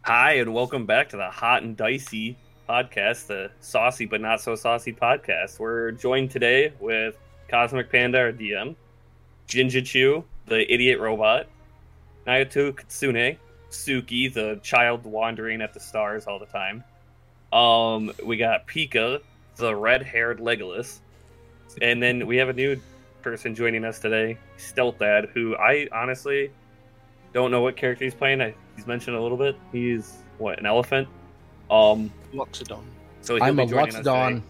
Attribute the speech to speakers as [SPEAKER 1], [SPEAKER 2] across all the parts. [SPEAKER 1] Hi, and welcome back to the Hot and Dicey podcast, the saucy but not so saucy podcast. We're joined today with Cosmic Panda, our DM, Jinja Chu, the idiot robot, Nayato Katsune, Suki, the child wandering at the stars all the time. Um, we got Pika, the red haired Legolas, and then we have a new person joining us today, Stealth Dad, who I honestly don't know what character he's playing. I, he's mentioned a little bit. He's what an elephant. Um,
[SPEAKER 2] Loxodon.
[SPEAKER 1] so he'll
[SPEAKER 3] I'm
[SPEAKER 1] be
[SPEAKER 3] a
[SPEAKER 1] joining us eh? today.
[SPEAKER 3] Luxdon.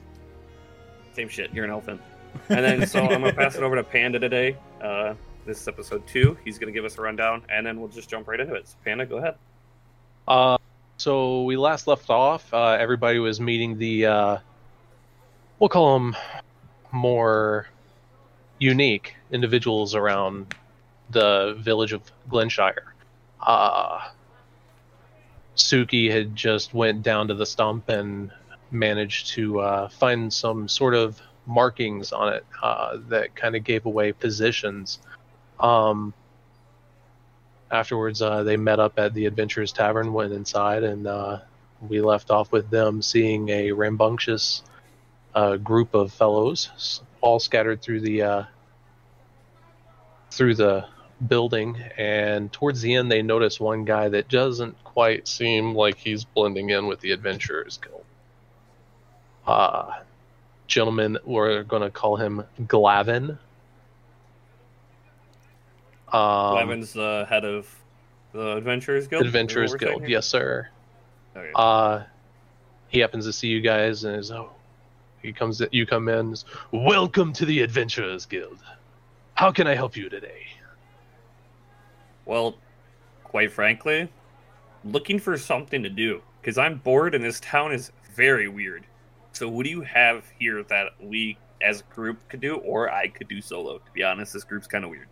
[SPEAKER 1] Same shit. You're an elephant. And then so I'm gonna pass it over to Panda today. Uh, this is episode two. He's gonna give us a rundown, and then we'll just jump right into it. So Panda, go ahead.
[SPEAKER 2] Uh, so we last left off. Uh, everybody was meeting the, uh, we'll call them more unique individuals around the village of Glenshire. Uh, Suki had just went down to the stump and managed to uh, find some sort of markings on it uh, that kind of gave away positions. Um, afterwards uh, they met up at the adventurers tavern went inside and uh, we left off with them seeing a rambunctious uh, group of fellows s- all scattered through the uh, through the building and towards the end they notice one guy that doesn't quite seem like he's blending in with the adventurers guild uh, gentlemen we're going to call him glavin um,
[SPEAKER 1] Levin's the head of the Adventurers Guild.
[SPEAKER 2] Adventurers
[SPEAKER 1] Is that what we're
[SPEAKER 2] Guild,
[SPEAKER 1] saying here?
[SPEAKER 2] yes, sir.
[SPEAKER 1] Okay.
[SPEAKER 2] Uh, he happens to see you guys and is oh, he comes you come in. and is, Welcome to the Adventurers Guild. How can I help you today?
[SPEAKER 1] Well, quite frankly, looking for something to do because I'm bored and this town is very weird. So, what do you have here that we as a group could do, or I could do solo? To be honest, this group's kind of weird.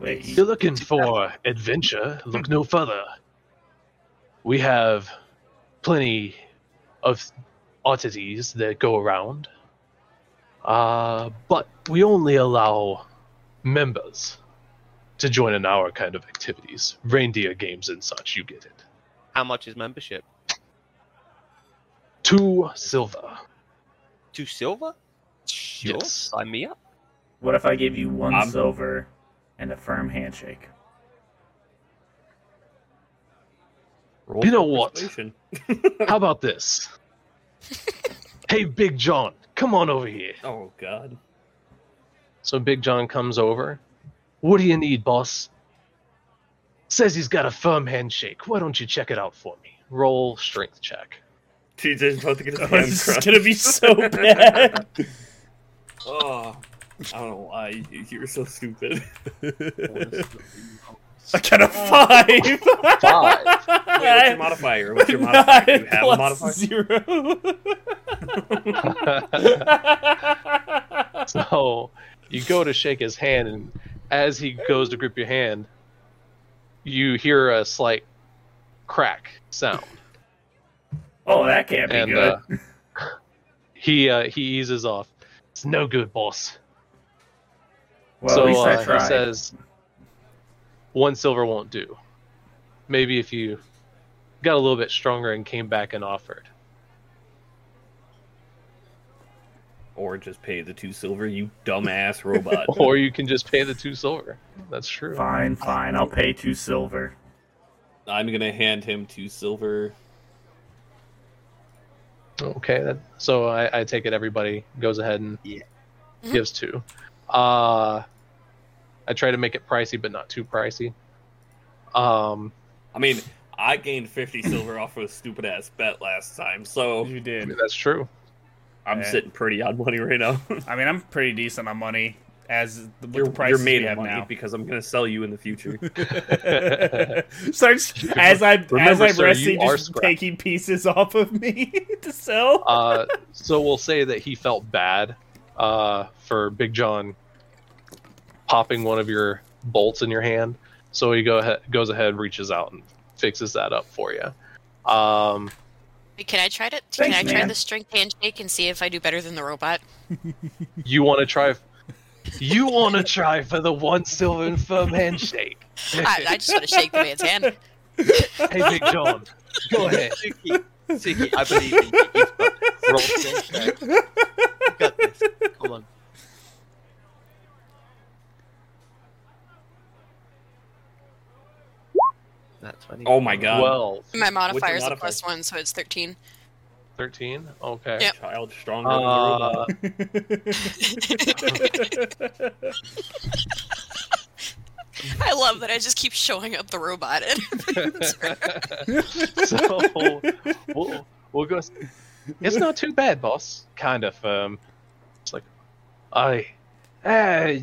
[SPEAKER 2] If you're looking for adventure, look no further. We have plenty of oddities that go around. Uh, but we only allow members to join in our kind of activities. Reindeer games and such, you get it.
[SPEAKER 4] How much is membership?
[SPEAKER 2] Two silver.
[SPEAKER 4] Two silver? Sure.
[SPEAKER 2] Yes.
[SPEAKER 4] Sign me up.
[SPEAKER 5] What if I give you one
[SPEAKER 1] Um,
[SPEAKER 5] silver and a firm handshake?
[SPEAKER 1] Roll
[SPEAKER 2] You know
[SPEAKER 1] for
[SPEAKER 2] what?
[SPEAKER 1] persuasion.
[SPEAKER 2] How about this? hey, Big John, come on over here.
[SPEAKER 1] Oh God.
[SPEAKER 2] So Big John comes over. What do you need, boss? Says he's got a firm handshake. Why don't you check it out for me? Roll strength check.
[SPEAKER 1] TJ's about to get his hand
[SPEAKER 5] this is
[SPEAKER 1] crushed.
[SPEAKER 5] gonna be so bad.
[SPEAKER 1] Oh, I don't know why you- you're so stupid.
[SPEAKER 5] I got a five.
[SPEAKER 2] Five.
[SPEAKER 1] Wait, what's your modifier? What's your
[SPEAKER 5] Nine
[SPEAKER 1] modifier? Do you have a
[SPEAKER 5] plus
[SPEAKER 1] modifier?
[SPEAKER 5] zero.
[SPEAKER 2] so you go to shake his hand, and as he goes to grip your hand, you hear a slight crack sound.
[SPEAKER 5] oh, that can't be
[SPEAKER 2] and
[SPEAKER 5] good.
[SPEAKER 2] uh, he uh, he eases off. It's no good, boss.
[SPEAKER 5] well,
[SPEAKER 2] so
[SPEAKER 5] at least
[SPEAKER 2] uh,
[SPEAKER 5] I tried.
[SPEAKER 2] he says, one silver won't do. Maybe if you got a little bit stronger and came back and offered.
[SPEAKER 1] Or just pay the two silver, you dumbass robot.
[SPEAKER 2] Or you can just pay the two silver. That's true.
[SPEAKER 5] fine, fine. I'll pay two silver.
[SPEAKER 1] I'm gonna hand him two silver.
[SPEAKER 2] Okay, that, so I, I take it everybody goes ahead and
[SPEAKER 4] Yeah.
[SPEAKER 2] gives two. Uh, I try to make it pricey, but not too pricey. Um,
[SPEAKER 1] I mean, I gained fifty silver off of a stupid ass bet last time, so
[SPEAKER 5] You
[SPEAKER 2] I
[SPEAKER 5] did.
[SPEAKER 2] mean, that's true.
[SPEAKER 1] I'm
[SPEAKER 5] Yeah.
[SPEAKER 1] sitting pretty on money right now.
[SPEAKER 5] I mean, I'm pretty decent on money as the, with
[SPEAKER 1] you're,
[SPEAKER 5] the prices
[SPEAKER 1] you're made
[SPEAKER 5] we
[SPEAKER 1] of
[SPEAKER 5] have
[SPEAKER 1] money
[SPEAKER 5] now.
[SPEAKER 1] because I'm gonna sell you in the future.
[SPEAKER 5] Starts as I'm as
[SPEAKER 2] Remember,
[SPEAKER 5] I'm
[SPEAKER 2] sir,
[SPEAKER 5] resting,
[SPEAKER 2] you are
[SPEAKER 5] just
[SPEAKER 2] scrap.
[SPEAKER 5] taking pieces off of me to sell.
[SPEAKER 2] uh, so we'll say that he felt bad uh, for Big John popping one of your bolts in your hand. So he go ahead, goes ahead, reaches out, and fixes that up for you. Um,
[SPEAKER 6] Wait, Can I try to?
[SPEAKER 5] Thanks,
[SPEAKER 6] can I try
[SPEAKER 5] man.
[SPEAKER 6] the strength handshake and see if I do better than the robot?
[SPEAKER 2] you want to try? You want to try for the one silver and firm handshake?
[SPEAKER 6] I, I just want to shake the man's hand.
[SPEAKER 2] Hey, Big John. Go ahead.
[SPEAKER 4] Suki, Suki, I believe in you. You've got this. Roll this check. You've got this. Come on. That's funny.
[SPEAKER 1] Oh my god.
[SPEAKER 2] Twelve.
[SPEAKER 6] My modifier is a
[SPEAKER 1] modifier?
[SPEAKER 6] plus one, so it's 13.
[SPEAKER 2] Thirteen. Okay.
[SPEAKER 6] Yep.
[SPEAKER 1] Child stronger than the robot.
[SPEAKER 2] Uh,
[SPEAKER 6] I love that I just keep showing up the robot. in everything's wrong.
[SPEAKER 2] so we'll, we'll go. It's not too bad, boss. Kind of. Um, it's like, I, eh,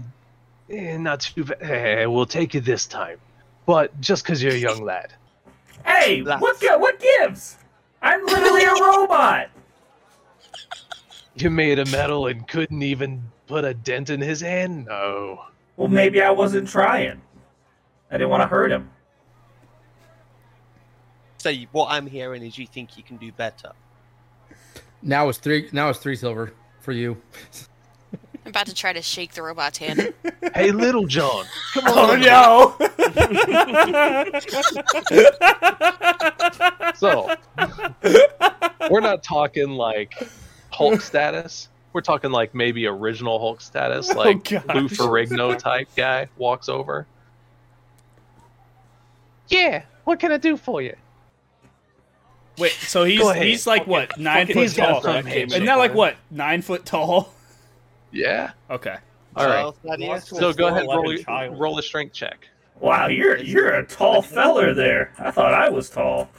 [SPEAKER 2] eh, not too bad. Eh, we'll take it this time, but just because you're a young lad.
[SPEAKER 5] hey, what, gi- what gives? I'm literally a robot.
[SPEAKER 2] You made a medal and couldn't even put a dent in his hand? No.
[SPEAKER 5] Well, maybe I wasn't trying. I didn't want to hurt him.
[SPEAKER 4] So you- what I'm hearing is you think you can do better.
[SPEAKER 3] Now it's three. Now it's three silver for you.
[SPEAKER 6] I'm about to try to shake the robot's hand.
[SPEAKER 2] Hey, Little John. Come on.
[SPEAKER 5] Oh
[SPEAKER 2] over.
[SPEAKER 5] no!
[SPEAKER 2] So, we're not talking like Hulk status. We're talking like maybe original Hulk status, like
[SPEAKER 5] Oh, gosh.
[SPEAKER 2] Lou Ferrigno type guy walks over. Yeah, what can I do for you?
[SPEAKER 5] Wait, so he's
[SPEAKER 2] Go ahead.
[SPEAKER 5] he's like what nine
[SPEAKER 2] fuck it.
[SPEAKER 5] foot
[SPEAKER 2] He's got
[SPEAKER 5] tall?
[SPEAKER 2] some
[SPEAKER 5] Isn't
[SPEAKER 2] hands.
[SPEAKER 5] that like what nine foot tall?
[SPEAKER 2] Yeah.
[SPEAKER 5] Okay.
[SPEAKER 2] All right.
[SPEAKER 4] Charles, that
[SPEAKER 1] Lost
[SPEAKER 4] is-
[SPEAKER 1] to a
[SPEAKER 2] So go ahead,
[SPEAKER 1] 4'11"
[SPEAKER 2] roll,
[SPEAKER 1] child.
[SPEAKER 2] roll a strength check.
[SPEAKER 5] Wow, you're you're a tall feller there. I thought I was tall.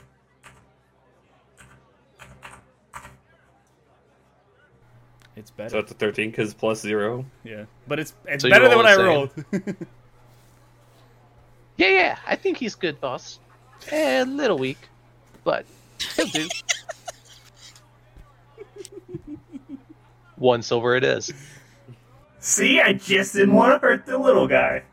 [SPEAKER 5] It's better.
[SPEAKER 1] So it's a 13 because plus zero.
[SPEAKER 5] yeah, but it's it's
[SPEAKER 2] So you
[SPEAKER 5] better than
[SPEAKER 2] roll
[SPEAKER 5] what I
[SPEAKER 2] the same.
[SPEAKER 5] rolled.
[SPEAKER 2] Yeah, yeah, I think he's good, boss. Eh, A little weak, but he'll do. One silver it is.
[SPEAKER 5] See, I just didn't want to hurt the little guy.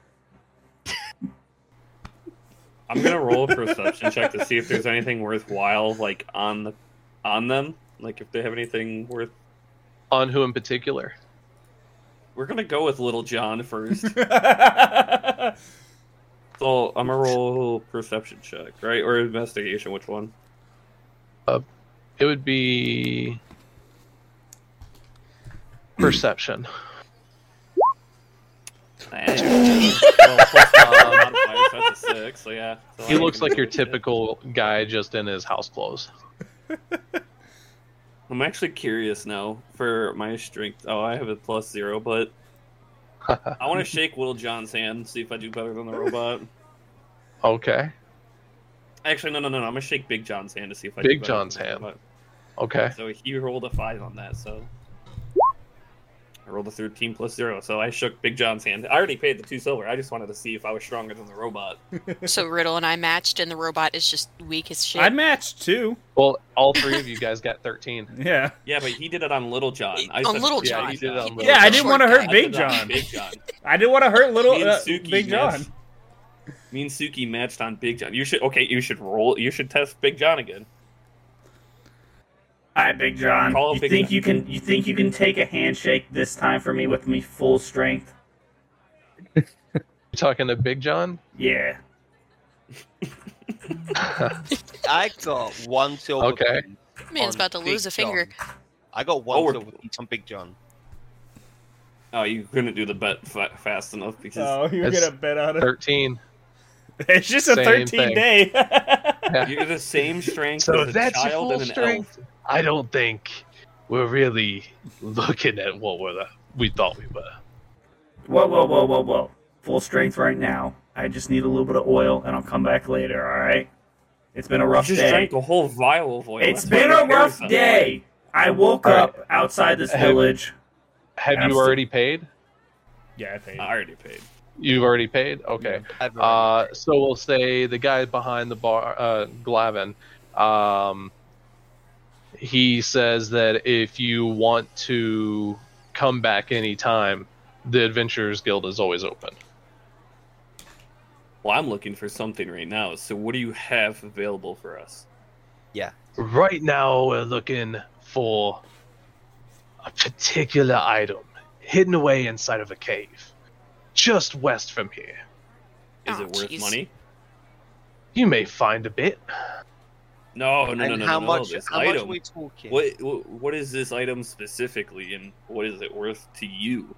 [SPEAKER 1] I'm gonna roll a perception check to see if there's anything worthwhile like on the on them. Like if they have anything worth.
[SPEAKER 2] On who in particular?
[SPEAKER 1] We're gonna go with Little John first. So I'm gonna roll perception check, right, or investigation? Which one?
[SPEAKER 2] It would be perception.
[SPEAKER 1] well, plus my modifier, so that's a six. So yeah. So
[SPEAKER 2] He
[SPEAKER 1] I
[SPEAKER 2] looks
[SPEAKER 1] can-
[SPEAKER 2] like your typical guy just in his house clothes.
[SPEAKER 1] I'm actually curious now for my strength. Oh, I have a plus zero, but I want to shake Little John's hand, see if I do better than the robot.
[SPEAKER 2] Okay.
[SPEAKER 1] Actually, no, no, no, no. I'm gonna shake Big John's hand to see if I do
[SPEAKER 2] Big
[SPEAKER 1] better than
[SPEAKER 2] John's
[SPEAKER 1] the
[SPEAKER 2] hand.
[SPEAKER 1] robot.
[SPEAKER 2] Okay.
[SPEAKER 1] So he rolled a five on that. So I rolled a thirteen plus zero. So I shook Big John's hand. I already paid the two silver. I just wanted to see if I was stronger than the robot.
[SPEAKER 6] so Riddle and I matched, and the robot is just weak as shit.
[SPEAKER 5] I matched too.
[SPEAKER 2] Well, all three of you guys got 13.
[SPEAKER 5] Yeah.
[SPEAKER 1] Yeah, but he did it on Little John. I
[SPEAKER 6] On
[SPEAKER 1] said-
[SPEAKER 6] Little
[SPEAKER 2] yeah,
[SPEAKER 6] John.
[SPEAKER 2] he did it on
[SPEAKER 6] He
[SPEAKER 2] Little
[SPEAKER 6] did
[SPEAKER 5] Yeah,
[SPEAKER 6] it
[SPEAKER 5] I
[SPEAKER 6] on
[SPEAKER 5] didn't
[SPEAKER 6] short
[SPEAKER 5] want to
[SPEAKER 6] guy.
[SPEAKER 5] hurt
[SPEAKER 1] I
[SPEAKER 5] Big
[SPEAKER 1] did it on
[SPEAKER 5] John.
[SPEAKER 1] Big John.
[SPEAKER 5] I didn't want to hurt little
[SPEAKER 1] Me and
[SPEAKER 5] uh,
[SPEAKER 1] Suki
[SPEAKER 5] Big John.
[SPEAKER 1] matched. Me and Suki matched on Big John. You should okay. You should roll. You should test Big John again.
[SPEAKER 5] All right, Big John.
[SPEAKER 1] Call him
[SPEAKER 5] you
[SPEAKER 1] Big
[SPEAKER 5] think
[SPEAKER 1] John.
[SPEAKER 5] you can? You think you can take a handshake this time for me with me full strength?
[SPEAKER 2] You talking to Big John?
[SPEAKER 5] Yeah.
[SPEAKER 4] I got one silver.
[SPEAKER 2] Okay.
[SPEAKER 4] piece
[SPEAKER 6] Man's
[SPEAKER 4] on
[SPEAKER 6] about to
[SPEAKER 4] Big
[SPEAKER 6] lose a finger.
[SPEAKER 4] John. I got one
[SPEAKER 1] Oh, we're-
[SPEAKER 4] silver piece on Big John.
[SPEAKER 1] Oh, you couldn't do the bet fa- fast enough because
[SPEAKER 5] Oh, you're
[SPEAKER 2] It's gonna
[SPEAKER 5] bet on
[SPEAKER 2] 13.
[SPEAKER 5] It's just a
[SPEAKER 2] Same
[SPEAKER 5] 13
[SPEAKER 2] thing.
[SPEAKER 5] day.
[SPEAKER 1] you're the same strength
[SPEAKER 2] So
[SPEAKER 1] as a
[SPEAKER 2] if that's your
[SPEAKER 1] child
[SPEAKER 2] full
[SPEAKER 1] and an
[SPEAKER 2] strength, I don't think we're really looking at what we're, we thought we were.
[SPEAKER 5] whoa, whoa, whoa, whoa, whoa! Full strength right now. I just need a little bit of oil, and I'll come back later. All right. It's been a
[SPEAKER 1] elf.
[SPEAKER 5] rough
[SPEAKER 1] You just
[SPEAKER 5] day.
[SPEAKER 1] drank a whole vial of oil.
[SPEAKER 5] It's
[SPEAKER 1] That's why
[SPEAKER 5] been
[SPEAKER 1] you're
[SPEAKER 5] a rough
[SPEAKER 1] parasite.
[SPEAKER 5] day. I woke
[SPEAKER 2] All right.
[SPEAKER 5] up outside this
[SPEAKER 2] Have-
[SPEAKER 5] village.
[SPEAKER 2] Have you
[SPEAKER 5] Absolutely.
[SPEAKER 2] already paid?
[SPEAKER 5] Yeah, I paid.
[SPEAKER 1] I already paid.
[SPEAKER 2] You've already paid? Okay.
[SPEAKER 4] I've
[SPEAKER 2] Uh, so we'll say the guy behind the bar, uh, Glavin, um, he says that if you want to come back anytime, the Adventurers Guild is always open.
[SPEAKER 1] Well, I'm looking for something right now. So, what do you have available for us?
[SPEAKER 2] Right now, we're looking for a particular item hidden away inside of a cave, just west from here.
[SPEAKER 1] Is
[SPEAKER 6] Oh,
[SPEAKER 1] it worth
[SPEAKER 6] jeez.
[SPEAKER 1] money?
[SPEAKER 2] You may find a bit.
[SPEAKER 1] No, no, no,
[SPEAKER 4] and
[SPEAKER 1] no,
[SPEAKER 4] how
[SPEAKER 1] no,
[SPEAKER 4] much?
[SPEAKER 1] no. This
[SPEAKER 4] how much
[SPEAKER 1] item.
[SPEAKER 4] are we talking?
[SPEAKER 1] What, what what is this item specifically, and what is it worth to you?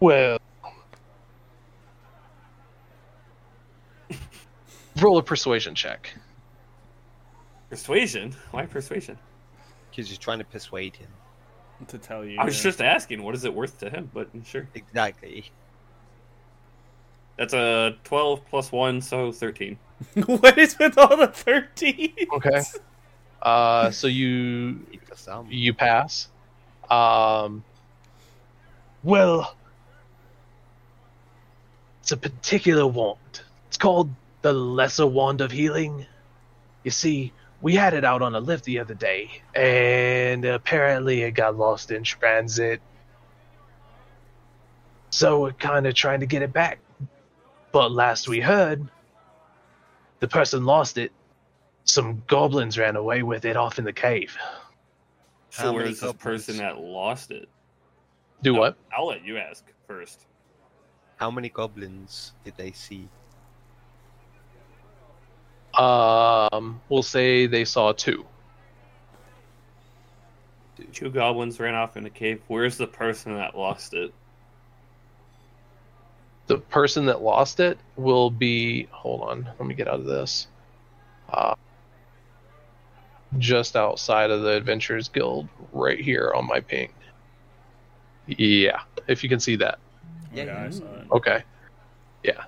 [SPEAKER 2] Well, roll a persuasion check.
[SPEAKER 1] Persuasion? Why persuasion?
[SPEAKER 4] Because you're trying to persuade him.
[SPEAKER 7] to tell you.
[SPEAKER 1] I was just asking, what is it worth to him? But sure,
[SPEAKER 4] Exactly.
[SPEAKER 1] that's a twelve plus one, so thirteen.
[SPEAKER 7] what is with all the thirteen?
[SPEAKER 2] Okay. Uh, so you
[SPEAKER 4] Keep the sum.
[SPEAKER 2] you pass. Um, well, it's a particular wand. It's called the Lesser Wand of Healing. You see, we had it out on a lift the other day, and apparently it got lost in transit. So we're kind of trying to get it back. But last we heard, the person lost it. Some goblins ran away with it off in the cave.
[SPEAKER 1] So
[SPEAKER 4] How
[SPEAKER 1] where
[SPEAKER 4] many
[SPEAKER 1] is this
[SPEAKER 4] goblins?
[SPEAKER 1] person that lost it?
[SPEAKER 2] Do
[SPEAKER 1] No,
[SPEAKER 2] what?
[SPEAKER 1] I'll let you ask first.
[SPEAKER 4] How many goblins did they see?
[SPEAKER 2] Um, we'll say they saw two.
[SPEAKER 1] Two goblins ran off in a cave. Where's the person that lost it?
[SPEAKER 2] The person that lost it will be. Hold on, let me get out of this. Uh, just outside of the Adventurers Guild, right here on my ping. Yeah, if you can see that.
[SPEAKER 4] Yeah,
[SPEAKER 7] Okay, I saw it.
[SPEAKER 2] Okay. Yeah.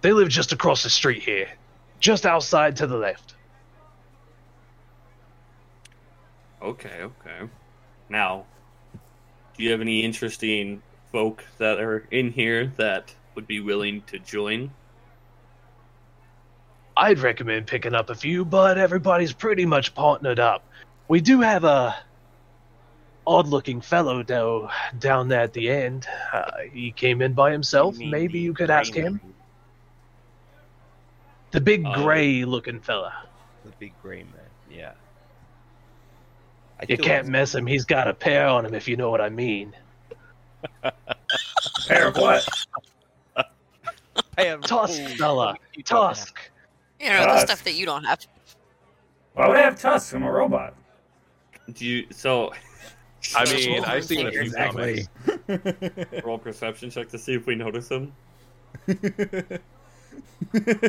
[SPEAKER 2] They live just across the street here, just outside to the left.
[SPEAKER 1] Okay, okay. Now, do you have any interesting folk that are in here that would be willing to join?
[SPEAKER 2] I'd recommend picking up a few, but everybody's pretty much partnered up. We do have a odd-looking fellow though down there at the end. Uh, he came in by himself.
[SPEAKER 4] mean
[SPEAKER 2] Maybe
[SPEAKER 4] the
[SPEAKER 2] you could ask him. The big
[SPEAKER 1] Oh.
[SPEAKER 2] gray-looking fella.
[SPEAKER 4] The big grey man. Yeah. I
[SPEAKER 2] You
[SPEAKER 4] still
[SPEAKER 2] can't
[SPEAKER 4] have-
[SPEAKER 2] miss him. He's got a pair on him, if you know what I mean.
[SPEAKER 5] Pair of what?
[SPEAKER 4] I have
[SPEAKER 2] Tusk
[SPEAKER 4] full-
[SPEAKER 2] fella.
[SPEAKER 4] You don't have-
[SPEAKER 2] Tusk.
[SPEAKER 6] You know, the
[SPEAKER 5] Uh,
[SPEAKER 6] stuff that you don't have.
[SPEAKER 5] Why would I have tusks? I'm a robot.
[SPEAKER 1] Do you so?
[SPEAKER 2] I
[SPEAKER 1] so
[SPEAKER 2] mean, I've seen a few
[SPEAKER 3] Exactly.
[SPEAKER 2] comics.
[SPEAKER 1] roll perception check to see if we notice him.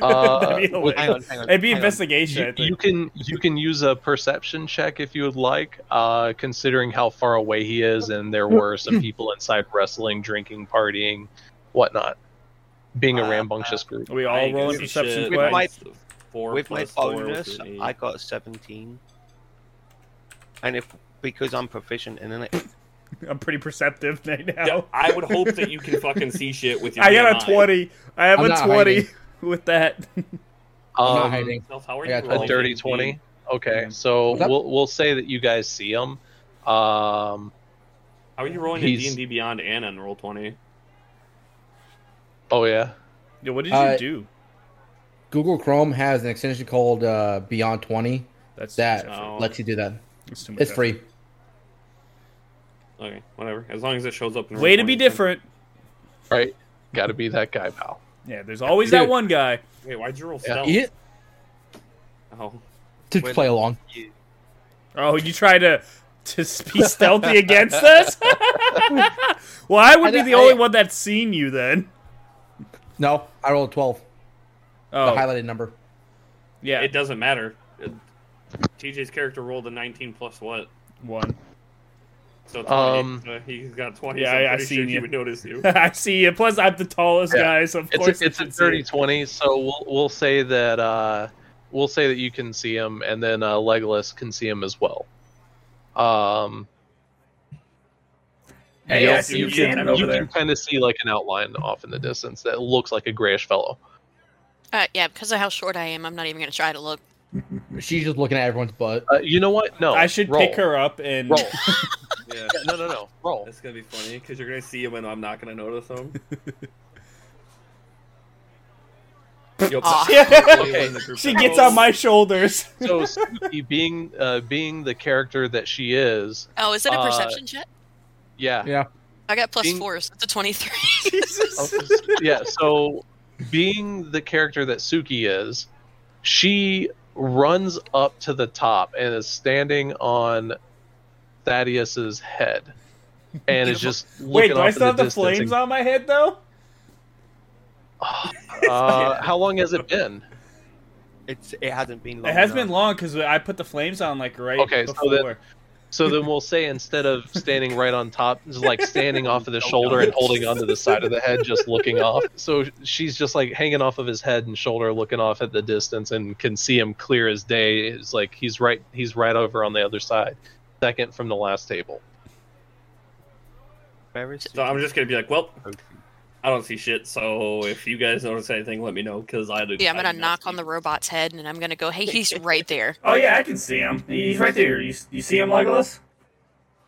[SPEAKER 2] Uh,
[SPEAKER 7] That'd be
[SPEAKER 2] with-
[SPEAKER 4] Hang on, hang on.
[SPEAKER 7] It'd be
[SPEAKER 4] hang on.
[SPEAKER 7] investigation.
[SPEAKER 2] You,
[SPEAKER 7] I think.
[SPEAKER 2] you can you can use a perception check if you would like, uh, considering how far away he is, and there were some people inside wrestling, drinking, partying, whatnot, being a
[SPEAKER 4] Uh,
[SPEAKER 2] rambunctious group.
[SPEAKER 7] we all
[SPEAKER 1] I guess
[SPEAKER 7] roll in
[SPEAKER 1] we
[SPEAKER 7] perception
[SPEAKER 1] should.
[SPEAKER 7] twice.
[SPEAKER 4] my-
[SPEAKER 1] four
[SPEAKER 4] With my
[SPEAKER 1] plus four
[SPEAKER 4] bonus,
[SPEAKER 1] would be-
[SPEAKER 4] I got a 17. And if because I'm proficient in it,
[SPEAKER 7] I'm pretty perceptive right now.
[SPEAKER 1] Yeah, I would hope that you can fucking see shit with your.
[SPEAKER 7] I got
[SPEAKER 1] eye.
[SPEAKER 7] a twenty. I have
[SPEAKER 3] I'm
[SPEAKER 7] a
[SPEAKER 3] not
[SPEAKER 7] twenty with that.
[SPEAKER 3] I'm not
[SPEAKER 2] Um,
[SPEAKER 3] hiding.
[SPEAKER 1] Self, How are
[SPEAKER 3] I
[SPEAKER 1] you?
[SPEAKER 3] got
[SPEAKER 2] a
[SPEAKER 1] rolling?
[SPEAKER 2] dirty twenty. Okay,
[SPEAKER 7] Mhm.
[SPEAKER 2] so
[SPEAKER 3] What's up?
[SPEAKER 2] we'll we'll say that you guys see him. Um,
[SPEAKER 1] How are you rolling in D
[SPEAKER 2] He's-
[SPEAKER 1] and D Beyond Anna in roll twenty?
[SPEAKER 2] oh yeah,
[SPEAKER 7] Yeah, what did you
[SPEAKER 3] Uh,
[SPEAKER 7] do?
[SPEAKER 3] Google Chrome has an extension called uh, Beyond 20
[SPEAKER 7] That's
[SPEAKER 3] that
[SPEAKER 7] too much
[SPEAKER 1] Oh.
[SPEAKER 7] effort.
[SPEAKER 3] lets you do that.
[SPEAKER 7] That's too much
[SPEAKER 3] It's
[SPEAKER 7] effort.
[SPEAKER 3] free.
[SPEAKER 1] Okay, whatever. As long as it shows up. In roll
[SPEAKER 7] Way to be
[SPEAKER 1] 20.
[SPEAKER 7] different.
[SPEAKER 2] right. Got to be that guy, pal.
[SPEAKER 7] Yeah, there's always
[SPEAKER 3] Dude.
[SPEAKER 7] that one guy.
[SPEAKER 1] Wait, why'd you roll
[SPEAKER 2] Yeah.
[SPEAKER 1] stealth?
[SPEAKER 3] Yeah,
[SPEAKER 1] Oh,
[SPEAKER 3] to
[SPEAKER 4] When-
[SPEAKER 3] play along.
[SPEAKER 4] you,
[SPEAKER 7] Oh, you try to to be stealthy against us? well, I would
[SPEAKER 3] I
[SPEAKER 7] be
[SPEAKER 3] don't-
[SPEAKER 7] the only
[SPEAKER 3] I-
[SPEAKER 7] one that's seen you then.
[SPEAKER 3] No, I rolled a 12, the
[SPEAKER 7] Oh,
[SPEAKER 3] highlighted number.
[SPEAKER 7] yeah,
[SPEAKER 1] it doesn't matter. It- TJ's character rolled a nineteen plus what?
[SPEAKER 7] one.
[SPEAKER 1] So 20.
[SPEAKER 2] Um,
[SPEAKER 1] Uh, he's got twenty.
[SPEAKER 7] Yeah,
[SPEAKER 1] so I'm
[SPEAKER 7] I- I
[SPEAKER 1] pretty
[SPEAKER 7] seen
[SPEAKER 1] sure
[SPEAKER 7] you.
[SPEAKER 1] He would notice you.
[SPEAKER 7] I see you. Plus, I'm the tallest
[SPEAKER 2] Yeah.
[SPEAKER 7] guy, so of course
[SPEAKER 2] It's a, it's a
[SPEAKER 7] I can see you.
[SPEAKER 2] dirty twenty, so we'll we'll say that uh, we'll say that you can see him, and then uh, Legolas can see him as well. Um,
[SPEAKER 5] Hey,
[SPEAKER 2] you
[SPEAKER 5] I
[SPEAKER 2] know,
[SPEAKER 5] see
[SPEAKER 2] you
[SPEAKER 5] you
[SPEAKER 2] can,
[SPEAKER 5] standing over
[SPEAKER 2] you
[SPEAKER 5] there.
[SPEAKER 2] can kind of see like an outline off in the distance that looks like a grayish fellow.
[SPEAKER 6] Uh, yeah, because of how short I am, I'm not even gonna try to look.
[SPEAKER 3] She's just looking at everyone's butt.
[SPEAKER 2] Uh, you know what? No,
[SPEAKER 7] I should
[SPEAKER 2] roll.
[SPEAKER 7] pick her up and
[SPEAKER 2] Roll.
[SPEAKER 1] yeah,
[SPEAKER 2] Yeah, no, no, no. Roll.
[SPEAKER 1] that's gonna be funny because you're gonna see him and I'm not gonna notice him. You'll
[SPEAKER 6] Aw.
[SPEAKER 7] Yeah.
[SPEAKER 1] Okay, in the group
[SPEAKER 7] she
[SPEAKER 1] that
[SPEAKER 7] gets
[SPEAKER 1] rolls.
[SPEAKER 7] on my shoulders.
[SPEAKER 2] So Suki, being uh, being the character that she is,
[SPEAKER 6] Oh, is it a
[SPEAKER 2] Uh,
[SPEAKER 6] perception check?
[SPEAKER 2] yeah,
[SPEAKER 3] Yeah.
[SPEAKER 6] I got plus
[SPEAKER 2] being- Oh,
[SPEAKER 6] four, so it's a twenty-three.
[SPEAKER 7] Jesus.
[SPEAKER 2] yeah. So being the character that Suki is, she runs up to the top and is standing on Thaddeus's head, and is just looking
[SPEAKER 7] Wait, do
[SPEAKER 2] off
[SPEAKER 7] I
[SPEAKER 2] in
[SPEAKER 7] still have the
[SPEAKER 2] distance and-
[SPEAKER 7] flames on my head though?
[SPEAKER 2] Uh, how long has it been?
[SPEAKER 4] It's it hasn't been. Long
[SPEAKER 7] It has
[SPEAKER 4] enough.
[SPEAKER 7] been long because I put the flames on like right
[SPEAKER 2] Oh, Okay, so
[SPEAKER 7] before.
[SPEAKER 2] then- So then we'll say instead of standing right on top, just like standing off of the shoulder and holding onto the side of the head, just looking off. So she's just like hanging off of his head and shoulder, looking off at the distance, and can see him clear as day. It's like he's right, he's right over on the other side, second from the last table.
[SPEAKER 4] Where is
[SPEAKER 1] So I'm just gonna be like, well,
[SPEAKER 4] Suki?
[SPEAKER 1] I don't see shit. So if you guys notice anything, let me know because I do.
[SPEAKER 6] Yeah, I'm
[SPEAKER 1] I
[SPEAKER 6] gonna
[SPEAKER 1] do not
[SPEAKER 6] knock
[SPEAKER 1] see.
[SPEAKER 6] on the robot's head and I'm gonna go, hey, he's right there.
[SPEAKER 5] Oh yeah, I can see him. He's right there. You, you see him, Legolas?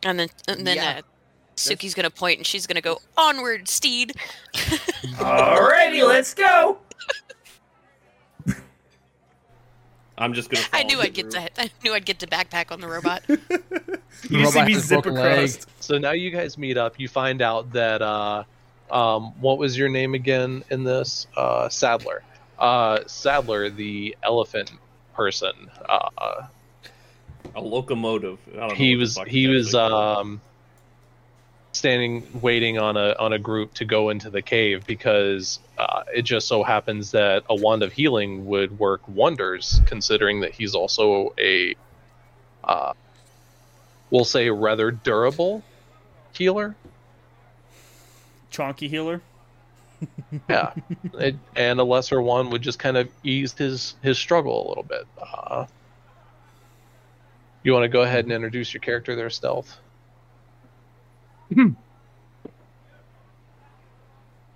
[SPEAKER 6] And then and then
[SPEAKER 4] Yeah.
[SPEAKER 6] uh, Suki's gonna point and she's gonna go, onward, steed.
[SPEAKER 5] Alrighty, let's go.
[SPEAKER 1] I'm just gonna.
[SPEAKER 6] I
[SPEAKER 1] follow
[SPEAKER 6] knew I'd get
[SPEAKER 1] through.
[SPEAKER 6] to I knew I'd get to backpack on the robot.
[SPEAKER 7] you see
[SPEAKER 3] Robot
[SPEAKER 7] me
[SPEAKER 3] has
[SPEAKER 7] zip
[SPEAKER 3] broken leg.
[SPEAKER 7] across.
[SPEAKER 2] So now you guys meet up. You find out that uh, um, what was your name again in this? Uh, Sadler. Uh, Sadler, the elephant person. Uh,
[SPEAKER 1] a locomotive. I don't know
[SPEAKER 2] he
[SPEAKER 1] what the
[SPEAKER 2] was
[SPEAKER 1] fuck
[SPEAKER 2] he
[SPEAKER 1] it
[SPEAKER 2] was
[SPEAKER 1] is. Like,
[SPEAKER 2] um standing waiting on a on a group to go into the cave because uh, it just so happens that a wand of healing would work wonders considering that he's also a uh we'll say rather durable healer
[SPEAKER 7] Chonky healer.
[SPEAKER 2] yeah It- and a lesser one would just kind of ease his his struggle a little bit uh you want to go ahead and introduce your character there stealth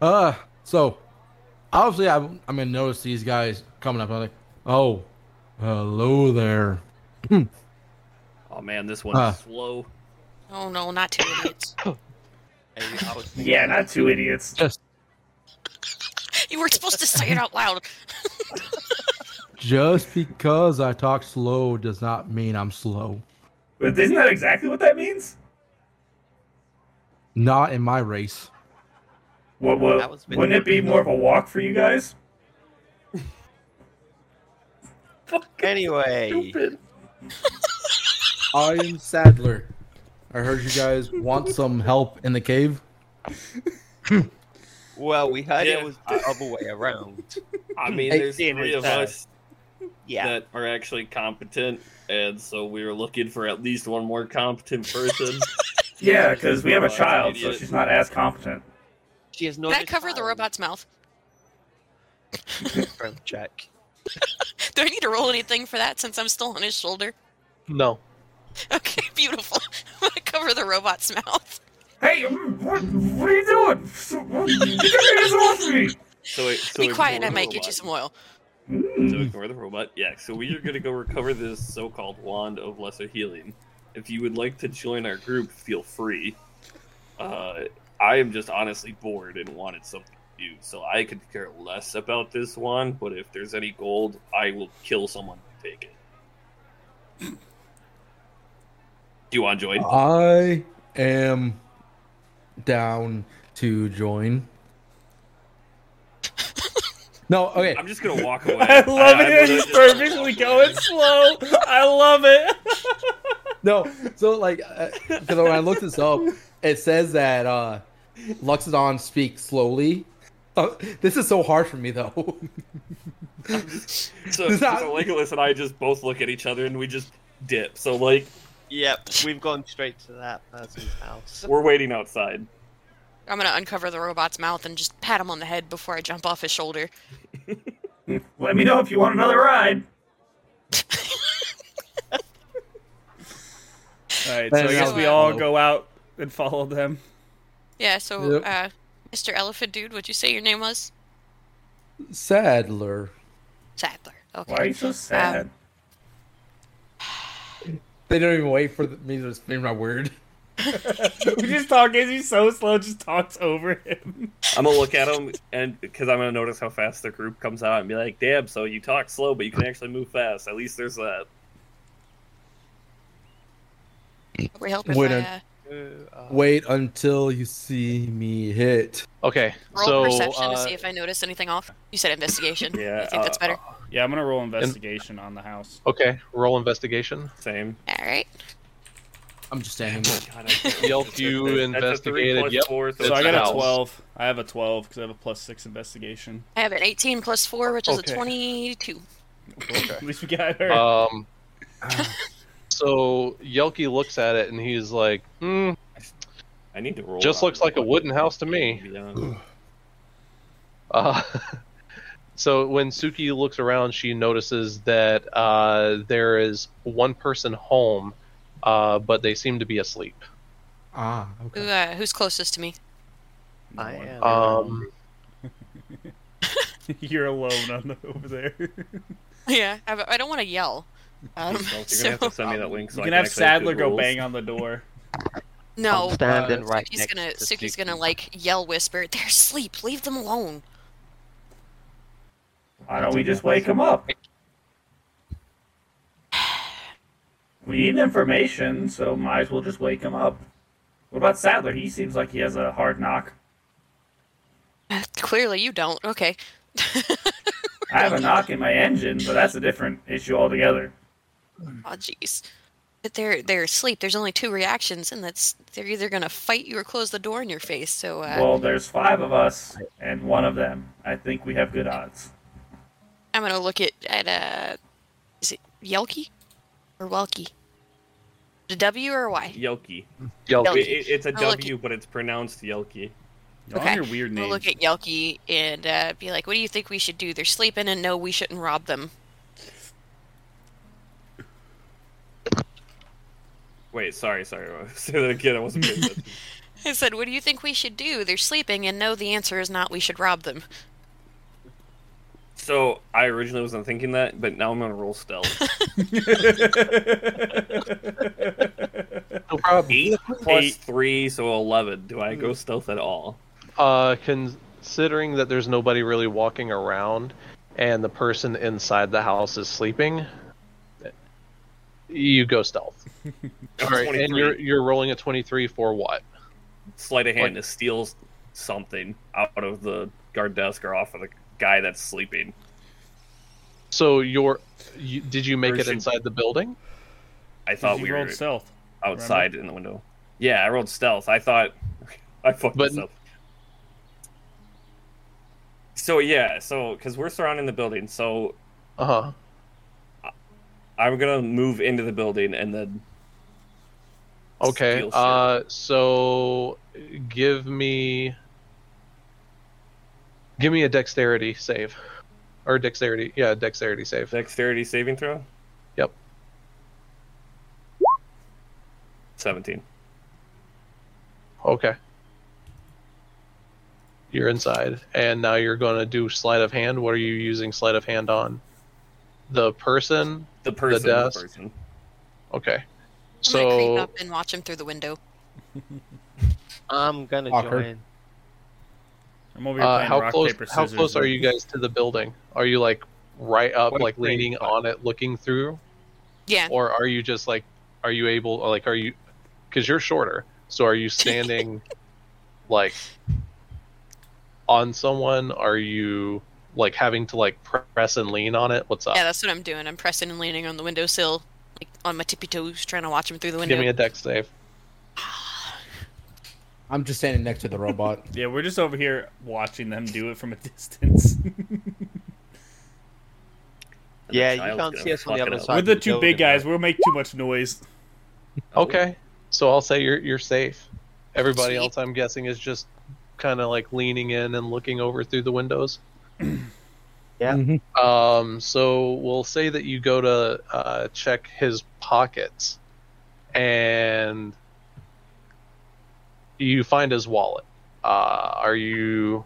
[SPEAKER 3] Uh, so obviously I, I'm gonna notice these guys coming up. I'm like, oh, hello there.
[SPEAKER 1] oh man, this one's
[SPEAKER 3] Huh.
[SPEAKER 1] slow.
[SPEAKER 6] oh no, not two minutes.
[SPEAKER 4] Hey, I was-
[SPEAKER 5] Yeah, not two idiots.
[SPEAKER 3] Just,
[SPEAKER 6] you weren't supposed to say it out loud.
[SPEAKER 3] just because I talk slow does not mean I'm slow.
[SPEAKER 5] But isn't that exactly what that means?
[SPEAKER 3] Not in my race.
[SPEAKER 5] What,
[SPEAKER 4] That
[SPEAKER 5] what,
[SPEAKER 4] was-
[SPEAKER 5] wouldn't it be more of a walk for you guys?
[SPEAKER 4] Anyway,
[SPEAKER 3] I am Sadler. I heard you guys want some help in the cave.
[SPEAKER 4] well, we heard
[SPEAKER 1] Yeah.
[SPEAKER 4] it was the other way around.
[SPEAKER 1] I mean,
[SPEAKER 3] Hey,
[SPEAKER 1] there's
[SPEAKER 4] Damn it,
[SPEAKER 1] three of
[SPEAKER 4] uh,
[SPEAKER 1] us
[SPEAKER 4] Yeah,
[SPEAKER 1] that are actually competent, and so we were looking for at least one more competent person.
[SPEAKER 5] Yeah, because we have a
[SPEAKER 1] Well,
[SPEAKER 5] child, so
[SPEAKER 1] idiot.
[SPEAKER 5] she's not as competent.
[SPEAKER 4] she has no.
[SPEAKER 6] Can I cover the robot's mouth?
[SPEAKER 4] Strength check.
[SPEAKER 6] Do I need to roll anything for that since I'm still on his shoulder?
[SPEAKER 2] no
[SPEAKER 6] Okay, beautiful. I'm gonna cover the robot's mouth.
[SPEAKER 5] Hey, what, what are you doing? Get your hands off me!
[SPEAKER 1] So it, so
[SPEAKER 6] Be
[SPEAKER 1] ignore
[SPEAKER 6] quiet, I
[SPEAKER 1] the
[SPEAKER 6] might get
[SPEAKER 1] robot.
[SPEAKER 6] you some oil.
[SPEAKER 1] So ignore the robot. Yeah. So we are going to go recover this so-called wand of lesser healing. If you would like to join our group, feel free. Uh, I am just honestly bored and wanted something to do, so I could care less about this wand. But if there's any gold, I will kill someone to take it. Do you want to join?
[SPEAKER 3] I am down to join. No, okay.
[SPEAKER 1] I'm just gonna walk away.
[SPEAKER 7] I
[SPEAKER 1] I-
[SPEAKER 7] love it.
[SPEAKER 1] I'm
[SPEAKER 7] that
[SPEAKER 1] gonna
[SPEAKER 7] He's
[SPEAKER 1] just walk
[SPEAKER 7] perfectly
[SPEAKER 1] away.
[SPEAKER 7] going slow. I love it.
[SPEAKER 3] no so like because when i looked this up it says that uh luxodon speaks slowly uh, this is so hard for me though
[SPEAKER 1] So,
[SPEAKER 3] Is that-
[SPEAKER 1] so Legolas and I just both look at each other and we just dip. So like
[SPEAKER 4] Yep, we've gone straight to that person's house.
[SPEAKER 1] we're waiting outside.
[SPEAKER 6] I'm gonna uncover the robot's mouth and just pat him on the head before I jump off his shoulder.
[SPEAKER 5] Let me know if you want another ride.
[SPEAKER 7] All right,
[SPEAKER 3] That
[SPEAKER 7] so I
[SPEAKER 3] is
[SPEAKER 7] guess
[SPEAKER 6] how
[SPEAKER 7] we
[SPEAKER 6] I
[SPEAKER 7] all
[SPEAKER 3] follow.
[SPEAKER 7] go out and follow them.
[SPEAKER 6] Yeah, so
[SPEAKER 3] Yep.
[SPEAKER 6] uh Mr. Elephant Dude, what'd you say your name was?
[SPEAKER 3] sadler
[SPEAKER 6] Sadler. Okay.
[SPEAKER 5] Why are you so sad?
[SPEAKER 3] they don't even wait for the, me to speak my word
[SPEAKER 7] We just talk. He's so slow. Just talks over him.
[SPEAKER 1] I'm gonna look at him and because I'm gonna notice how fast the group comes out and be like, "Damn!" So you talk slow, but you can actually move fast. At least there's that.
[SPEAKER 6] Would help if
[SPEAKER 3] Would
[SPEAKER 6] I
[SPEAKER 3] I-
[SPEAKER 6] uh,
[SPEAKER 2] Uh,
[SPEAKER 3] Wait until you see me hit.
[SPEAKER 2] okay,
[SPEAKER 6] Roll
[SPEAKER 2] so
[SPEAKER 6] perception to
[SPEAKER 2] uh,
[SPEAKER 6] see if I notice anything off. You said investigation.
[SPEAKER 1] Yeah,
[SPEAKER 6] I think that's
[SPEAKER 1] uh,
[SPEAKER 6] better.
[SPEAKER 7] Yeah, I'm gonna roll investigation on the house.
[SPEAKER 2] okay, roll investigation.
[SPEAKER 1] Same.
[SPEAKER 6] All right.
[SPEAKER 3] I'm just standing.
[SPEAKER 1] God, I can't-
[SPEAKER 2] Yelp,
[SPEAKER 1] that's a-
[SPEAKER 2] you
[SPEAKER 1] that's a
[SPEAKER 2] investigated,
[SPEAKER 1] three plus
[SPEAKER 2] yep.
[SPEAKER 1] four, so
[SPEAKER 7] So
[SPEAKER 2] It's
[SPEAKER 7] I
[SPEAKER 2] the
[SPEAKER 7] got a
[SPEAKER 2] house.
[SPEAKER 7] twelve. I have a twelve because I have a plus six investigation.
[SPEAKER 6] I have an 18 plus 4, which is
[SPEAKER 2] Okay.
[SPEAKER 6] a 22.
[SPEAKER 7] At least we got her.
[SPEAKER 2] Um, so Yelki looks at it and he's like, hmm,
[SPEAKER 1] I need to roll.
[SPEAKER 2] Just
[SPEAKER 1] on
[SPEAKER 2] looks like a
[SPEAKER 1] one.
[SPEAKER 2] wooden house to me.
[SPEAKER 1] Yeah.
[SPEAKER 2] Uh, so when Suki looks around, she notices that uh, there is one person home, uh, but they seem to be asleep.
[SPEAKER 3] ah,
[SPEAKER 6] Who,
[SPEAKER 3] okay.
[SPEAKER 6] uh, who's closest to me?
[SPEAKER 7] No one.
[SPEAKER 2] Um,
[SPEAKER 7] You're alone on the, over there. you
[SPEAKER 6] Yeah, I, I don't want to yell. Um,
[SPEAKER 1] You're gonna
[SPEAKER 6] so,
[SPEAKER 1] have to send me that link. So I
[SPEAKER 7] can have
[SPEAKER 1] actually do
[SPEAKER 7] Sadler go
[SPEAKER 1] rules.
[SPEAKER 7] bang on the door.
[SPEAKER 6] no. Uh,
[SPEAKER 4] I'm standing right
[SPEAKER 6] Suki's
[SPEAKER 4] next
[SPEAKER 6] gonna
[SPEAKER 4] to
[SPEAKER 6] Suki's
[SPEAKER 4] Suki.
[SPEAKER 6] gonna like yell whisper, They're asleep, leave them alone.
[SPEAKER 5] Why don't we just wake him up? We need information, so might as well just wake him up. What about Sadler? He seems like he has a hard knock.
[SPEAKER 6] Uh, Clearly you don't. Okay.
[SPEAKER 5] I have a knock in my engine, but that's a different issue altogether.
[SPEAKER 6] Oh jeez. But they're they're asleep. There's only two reactions and that's they're either gonna fight you or close the door in your face. So uh,
[SPEAKER 5] Well, there's five of us and one of them. I think we have good odds.
[SPEAKER 6] I'm gonna look at at uh is it Yelki? Or Welky? The W or a Y?
[SPEAKER 1] Yelki. It-
[SPEAKER 2] Yelki.
[SPEAKER 1] Oh, it- it's a
[SPEAKER 6] I'll look
[SPEAKER 1] W, but it's pronounced Yelki.
[SPEAKER 7] Y'all
[SPEAKER 6] Okay.
[SPEAKER 7] have your weird
[SPEAKER 6] We'll
[SPEAKER 7] name.
[SPEAKER 6] look at Yelki and uh, be like, "What do you think we should do? They're sleeping, and no, we shouldn't rob them."
[SPEAKER 1] Wait, sorry, sorry. Say that again. I wasn't paying attention.
[SPEAKER 6] I said, "What do you think we should do? They're sleeping, and no, the answer is not we should rob them."
[SPEAKER 1] So I originally wasn't thinking that, but now I'm gonna roll stealth.
[SPEAKER 2] No problem.
[SPEAKER 1] Eight plus
[SPEAKER 7] Eight.
[SPEAKER 1] three, so eleven. Do I
[SPEAKER 2] Hmm.
[SPEAKER 1] go stealth at all?
[SPEAKER 2] Uh, considering that there's nobody really walking around, and the person inside the house is sleeping, you go stealth. All right, and
[SPEAKER 1] 23.
[SPEAKER 2] you're you're rolling a twenty-three for what?
[SPEAKER 1] Sleight of hand
[SPEAKER 2] What?
[SPEAKER 1] to steal something out of the guard desk or off of the guy that's sleeping.
[SPEAKER 2] So you're, you, did you make it
[SPEAKER 1] Person-
[SPEAKER 2] inside the building?
[SPEAKER 1] I thought
[SPEAKER 7] You
[SPEAKER 1] we were
[SPEAKER 7] rolled stealth.
[SPEAKER 1] outside in the window. Yeah, I rolled stealth. I thought I fucked
[SPEAKER 2] But-
[SPEAKER 1] this up. So yeah, so because we're surrounding the building, so
[SPEAKER 2] Uh huh.
[SPEAKER 1] I'm gonna move into the building and then
[SPEAKER 2] Okay.
[SPEAKER 1] steal shit.
[SPEAKER 2] Uh, so give me give me a dexterity save, or dexterity. Yeah, dexterity save.
[SPEAKER 1] dexterity saving throw.
[SPEAKER 2] Yep.
[SPEAKER 1] Seventeen.
[SPEAKER 2] Okay. You're inside, and now you're going to do sleight of hand. What are you using sleight of hand on? The person.
[SPEAKER 1] The person.
[SPEAKER 2] desk.
[SPEAKER 1] person.
[SPEAKER 2] Okay.
[SPEAKER 6] I'm gonna creep
[SPEAKER 2] So
[SPEAKER 6] up and watch him through the window.
[SPEAKER 4] I'm gonna
[SPEAKER 3] Awkward.
[SPEAKER 4] join.
[SPEAKER 7] I'm over here
[SPEAKER 2] uh,
[SPEAKER 7] playing
[SPEAKER 2] how
[SPEAKER 7] rock
[SPEAKER 2] close?
[SPEAKER 7] paper
[SPEAKER 2] How
[SPEAKER 7] scissors.
[SPEAKER 2] close are you guys to the building? Are you like right up,
[SPEAKER 1] Like,
[SPEAKER 2] like
[SPEAKER 1] right
[SPEAKER 2] leaning
[SPEAKER 1] up.
[SPEAKER 2] on it, looking through?
[SPEAKER 6] Yeah,
[SPEAKER 2] or are you just like are you able or, like are you because you're shorter so are you standing like on someone are you like having to like press and lean on it what's up
[SPEAKER 6] yeah, that's what I'm doing. I'm pressing and leaning on the windowsill, like on my tippy toes, trying to watch him through the window.
[SPEAKER 2] give me a deck save
[SPEAKER 3] I'm just standing next to the robot.
[SPEAKER 7] Yeah, we're just over here watching them do it from a distance.
[SPEAKER 1] And the
[SPEAKER 4] Yeah, you
[SPEAKER 1] child's
[SPEAKER 4] can't
[SPEAKER 1] gonna
[SPEAKER 4] see us on the
[SPEAKER 1] fuck it
[SPEAKER 4] other
[SPEAKER 1] up.
[SPEAKER 4] side.
[SPEAKER 7] We're the
[SPEAKER 4] of
[SPEAKER 7] two
[SPEAKER 4] building,
[SPEAKER 7] big guys.
[SPEAKER 4] right?
[SPEAKER 7] We'll make too much noise.
[SPEAKER 2] okay so i'll say you're you're safe everybody
[SPEAKER 6] Sweet.
[SPEAKER 2] else i'm guessing is just kind of like leaning in and looking over through the windows
[SPEAKER 4] Yeah.
[SPEAKER 3] Mhm.
[SPEAKER 2] Um, so we'll say that you go to uh, check his pockets, and you find his wallet. Uh, are you?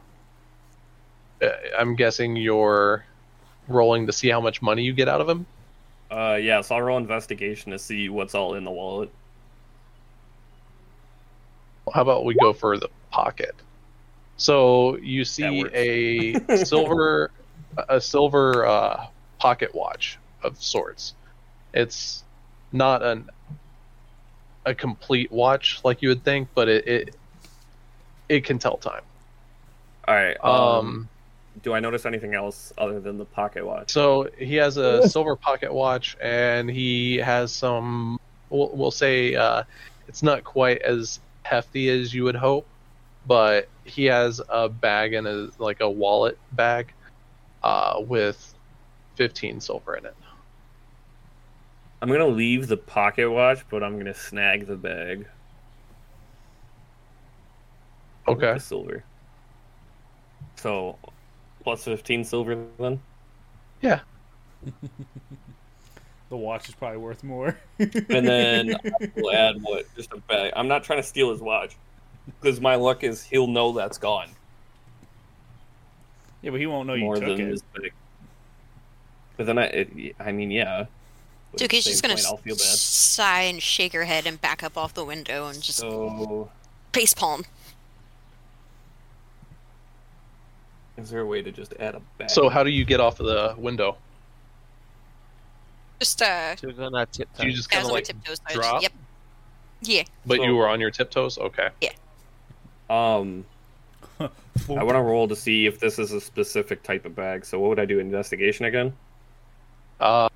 [SPEAKER 2] uh, I'm guessing you're rolling to see how much money you get out of him.
[SPEAKER 1] Uh, yeah, so I'll roll investigation to see what's all in the wallet.
[SPEAKER 2] How about we go for the pocket? So you see
[SPEAKER 1] works.
[SPEAKER 2] a silver, a silver uh, pocket watch of sorts. It's not an a complete watch like you would think, but it it, it can tell time.
[SPEAKER 1] All right.
[SPEAKER 2] Um,
[SPEAKER 1] do I notice anything else other than the pocket watch?
[SPEAKER 2] so he has a silver pocket watch, and he has some. We'll, we'll say uh, it's not quite as hefty as you would hope, but he has a bag and a like a wallet bag uh, with fifteen silver in it.
[SPEAKER 1] I'm gonna leave the pocket watch, but I'm gonna snag the bag. with
[SPEAKER 2] Okay.
[SPEAKER 1] the silver. So, plus fifteen silver then.
[SPEAKER 7] The watch is probably worth more.
[SPEAKER 1] and then we'll add what just a bag. I'm not trying to steal his watch because my luck is he'll know that's gone
[SPEAKER 7] yeah, but he won't know Oh, you
[SPEAKER 1] more
[SPEAKER 7] took
[SPEAKER 1] than
[SPEAKER 7] it.
[SPEAKER 1] his bag. But then I, it, I mean, yeah. But at the
[SPEAKER 6] Suki's just
[SPEAKER 1] same
[SPEAKER 6] gonna
[SPEAKER 1] point, I'll feel bad.
[SPEAKER 6] sigh and shake her head and back up off the window and just
[SPEAKER 1] So,
[SPEAKER 6] face palm.
[SPEAKER 1] is there a way to just add a bag?
[SPEAKER 2] So how do you get off of the window?
[SPEAKER 6] Just uh,
[SPEAKER 4] So we're gonna tiptoe.
[SPEAKER 2] Do you just
[SPEAKER 6] yeah, I
[SPEAKER 2] kind of
[SPEAKER 6] was on my
[SPEAKER 2] like,
[SPEAKER 6] tiptoes. so I
[SPEAKER 2] drop?
[SPEAKER 6] Just, yep. Yeah.
[SPEAKER 2] but you were on your tiptoes? Okay.
[SPEAKER 1] um, I want to roll to see if this is a specific type of bag. So, what would I do? Investigation again,
[SPEAKER 2] Uh,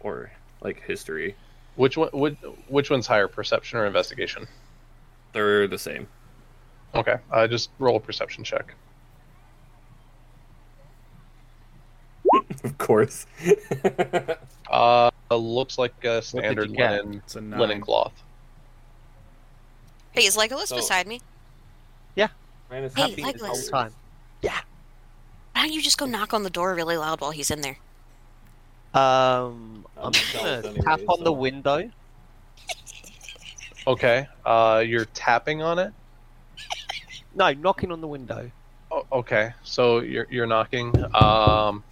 [SPEAKER 1] or like history?
[SPEAKER 2] which one? Which, which one's higher, perception or investigation?
[SPEAKER 1] They're the same.
[SPEAKER 2] Okay, uh, just roll a perception check.
[SPEAKER 1] Of course.
[SPEAKER 2] Uh, looks like a standard
[SPEAKER 4] you get?
[SPEAKER 2] linen
[SPEAKER 7] It's a nine.
[SPEAKER 2] linen cloth.
[SPEAKER 6] Hey, is Legolas
[SPEAKER 1] So-
[SPEAKER 6] beside me?
[SPEAKER 1] Minus
[SPEAKER 6] Hey,
[SPEAKER 1] 15
[SPEAKER 6] like
[SPEAKER 1] silver.
[SPEAKER 6] this.
[SPEAKER 4] time.
[SPEAKER 6] Why don't you just go knock on the door really loud while he's in there?
[SPEAKER 4] Um, I'm
[SPEAKER 1] Um,
[SPEAKER 4] just
[SPEAKER 1] that
[SPEAKER 4] gonna
[SPEAKER 1] was
[SPEAKER 4] tap
[SPEAKER 1] anyways,
[SPEAKER 4] on
[SPEAKER 1] so-
[SPEAKER 4] the window.
[SPEAKER 2] Okay, uh, you're tapping on it.
[SPEAKER 4] No, knocking on the window.
[SPEAKER 2] O- Oh, okay, so you're you're knocking. Um,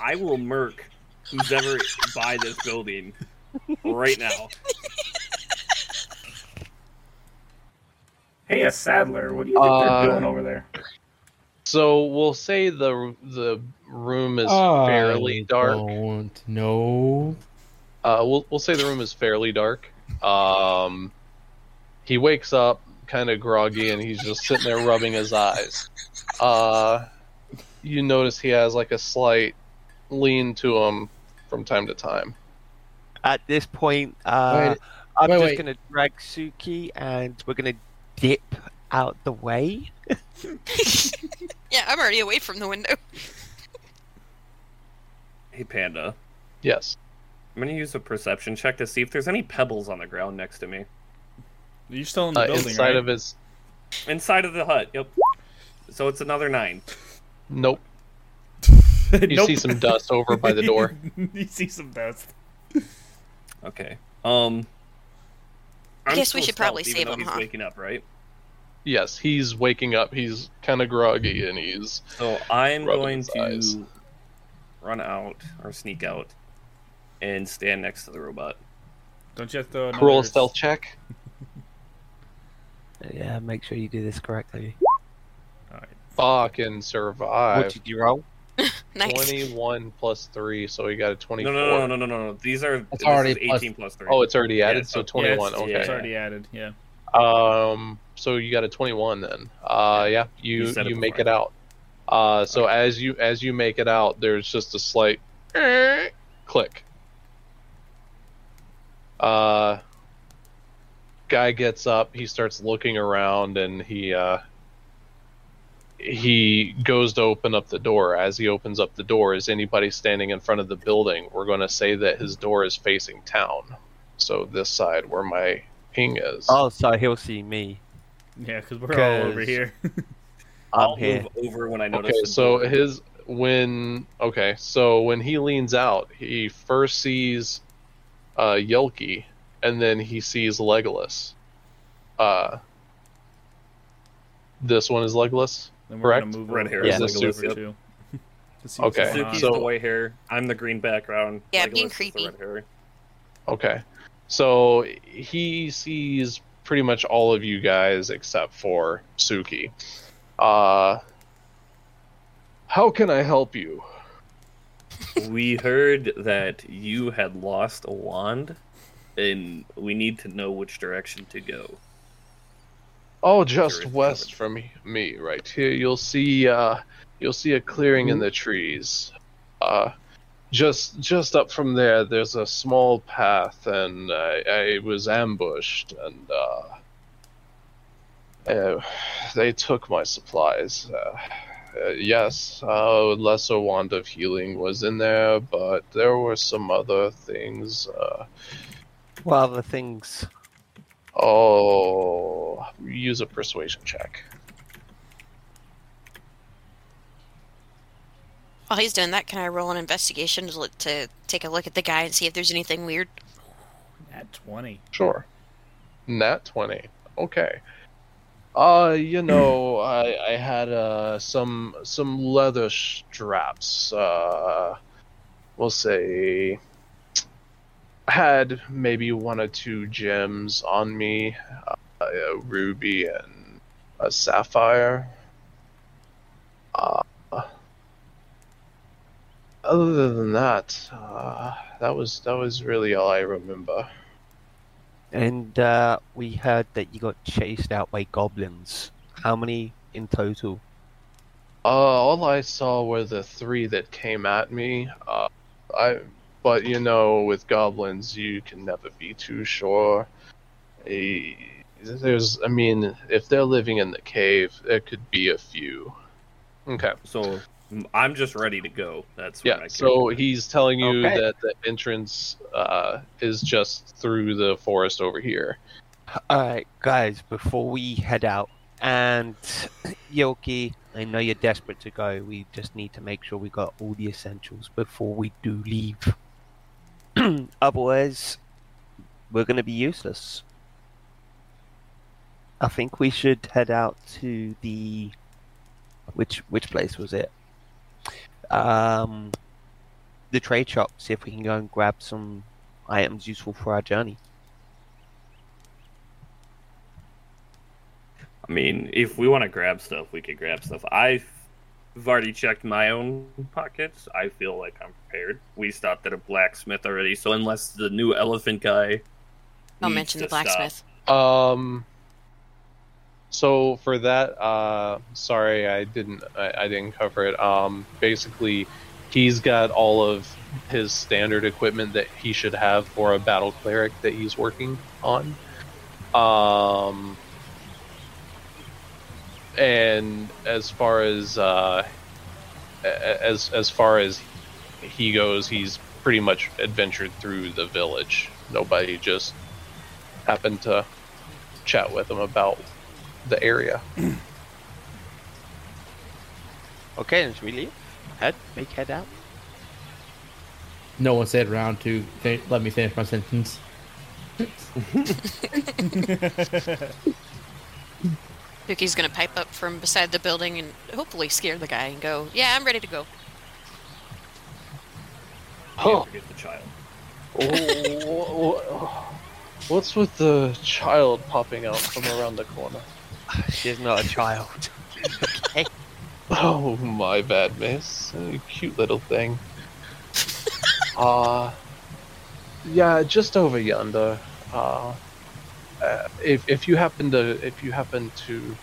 [SPEAKER 1] I will murk who's ever by this building right now.
[SPEAKER 5] Hey, a Sadler, what do you think
[SPEAKER 2] Uh,
[SPEAKER 5] they're doing over there?
[SPEAKER 2] so we'll say the the room is
[SPEAKER 3] Ah,
[SPEAKER 2] fairly dark.
[SPEAKER 3] Don't know.
[SPEAKER 2] Uh, we'll we'll say the room is fairly dark. Um, he wakes up kind of groggy and he's just sitting there rubbing his eyes. Uh, you notice he has like a slight lean to him from time to time.
[SPEAKER 4] At this point, uh,
[SPEAKER 3] Wait,
[SPEAKER 4] I'm
[SPEAKER 3] wait,
[SPEAKER 4] just
[SPEAKER 3] wait.
[SPEAKER 4] gonna drag Suki and we're gonna dip out the way.
[SPEAKER 6] Yeah, I'm already away from the window.
[SPEAKER 1] Hey, Panda.
[SPEAKER 2] Yes.
[SPEAKER 1] I'm going to use a perception check to see if there's any pebbles on the ground next to me.
[SPEAKER 7] You're still in the
[SPEAKER 2] Uh,
[SPEAKER 7] building,
[SPEAKER 2] inside
[SPEAKER 7] right?
[SPEAKER 2] of his
[SPEAKER 1] Inside of the hut. Yep. So it's another nine.
[SPEAKER 2] nope. You
[SPEAKER 7] Nope.
[SPEAKER 2] see some dust over by the door.
[SPEAKER 7] you see some dust.
[SPEAKER 1] Okay. Um.
[SPEAKER 6] I
[SPEAKER 1] I'm
[SPEAKER 6] guess we
[SPEAKER 1] still
[SPEAKER 6] should probably
[SPEAKER 1] stealth,
[SPEAKER 6] save
[SPEAKER 1] even though
[SPEAKER 6] him,
[SPEAKER 1] he's
[SPEAKER 6] huh?
[SPEAKER 1] waking up, right?
[SPEAKER 2] Yes, he's waking up. He's kind of groggy
[SPEAKER 1] Hmm.
[SPEAKER 2] and he's
[SPEAKER 1] So I'm
[SPEAKER 2] Rubbing
[SPEAKER 1] going
[SPEAKER 2] his
[SPEAKER 1] to
[SPEAKER 2] eyes.
[SPEAKER 1] run out or sneak out and stand next to the robot.
[SPEAKER 7] Don't you have to throw another...
[SPEAKER 2] roll a stealth check.
[SPEAKER 4] Yeah, make sure you do this correctly.
[SPEAKER 7] All right.
[SPEAKER 2] Fucking
[SPEAKER 4] What
[SPEAKER 2] survive.
[SPEAKER 4] did you roll?
[SPEAKER 6] Nice.
[SPEAKER 2] Twenty-one plus three, so he got a
[SPEAKER 1] No,
[SPEAKER 2] twenty-four.
[SPEAKER 1] no, no, no, no, no, no. These are
[SPEAKER 3] That's
[SPEAKER 1] this
[SPEAKER 3] already
[SPEAKER 1] is
[SPEAKER 3] plus-
[SPEAKER 1] 18 plus three.
[SPEAKER 2] Oh, it's already
[SPEAKER 1] Yeah,
[SPEAKER 2] added, so
[SPEAKER 1] so-
[SPEAKER 2] twenty-one.
[SPEAKER 7] Yeah, it's,
[SPEAKER 2] okay.
[SPEAKER 7] it's already added. Yeah.
[SPEAKER 2] Um, so you got a 21 then. Uh, yeah, you
[SPEAKER 1] You
[SPEAKER 2] you,
[SPEAKER 1] said it
[SPEAKER 2] make
[SPEAKER 1] before.
[SPEAKER 2] it out. Uh, so as you as you make it out, there's just a slight click. Uh, guy gets up. He starts looking around, and he uh, he goes to open up the door. As he opens up the door, is anybody standing in front of the building? We're going to say that his door is facing town. So this side where my ping is.
[SPEAKER 4] Oh, so he'll see me.
[SPEAKER 7] Yeah, because we're all over
[SPEAKER 4] Cause-
[SPEAKER 7] here.
[SPEAKER 4] I'm
[SPEAKER 1] I'll
[SPEAKER 4] here.
[SPEAKER 1] move over when I notice.
[SPEAKER 2] Okay,
[SPEAKER 1] the
[SPEAKER 2] so
[SPEAKER 1] door.
[SPEAKER 2] his when okay, so when he leans out, he first sees uh Yelki and then he sees Legolas. Uh this one is Legolas?
[SPEAKER 7] Then we're
[SPEAKER 2] Correct?
[SPEAKER 7] gonna move
[SPEAKER 1] Red
[SPEAKER 7] over
[SPEAKER 1] hair
[SPEAKER 2] is the
[SPEAKER 7] to Legolas,
[SPEAKER 2] suit.
[SPEAKER 1] Yep.
[SPEAKER 7] too. To see what's
[SPEAKER 2] Okay,
[SPEAKER 7] going on.
[SPEAKER 1] Suki's
[SPEAKER 2] so-
[SPEAKER 1] the white hair. I'm the green background.
[SPEAKER 6] Yeah,
[SPEAKER 1] Legolas
[SPEAKER 6] being
[SPEAKER 1] is the
[SPEAKER 6] creepy.
[SPEAKER 1] red hair.
[SPEAKER 2] Okay. So he sees pretty much all of you guys except for Suki. Uh how can I help you?
[SPEAKER 1] we heard that you had lost a wand, and we need to know which direction to go.
[SPEAKER 2] Oh, just
[SPEAKER 1] Sure,
[SPEAKER 2] west from me, right here. You'll see, uh, you'll see a clearing in the trees. Uh, just, just up from there, there's a small path, and I, I was ambushed, and uh, uh, they took my supplies. Uh, uh, yes, uh, lesser wand of healing was in there, but there were some other things. Uh,
[SPEAKER 8] Well, the things.
[SPEAKER 2] oh, use a persuasion check.
[SPEAKER 6] While he's doing that, can I roll an investigation to, look, to take a look at the guy and see if there's anything weird?
[SPEAKER 7] At 20.
[SPEAKER 2] Sure. Nat 20. Okay. Uh, you know, I, I had uh, some some leather straps. Uh, we'll say had maybe one or two gems on me, uh, a ruby and a sapphire. Uh, other than that, uh, that was that was really all I remember.
[SPEAKER 8] And uh, we heard that you got chased out by goblins. How many in total?
[SPEAKER 2] Uh, all I saw were the three that came at me. Uh, I, but you know, with goblins, you can never be too sure. Eh, There's, I mean, if they're living in the cave, there could be a few. Okay.
[SPEAKER 1] So I'm just ready to go. That's what I
[SPEAKER 2] Yeah.
[SPEAKER 1] can.
[SPEAKER 2] So he's telling you
[SPEAKER 8] Okay.
[SPEAKER 2] that the entrance uh, is just through the forest over here.
[SPEAKER 8] Alright, guys, before we head out, and Yoki, I know you're desperate to go. We just need to make sure we got all the essentials before we do leave. Otherwise, we're going to be useless. I think we should head out to the which which place was it? Um, the trade shop. See if we can go and grab some items useful for our journey.
[SPEAKER 1] I mean, if we want to grab stuff, we could grab stuff. I've I've already checked my own pockets. I feel like I'm prepared. We stopped at a blacksmith already, so unless the new elephant guy.
[SPEAKER 6] I'll
[SPEAKER 1] needs
[SPEAKER 6] mention
[SPEAKER 1] to
[SPEAKER 6] the blacksmith.
[SPEAKER 1] stop-
[SPEAKER 2] Um. So for that, uh, sorry, I didn't, I, I didn't cover it. Um, basically, he's got all of his standard equipment that he should have for a battle cleric that he's working on. Um, and as far as uh, a- a- as as far as he goes, he's pretty much adventured through the village. Nobody just happened to chat with him about the area.
[SPEAKER 8] Okay, then should we leave? Head, make head out.
[SPEAKER 3] No one said round two. Fin- let me finish my sentence.
[SPEAKER 6] Yuki's gonna pipe up from beside the building and hopefully scare the guy and go, "Yeah, I'm ready to go."
[SPEAKER 1] Can't forget the child.
[SPEAKER 2] What's with the child popping out from around the corner?
[SPEAKER 8] She's not a child.
[SPEAKER 2] Oh, my bad, miss. Uh, Cute little thing. Uh, yeah, just over yonder. Uh, uh, if, if you happen to if you happen to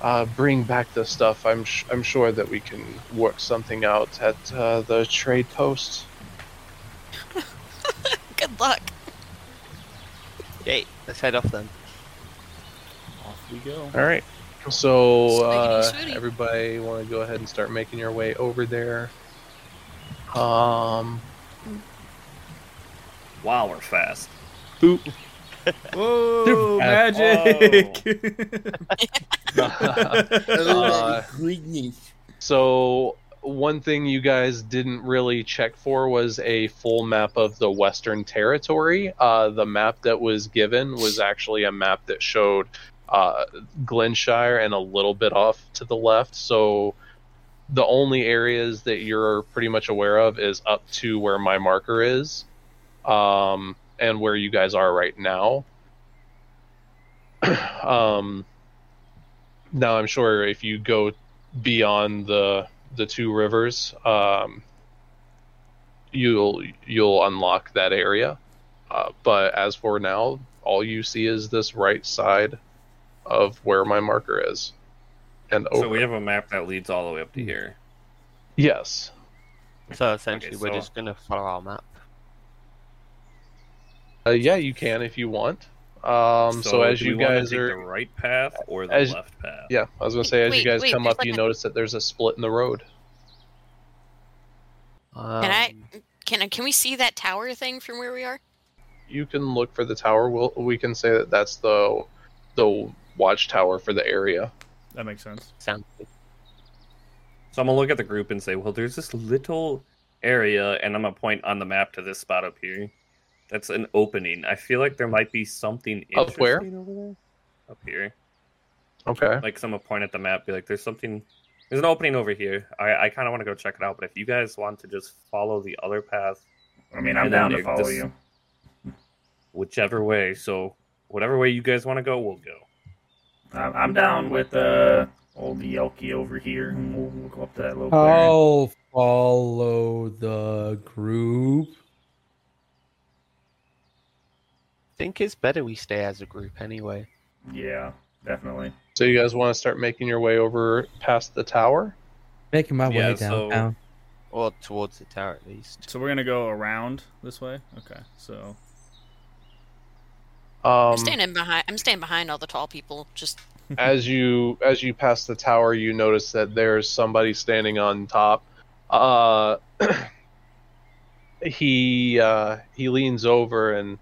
[SPEAKER 2] uh, bring back the stuff, I'm sh- I'm sure that we can work something out at uh, the trade post.
[SPEAKER 6] Good luck.
[SPEAKER 8] Yay, let's head off then.
[SPEAKER 7] Off we go.
[SPEAKER 2] All right. So uh,
[SPEAKER 6] Swiggity, swiggy.
[SPEAKER 2] everybody want to go ahead and start making your way over there. Um,
[SPEAKER 1] Wow, we're fast. Oh,
[SPEAKER 7] Whoa, magic!
[SPEAKER 2] uh, so one thing you guys didn't really check for was a full map of the Western Territory. Uh, the map that was given was actually a map that showed uh, Glenshire and a little bit off to the left. So the only areas that you're pretty much aware of is up to where my marker is, um, and where you guys are right now. um, now I'm sure if you go beyond the the two rivers, um, you'll you'll unlock that area. Uh, but as for now, all you see is this right side of where my marker is, and oh, over.
[SPEAKER 1] Oh. So we have a map that leads all the way up to here.
[SPEAKER 2] yes,
[SPEAKER 8] So essentially, we're
[SPEAKER 1] so-
[SPEAKER 8] just going to follow our map.
[SPEAKER 2] uh, yeah, you can if you want. Um, so, as
[SPEAKER 1] do we
[SPEAKER 2] you
[SPEAKER 1] wanna
[SPEAKER 2] guys
[SPEAKER 1] take
[SPEAKER 2] are,
[SPEAKER 1] the right path or the
[SPEAKER 2] as-
[SPEAKER 1] left path.
[SPEAKER 2] yeah, I was gonna say as you
[SPEAKER 6] Wait,
[SPEAKER 2] guys
[SPEAKER 6] wait,
[SPEAKER 2] come
[SPEAKER 6] there's
[SPEAKER 2] up,
[SPEAKER 6] like
[SPEAKER 2] you
[SPEAKER 6] a-
[SPEAKER 2] notice that there's a split in the road.
[SPEAKER 6] Can I-
[SPEAKER 8] Um,
[SPEAKER 6] Can I- can we see that tower thing from where we are?
[SPEAKER 2] you can look for the tower. We'll, we can say that that's the the watchtower for the area.
[SPEAKER 7] That makes sense.
[SPEAKER 8] Sound good.
[SPEAKER 1] So I'm gonna look at the group and say, well, there's this little area, and I'm gonna point on the map to this spot up here. That's an opening. I feel like there might be something
[SPEAKER 2] Up where?
[SPEAKER 1] interesting over there. Up here,
[SPEAKER 2] Okay.
[SPEAKER 1] like so I'm gonna point at the map, be like, there's something. There's an opening over here. I, I kind of want to go check it out, but if you guys want to just follow the other path,
[SPEAKER 5] I mean, I'm
[SPEAKER 1] And then
[SPEAKER 5] down to
[SPEAKER 1] it
[SPEAKER 5] follow
[SPEAKER 1] just-
[SPEAKER 5] you.
[SPEAKER 1] whichever way, so whatever way you guys want to go, we'll go.
[SPEAKER 5] I'm, I'm down with uh, old Yelky over here, and we'll, we'll go up to that little.
[SPEAKER 1] Oh.
[SPEAKER 5] clearing.
[SPEAKER 3] I'll follow the group.
[SPEAKER 8] think it's better we stay as a group anyway.
[SPEAKER 5] Yeah, definitely.
[SPEAKER 2] So you guys want to start making your way over past the tower?
[SPEAKER 3] Making my
[SPEAKER 1] Yeah,
[SPEAKER 3] way
[SPEAKER 1] so-
[SPEAKER 3] downtown.
[SPEAKER 8] Or towards the tower at least.
[SPEAKER 7] So we're gonna go around this way. Okay. So
[SPEAKER 2] Um,
[SPEAKER 1] Um,
[SPEAKER 6] I'm standing behind. I'm standing behind all the tall people. Just
[SPEAKER 2] as you as you pass the tower, you notice that there's somebody standing on top. Uh, he uh, he leans over and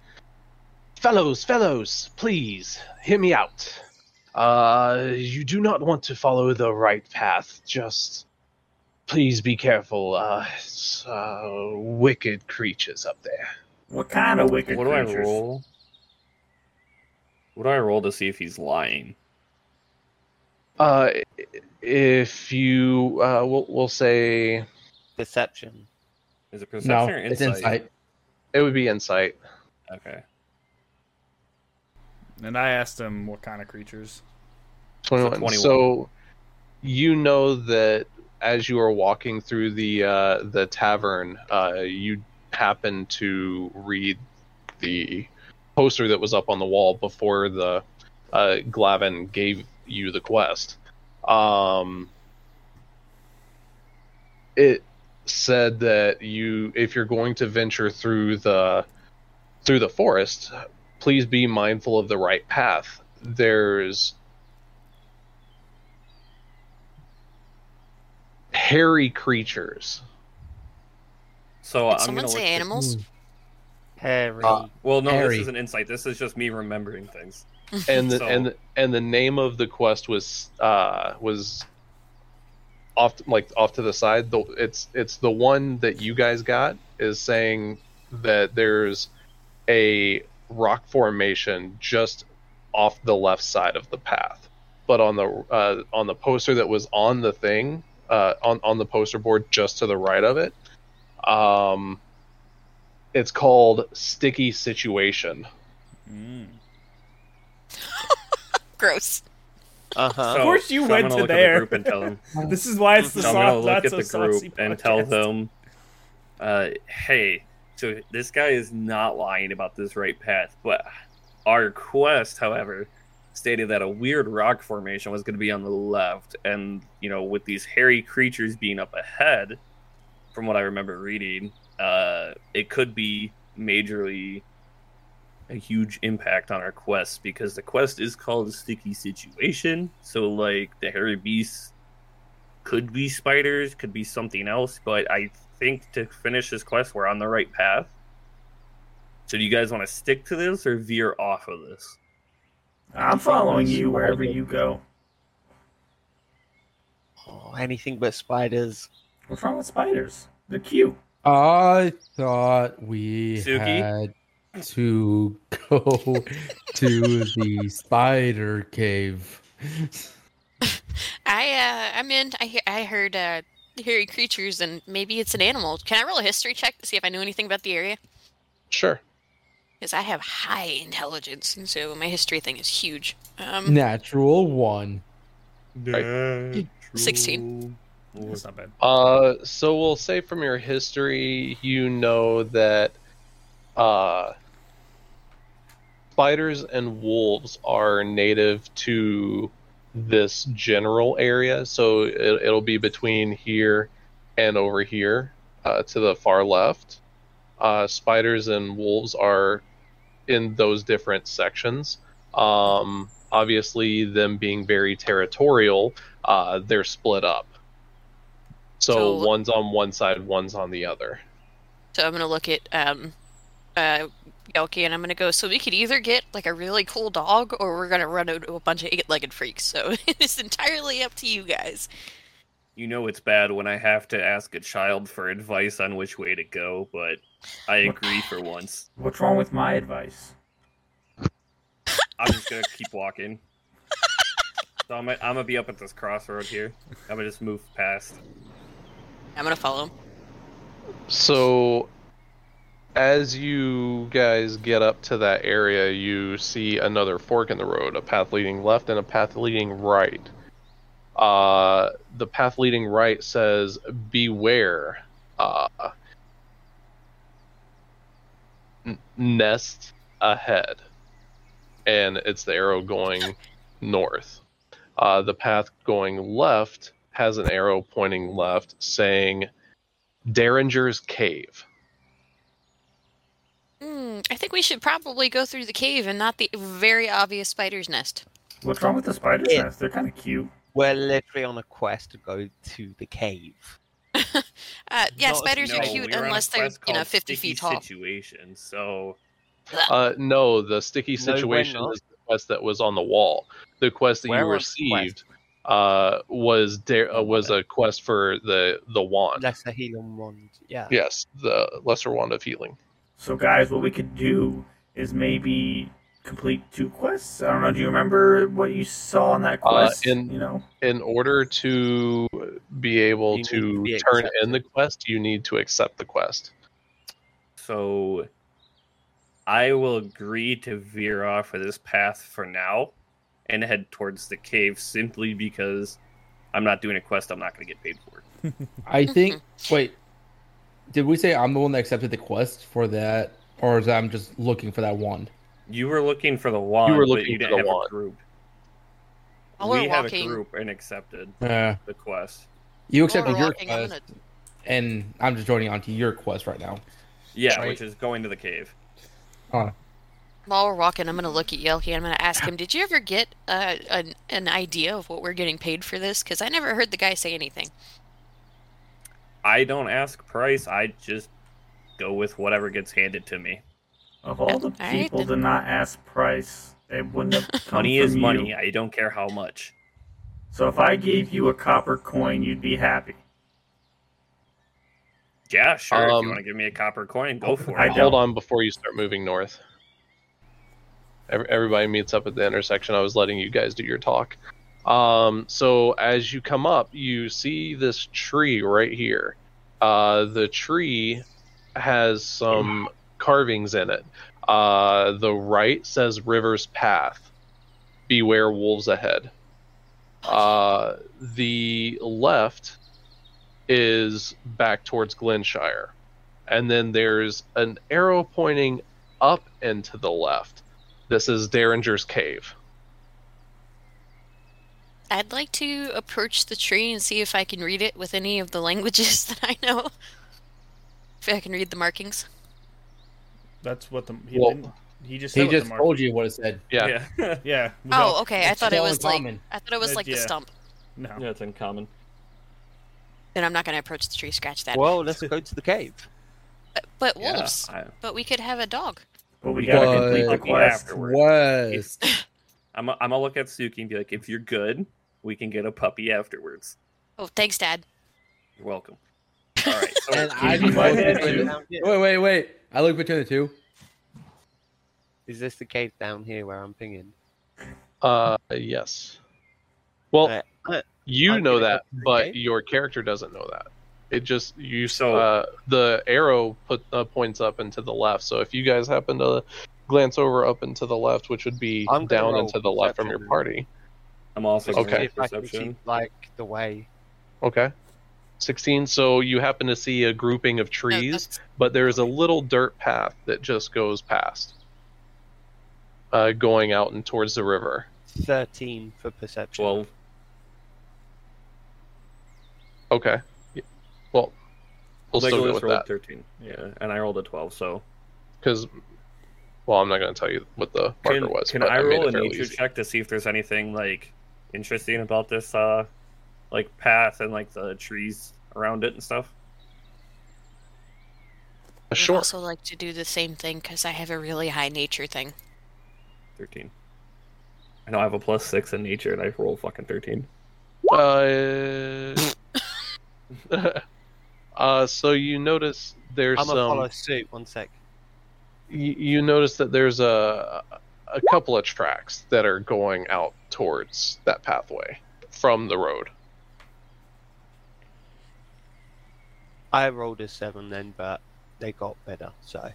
[SPEAKER 2] fellows, fellows, please hear me out. Uh, you do not want to follow the right path. Just please be careful. Uh, it's, uh, wicked creatures up there.
[SPEAKER 5] What kind of wicked
[SPEAKER 1] What do I
[SPEAKER 5] creatures?
[SPEAKER 1] roll? What do I roll to see if he's lying?
[SPEAKER 2] Uh, i- if you uh, we'll, we'll say
[SPEAKER 8] Deception.
[SPEAKER 1] Is it perception
[SPEAKER 3] No,
[SPEAKER 1] or insight?
[SPEAKER 3] it's insight.
[SPEAKER 2] it would be insight.
[SPEAKER 1] Okay.
[SPEAKER 7] and I asked him what kind of creatures.
[SPEAKER 2] 21.
[SPEAKER 1] 21.
[SPEAKER 2] So you know that as you are walking through the uh, the tavern, uh, you happen to read the poster that was up on the wall before the uh, Glavin gave you the quest. Um, it said that you, if you're going to venture through the through the forest, please be mindful of the right path. There's hairy creatures.
[SPEAKER 1] So
[SPEAKER 6] did
[SPEAKER 1] I'm
[SPEAKER 6] someone
[SPEAKER 1] gonna
[SPEAKER 6] say
[SPEAKER 1] look to-
[SPEAKER 6] animals?
[SPEAKER 8] Hairy.
[SPEAKER 2] Uh,
[SPEAKER 1] Well, no,
[SPEAKER 3] Harry.
[SPEAKER 1] this isn't insight. This is just me remembering things.
[SPEAKER 2] And the,
[SPEAKER 1] So-
[SPEAKER 2] and the, and the name of the quest was uh was off like off to the side. The, it's it's the one that you guys got is saying that there's a rock formation just off the left side of the path. But on the uh, on the poster that was on the thing uh, on on the poster board just to the right of it, um, it's called Sticky Situation.
[SPEAKER 7] Mm.
[SPEAKER 6] gross.
[SPEAKER 8] Uh huh.
[SPEAKER 1] So-
[SPEAKER 7] course you
[SPEAKER 1] so I'm
[SPEAKER 7] went
[SPEAKER 1] gonna
[SPEAKER 7] to
[SPEAKER 1] look at
[SPEAKER 7] there.
[SPEAKER 1] the group and tell them.
[SPEAKER 7] This is why it's the
[SPEAKER 1] so I'm gonna
[SPEAKER 7] soft.
[SPEAKER 1] look
[SPEAKER 7] That's
[SPEAKER 1] at
[SPEAKER 7] so
[SPEAKER 1] the group
[SPEAKER 7] saucy
[SPEAKER 1] and tell
[SPEAKER 7] podcast.
[SPEAKER 1] them, uh, hey, so this guy is not lying about this right path. But our quest, however, stated that a weird rock formation was going to be on the left, and you know, with these hairy creatures being up ahead, from what I remember reading, uh, it could be majorly a huge impact on our quest because the quest is called a sticky situation. So like the hairy beasts could be spiders, could be something else, but I think to finish this quest we're on the right path. So do you guys want to stick to this or veer off of this?
[SPEAKER 5] I'm following you wherever you go.
[SPEAKER 8] Oh, anything but spiders.
[SPEAKER 5] What's wrong with spiders? They're cute.
[SPEAKER 3] I thought we
[SPEAKER 1] Suki?
[SPEAKER 3] had to go to the spider cave.
[SPEAKER 6] I uh, I'm in. I hear, I heard uh, hairy creatures, and maybe it's an animal. Can I roll a history check to see if I knew anything about the area?
[SPEAKER 2] Sure.
[SPEAKER 6] Because I have high intelligence, and so my history thing is huge. Um,
[SPEAKER 3] Natural one.
[SPEAKER 2] Right.
[SPEAKER 6] 16.
[SPEAKER 7] That's not bad.
[SPEAKER 2] Uh, so we'll say from your history, you know that uh, spiders and wolves are native to this general area. So it, it'll be between here and over here uh, to the far left. Uh, spiders and wolves are in those different sections. Um, obviously, them being very territorial, uh, they're split up. So,
[SPEAKER 6] So-
[SPEAKER 2] one's on one side, one's on the other.
[SPEAKER 6] So I'm gonna look at um, uh, Yelki, and I'm gonna go. So we could either get like a really cool dog, or we're gonna run into a bunch of eight-legged freaks. So it's entirely up to you guys.
[SPEAKER 1] You know it's bad when I have to ask a child for advice on which way to go, but I agree for once.
[SPEAKER 5] What's wrong with my advice?
[SPEAKER 1] I'm just gonna keep walking. So I'm, I'm gonna be up at this crossroad here. I'm gonna just move past.
[SPEAKER 6] I'm gonna follow him.
[SPEAKER 2] So, as you guys get up to that area, you see another fork in the road a path leading left and a path leading right. Uh, the path leading right says, Beware. Uh, n- nest ahead. And it's the arrow going north. Uh, the path going left has an arrow pointing left saying, Derringer's Cave.
[SPEAKER 6] Hmm, I think we should probably go through the cave and not the very obvious spider's nest.
[SPEAKER 5] What's wrong with the spider's
[SPEAKER 8] Yeah.
[SPEAKER 5] nest? They're kind of cute.
[SPEAKER 8] We're literally on a quest to go to the cave.
[SPEAKER 6] Uh, yeah,
[SPEAKER 8] No,
[SPEAKER 6] spiders
[SPEAKER 1] No,
[SPEAKER 6] are
[SPEAKER 8] no,
[SPEAKER 6] cute
[SPEAKER 1] we were on a
[SPEAKER 6] unless they're
[SPEAKER 1] quest
[SPEAKER 6] you know
[SPEAKER 1] called
[SPEAKER 6] 50
[SPEAKER 1] Sticky
[SPEAKER 6] feet tall.
[SPEAKER 1] Situation. So
[SPEAKER 2] Uh, no, the sticky
[SPEAKER 8] No, we're
[SPEAKER 2] situation
[SPEAKER 8] not.
[SPEAKER 2] is the quest that was on the wall. The quest that
[SPEAKER 8] We're
[SPEAKER 2] you
[SPEAKER 8] on
[SPEAKER 2] received uh, was der- uh, was a quest for the the wand.
[SPEAKER 8] Lesser Helium Wand. Yeah.
[SPEAKER 2] Yes, the lesser wand of healing.
[SPEAKER 5] So, guys, what we could do is maybe complete two quests. I don't know. Do you remember what you saw on that
[SPEAKER 2] Uh,
[SPEAKER 5] quest?
[SPEAKER 2] in-
[SPEAKER 5] you know,
[SPEAKER 2] In order to be able
[SPEAKER 8] You need
[SPEAKER 2] to,
[SPEAKER 8] to be
[SPEAKER 2] turn
[SPEAKER 8] accepted.
[SPEAKER 2] in the quest, you need to accept the quest.
[SPEAKER 1] so I will agree to veer off of this path for now and head towards the cave simply because I'm not doing a quest I'm not gonna get paid for.
[SPEAKER 3] I think. wait, did we say I'm the one that accepted the quest for that, or is I'm just looking for that wand?
[SPEAKER 1] You were looking for the wand,
[SPEAKER 2] were
[SPEAKER 1] but
[SPEAKER 2] looking
[SPEAKER 1] you
[SPEAKER 2] for
[SPEAKER 1] didn't
[SPEAKER 2] the
[SPEAKER 1] have
[SPEAKER 2] wand.
[SPEAKER 1] a group.
[SPEAKER 6] While
[SPEAKER 1] we
[SPEAKER 6] we're
[SPEAKER 1] have
[SPEAKER 6] walking-
[SPEAKER 1] a group and accepted
[SPEAKER 3] Yeah.
[SPEAKER 1] the quest.
[SPEAKER 3] You
[SPEAKER 6] While
[SPEAKER 3] accepted
[SPEAKER 6] we're
[SPEAKER 3] your
[SPEAKER 6] walking, I'm
[SPEAKER 3] quest, and I'm just joining onto your quest right now.
[SPEAKER 1] Yeah,
[SPEAKER 2] Right.
[SPEAKER 1] which is going to the cave.
[SPEAKER 6] While we're walking, I'm gonna look at Yelki and I'm gonna ask him, "Did you ever get uh, an an idea of what we're getting paid for this? Because I never heard the guy say anything."
[SPEAKER 1] I don't ask price. I just go with whatever gets handed to me.
[SPEAKER 5] of all the
[SPEAKER 6] All right,
[SPEAKER 5] people
[SPEAKER 6] then.
[SPEAKER 5] to not ask price, they wouldn't have come
[SPEAKER 1] Money
[SPEAKER 5] from
[SPEAKER 1] is
[SPEAKER 5] you.
[SPEAKER 1] money. I don't care how much.
[SPEAKER 5] So if I gave you a copper coin, you'd be happy.
[SPEAKER 1] Yeah, sure. if
[SPEAKER 2] Um,
[SPEAKER 1] you want to give me a copper coin, go for it.
[SPEAKER 5] I don't-
[SPEAKER 2] Hold on before you start moving north. Ev- Everybody meets up at the intersection. I was letting you guys do your talk. Um, so as you come up, you see this tree right here. Uh, the tree has some carvings in it. Uh, the right says River's Path. Beware wolves ahead. Uh, the left is back towards Glenshire and then there's an arrow pointing up and to the left. This is Derringer's cave.
[SPEAKER 6] I'd like to approach the tree and see if I can read it with any of the languages that I know. If I can read the markings.
[SPEAKER 7] That's what the he,
[SPEAKER 2] Well-
[SPEAKER 7] didn't, he just said
[SPEAKER 3] He
[SPEAKER 7] what
[SPEAKER 3] just
[SPEAKER 7] the mark-
[SPEAKER 3] told you what it said.
[SPEAKER 2] Yeah.
[SPEAKER 1] Yeah, yeah,
[SPEAKER 7] Yeah.
[SPEAKER 6] Oh,
[SPEAKER 7] without-
[SPEAKER 6] okay. I
[SPEAKER 3] It's
[SPEAKER 6] thought it
[SPEAKER 3] all
[SPEAKER 6] was
[SPEAKER 3] in
[SPEAKER 6] like
[SPEAKER 3] common.
[SPEAKER 6] I thought it was
[SPEAKER 7] Uh,
[SPEAKER 6] like the
[SPEAKER 7] yeah.
[SPEAKER 6] stump.
[SPEAKER 7] no.
[SPEAKER 1] it's uncommon.
[SPEAKER 6] Then I'm not gonna approach the tree. Scratch that.
[SPEAKER 8] Well, let's go to the cave.
[SPEAKER 6] But, but
[SPEAKER 1] Yeah,
[SPEAKER 6] wolves.
[SPEAKER 1] I,
[SPEAKER 6] But we could have a dog.
[SPEAKER 5] But we gotta
[SPEAKER 3] But-
[SPEAKER 5] complete the
[SPEAKER 1] Like the
[SPEAKER 5] quest.
[SPEAKER 1] after- Afterward.
[SPEAKER 3] Quest.
[SPEAKER 1] I'm going to look at Suki and be like, if you're good, we can get a puppy afterwards.
[SPEAKER 6] Oh, thanks, Dad.
[SPEAKER 1] You're welcome. All right. So
[SPEAKER 3] And I
[SPEAKER 5] you
[SPEAKER 3] just
[SPEAKER 5] buy
[SPEAKER 3] looked
[SPEAKER 5] that
[SPEAKER 3] between-
[SPEAKER 5] too?
[SPEAKER 3] wait, wait, wait. I look between the two.
[SPEAKER 8] Is this the cave down here where I'm pinging?
[SPEAKER 2] Uh, yes. Well,
[SPEAKER 8] Uh, uh,
[SPEAKER 2] you
[SPEAKER 8] I'm
[SPEAKER 2] know
[SPEAKER 8] gonna go
[SPEAKER 2] that,
[SPEAKER 8] to the
[SPEAKER 2] but
[SPEAKER 8] cave.
[SPEAKER 2] your character doesn't know that. It just you
[SPEAKER 1] So-
[SPEAKER 2] uh, the arrow put uh, points up and to the left. So if you guys happen to glance over up and to the left, which would be
[SPEAKER 8] I'm gonna
[SPEAKER 2] down and
[SPEAKER 8] roll
[SPEAKER 2] to the left from your
[SPEAKER 8] perception.
[SPEAKER 2] party.
[SPEAKER 1] I'm also
[SPEAKER 8] Just
[SPEAKER 1] going
[SPEAKER 8] see
[SPEAKER 2] Okay.
[SPEAKER 1] okay.
[SPEAKER 8] If I can see,
[SPEAKER 1] perception.
[SPEAKER 8] like the way.
[SPEAKER 2] Okay. 16. So you happen to see a grouping of
[SPEAKER 6] No,
[SPEAKER 2] trees,
[SPEAKER 6] that's-
[SPEAKER 2] but there's a little dirt path that just goes past, uh, going out and towards the river.
[SPEAKER 8] 13 for perception.
[SPEAKER 1] Twelve.
[SPEAKER 2] Okay. Y- Well, we'll still go
[SPEAKER 1] Legolas
[SPEAKER 2] with
[SPEAKER 1] rolled
[SPEAKER 2] that
[SPEAKER 1] thirteen. Yeah, and I rolled a twelve. So
[SPEAKER 2] because. Well, I'm not going to tell you what the marker
[SPEAKER 1] can,
[SPEAKER 2] was.
[SPEAKER 1] can
[SPEAKER 2] but
[SPEAKER 1] I
[SPEAKER 2] made
[SPEAKER 1] roll
[SPEAKER 2] it
[SPEAKER 1] a
[SPEAKER 2] fairly
[SPEAKER 1] nature
[SPEAKER 2] easy.
[SPEAKER 1] check to see if there's anything like interesting about this uh like path and like the trees around it and stuff?
[SPEAKER 6] I would
[SPEAKER 2] Sure.
[SPEAKER 6] also like to do the same thing because I have a really high nature thing.
[SPEAKER 1] Thirteen. I know I have a plus six in nature, and I roll fucking thirteen.
[SPEAKER 2] Uh, uh, so you notice there's
[SPEAKER 8] I'm going to
[SPEAKER 2] some.
[SPEAKER 8] follow suit. One sec.
[SPEAKER 2] you, you notice that there's a a couple of tracks that are going out towards that pathway from the road.
[SPEAKER 8] I rolled a 7 then, but they got better, so.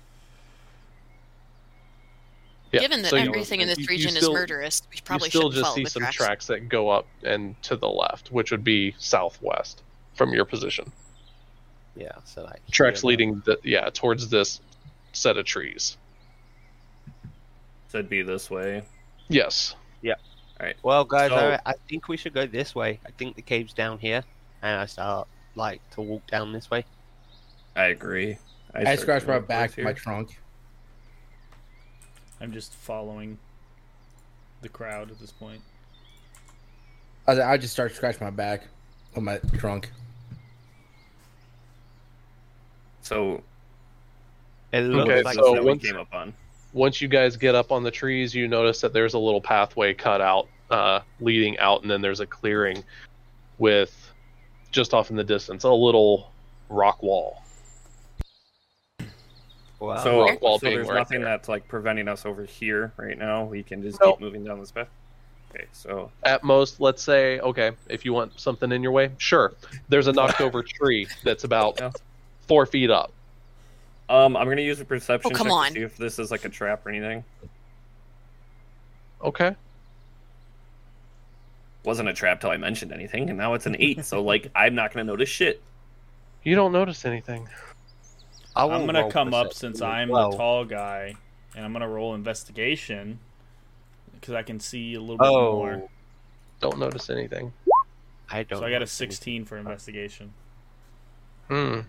[SPEAKER 2] Yeah,
[SPEAKER 6] Given that
[SPEAKER 2] so you-
[SPEAKER 6] everything in
[SPEAKER 2] you-
[SPEAKER 6] this
[SPEAKER 2] you
[SPEAKER 6] region
[SPEAKER 2] still-
[SPEAKER 6] is murderous, we
[SPEAKER 2] You
[SPEAKER 6] probably
[SPEAKER 2] still
[SPEAKER 6] shouldn't
[SPEAKER 2] just
[SPEAKER 6] follow
[SPEAKER 2] see
[SPEAKER 6] the
[SPEAKER 2] some
[SPEAKER 6] tracks.
[SPEAKER 2] tracks that go up and to the left, which would be southwest from your position.
[SPEAKER 8] Yeah, so like.
[SPEAKER 2] Tracks
[SPEAKER 8] yeah,
[SPEAKER 2] leading the yeah towards this set of trees.
[SPEAKER 1] So it'd be this way.
[SPEAKER 2] Yes.
[SPEAKER 8] Well, guys,
[SPEAKER 1] So-
[SPEAKER 8] I, I think we should go this way. I think the cave's down here, and I start like to walk down this way.
[SPEAKER 1] I agree.
[SPEAKER 3] I
[SPEAKER 1] start
[SPEAKER 3] scratched my
[SPEAKER 1] doing
[SPEAKER 3] back,
[SPEAKER 1] this
[SPEAKER 3] my
[SPEAKER 1] here.
[SPEAKER 3] trunk.
[SPEAKER 7] I'm just following the crowd at this point.
[SPEAKER 3] I, was like, I just started scratching my back on my trunk.
[SPEAKER 1] so
[SPEAKER 8] It looks
[SPEAKER 2] Okay,
[SPEAKER 1] like
[SPEAKER 8] like
[SPEAKER 2] so
[SPEAKER 1] that we
[SPEAKER 2] once-
[SPEAKER 1] came up on.
[SPEAKER 2] Once you guys get up on the trees, you notice that there's a little pathway cut out uh, leading out, and then there's a clearing with just off in the distance a little rock wall.
[SPEAKER 8] wow.
[SPEAKER 1] so,
[SPEAKER 2] Uh, rock wall
[SPEAKER 1] so
[SPEAKER 2] being
[SPEAKER 1] there's
[SPEAKER 2] right
[SPEAKER 1] nothing
[SPEAKER 2] there.
[SPEAKER 1] that's like preventing us over here right now. We can just
[SPEAKER 2] Nope.
[SPEAKER 1] keep moving down this path. Okay, so
[SPEAKER 2] at most, let's say, okay, if you want something in your way, sure. There's a knocked over tree that's about
[SPEAKER 1] Yeah.
[SPEAKER 2] four feet up.
[SPEAKER 1] um, I'm gonna use a perception
[SPEAKER 6] Oh, come
[SPEAKER 1] check
[SPEAKER 6] on.
[SPEAKER 1] to see if this is like a trap or anything.
[SPEAKER 2] Okay.
[SPEAKER 1] Wasn't a trap till I mentioned anything, and now it's an eight. so like, I'm not gonna notice shit.
[SPEAKER 2] You don't notice anything.
[SPEAKER 8] I will
[SPEAKER 7] I'm gonna
[SPEAKER 8] roll
[SPEAKER 7] come up
[SPEAKER 8] perception
[SPEAKER 7] since
[SPEAKER 8] as
[SPEAKER 7] I'm
[SPEAKER 8] well.
[SPEAKER 7] the tall guy, and I'm gonna roll investigation because I can see a little bit more.
[SPEAKER 8] Oh,
[SPEAKER 2] Don't notice anything.
[SPEAKER 8] I don't.
[SPEAKER 7] So I got a
[SPEAKER 8] know.
[SPEAKER 7] 16 for investigation.
[SPEAKER 2] Hmm.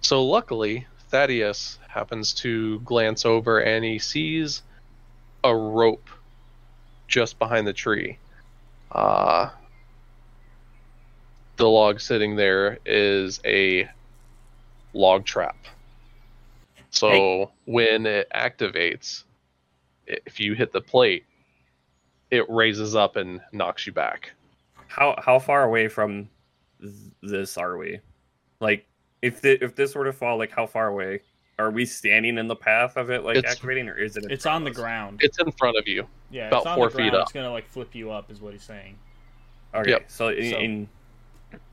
[SPEAKER 2] So luckily, Thaddeus happens to glance over and he sees a rope just behind the tree. Uh, the log sitting there is a log trap. So when it activates, i- if you hit the plate, it raises up and knocks you back.
[SPEAKER 1] How how far away from th- this are we? Like, if the, if this were to fall, like how far away are we standing in the path of it, like
[SPEAKER 2] It's-
[SPEAKER 1] activating, or is it? in
[SPEAKER 7] It's
[SPEAKER 1] front
[SPEAKER 7] on the
[SPEAKER 1] of us?
[SPEAKER 7] ground.
[SPEAKER 2] It's in front of you.
[SPEAKER 7] yeah,
[SPEAKER 2] about
[SPEAKER 7] it's on
[SPEAKER 2] four feet
[SPEAKER 7] the ground.
[SPEAKER 2] up.
[SPEAKER 7] It's gonna like flip you up, is what he's saying.
[SPEAKER 1] Okay,
[SPEAKER 2] Yep.
[SPEAKER 1] so in,
[SPEAKER 7] So-
[SPEAKER 1] in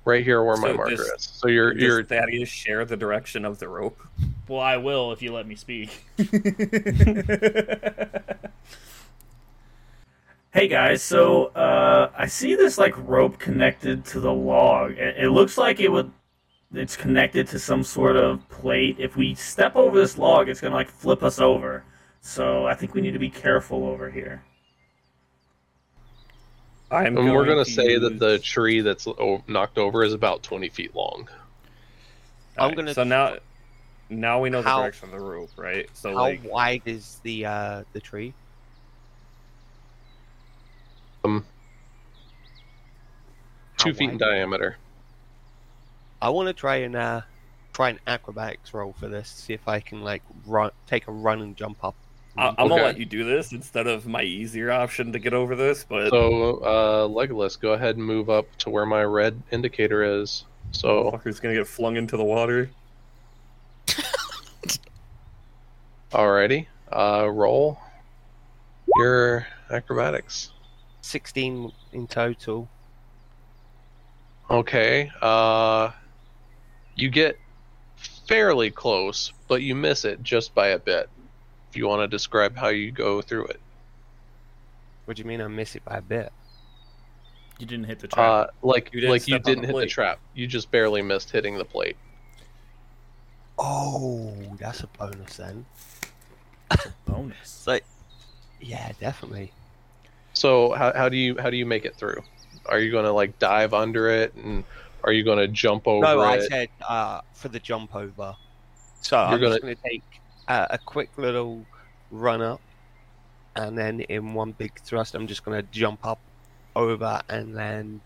[SPEAKER 2] right here where my
[SPEAKER 1] So
[SPEAKER 2] marker
[SPEAKER 1] just-
[SPEAKER 2] is. So you're
[SPEAKER 1] does
[SPEAKER 2] you're
[SPEAKER 1] Thaddeus share the direction of the rope?
[SPEAKER 7] Well, I will if you let me speak.
[SPEAKER 5] Hey guys, so uh, I see this like rope connected to the log. It, it looks like it would. It's connected to some sort of plate. If we step over this log, it's gonna like flip us over. So I think we need to be careful over here.
[SPEAKER 1] I'm
[SPEAKER 2] and we're
[SPEAKER 1] going
[SPEAKER 2] gonna say that
[SPEAKER 1] use-
[SPEAKER 2] the tree that's o- knocked over is about twenty feet long.
[SPEAKER 8] I'm
[SPEAKER 1] Alright,
[SPEAKER 8] gonna-
[SPEAKER 1] So now, now we know the
[SPEAKER 8] How-
[SPEAKER 1] direction of the rope, right? So
[SPEAKER 8] How
[SPEAKER 1] like,
[SPEAKER 8] wide is the uh the tree?
[SPEAKER 2] Um,
[SPEAKER 8] How
[SPEAKER 2] two feet in
[SPEAKER 8] wide?
[SPEAKER 2] diameter.
[SPEAKER 8] I want to try and uh try an acrobatics roll for this. See if I can like run, take a run and jump up.
[SPEAKER 1] I, I'm gonna
[SPEAKER 2] Okay.
[SPEAKER 1] let you do this instead of my easier option to get over this. But
[SPEAKER 2] So uh, Legolas, go ahead and move up to where my red indicator is. So
[SPEAKER 1] fucker's gonna get flung into the water.
[SPEAKER 2] alrighty, uh, roll your acrobatics.
[SPEAKER 8] Sixteen in total.
[SPEAKER 2] Okay. Uh, you get fairly close, but you miss it just by a bit. If you want to describe how you go through it.
[SPEAKER 8] What do you mean? I miss it by a bit.
[SPEAKER 7] You didn't hit the trap.
[SPEAKER 2] Uh, like
[SPEAKER 1] You didn't
[SPEAKER 2] like you
[SPEAKER 1] step on the
[SPEAKER 2] didn't hit the
[SPEAKER 1] plate.
[SPEAKER 2] trap. You just barely missed hitting the plate.
[SPEAKER 8] Oh, that's a bonus then.
[SPEAKER 7] Bonus.
[SPEAKER 8] So, yeah, definitely.
[SPEAKER 2] So how, how do you how do you make it through? Are you gonna like dive under it and are you gonna jump over
[SPEAKER 8] no, I
[SPEAKER 2] it?
[SPEAKER 8] said uh, for the jump over. So I'm
[SPEAKER 2] You're
[SPEAKER 8] just going to take uh, a quick little run up, and then in one big thrust, I'm just going to jump up over, and then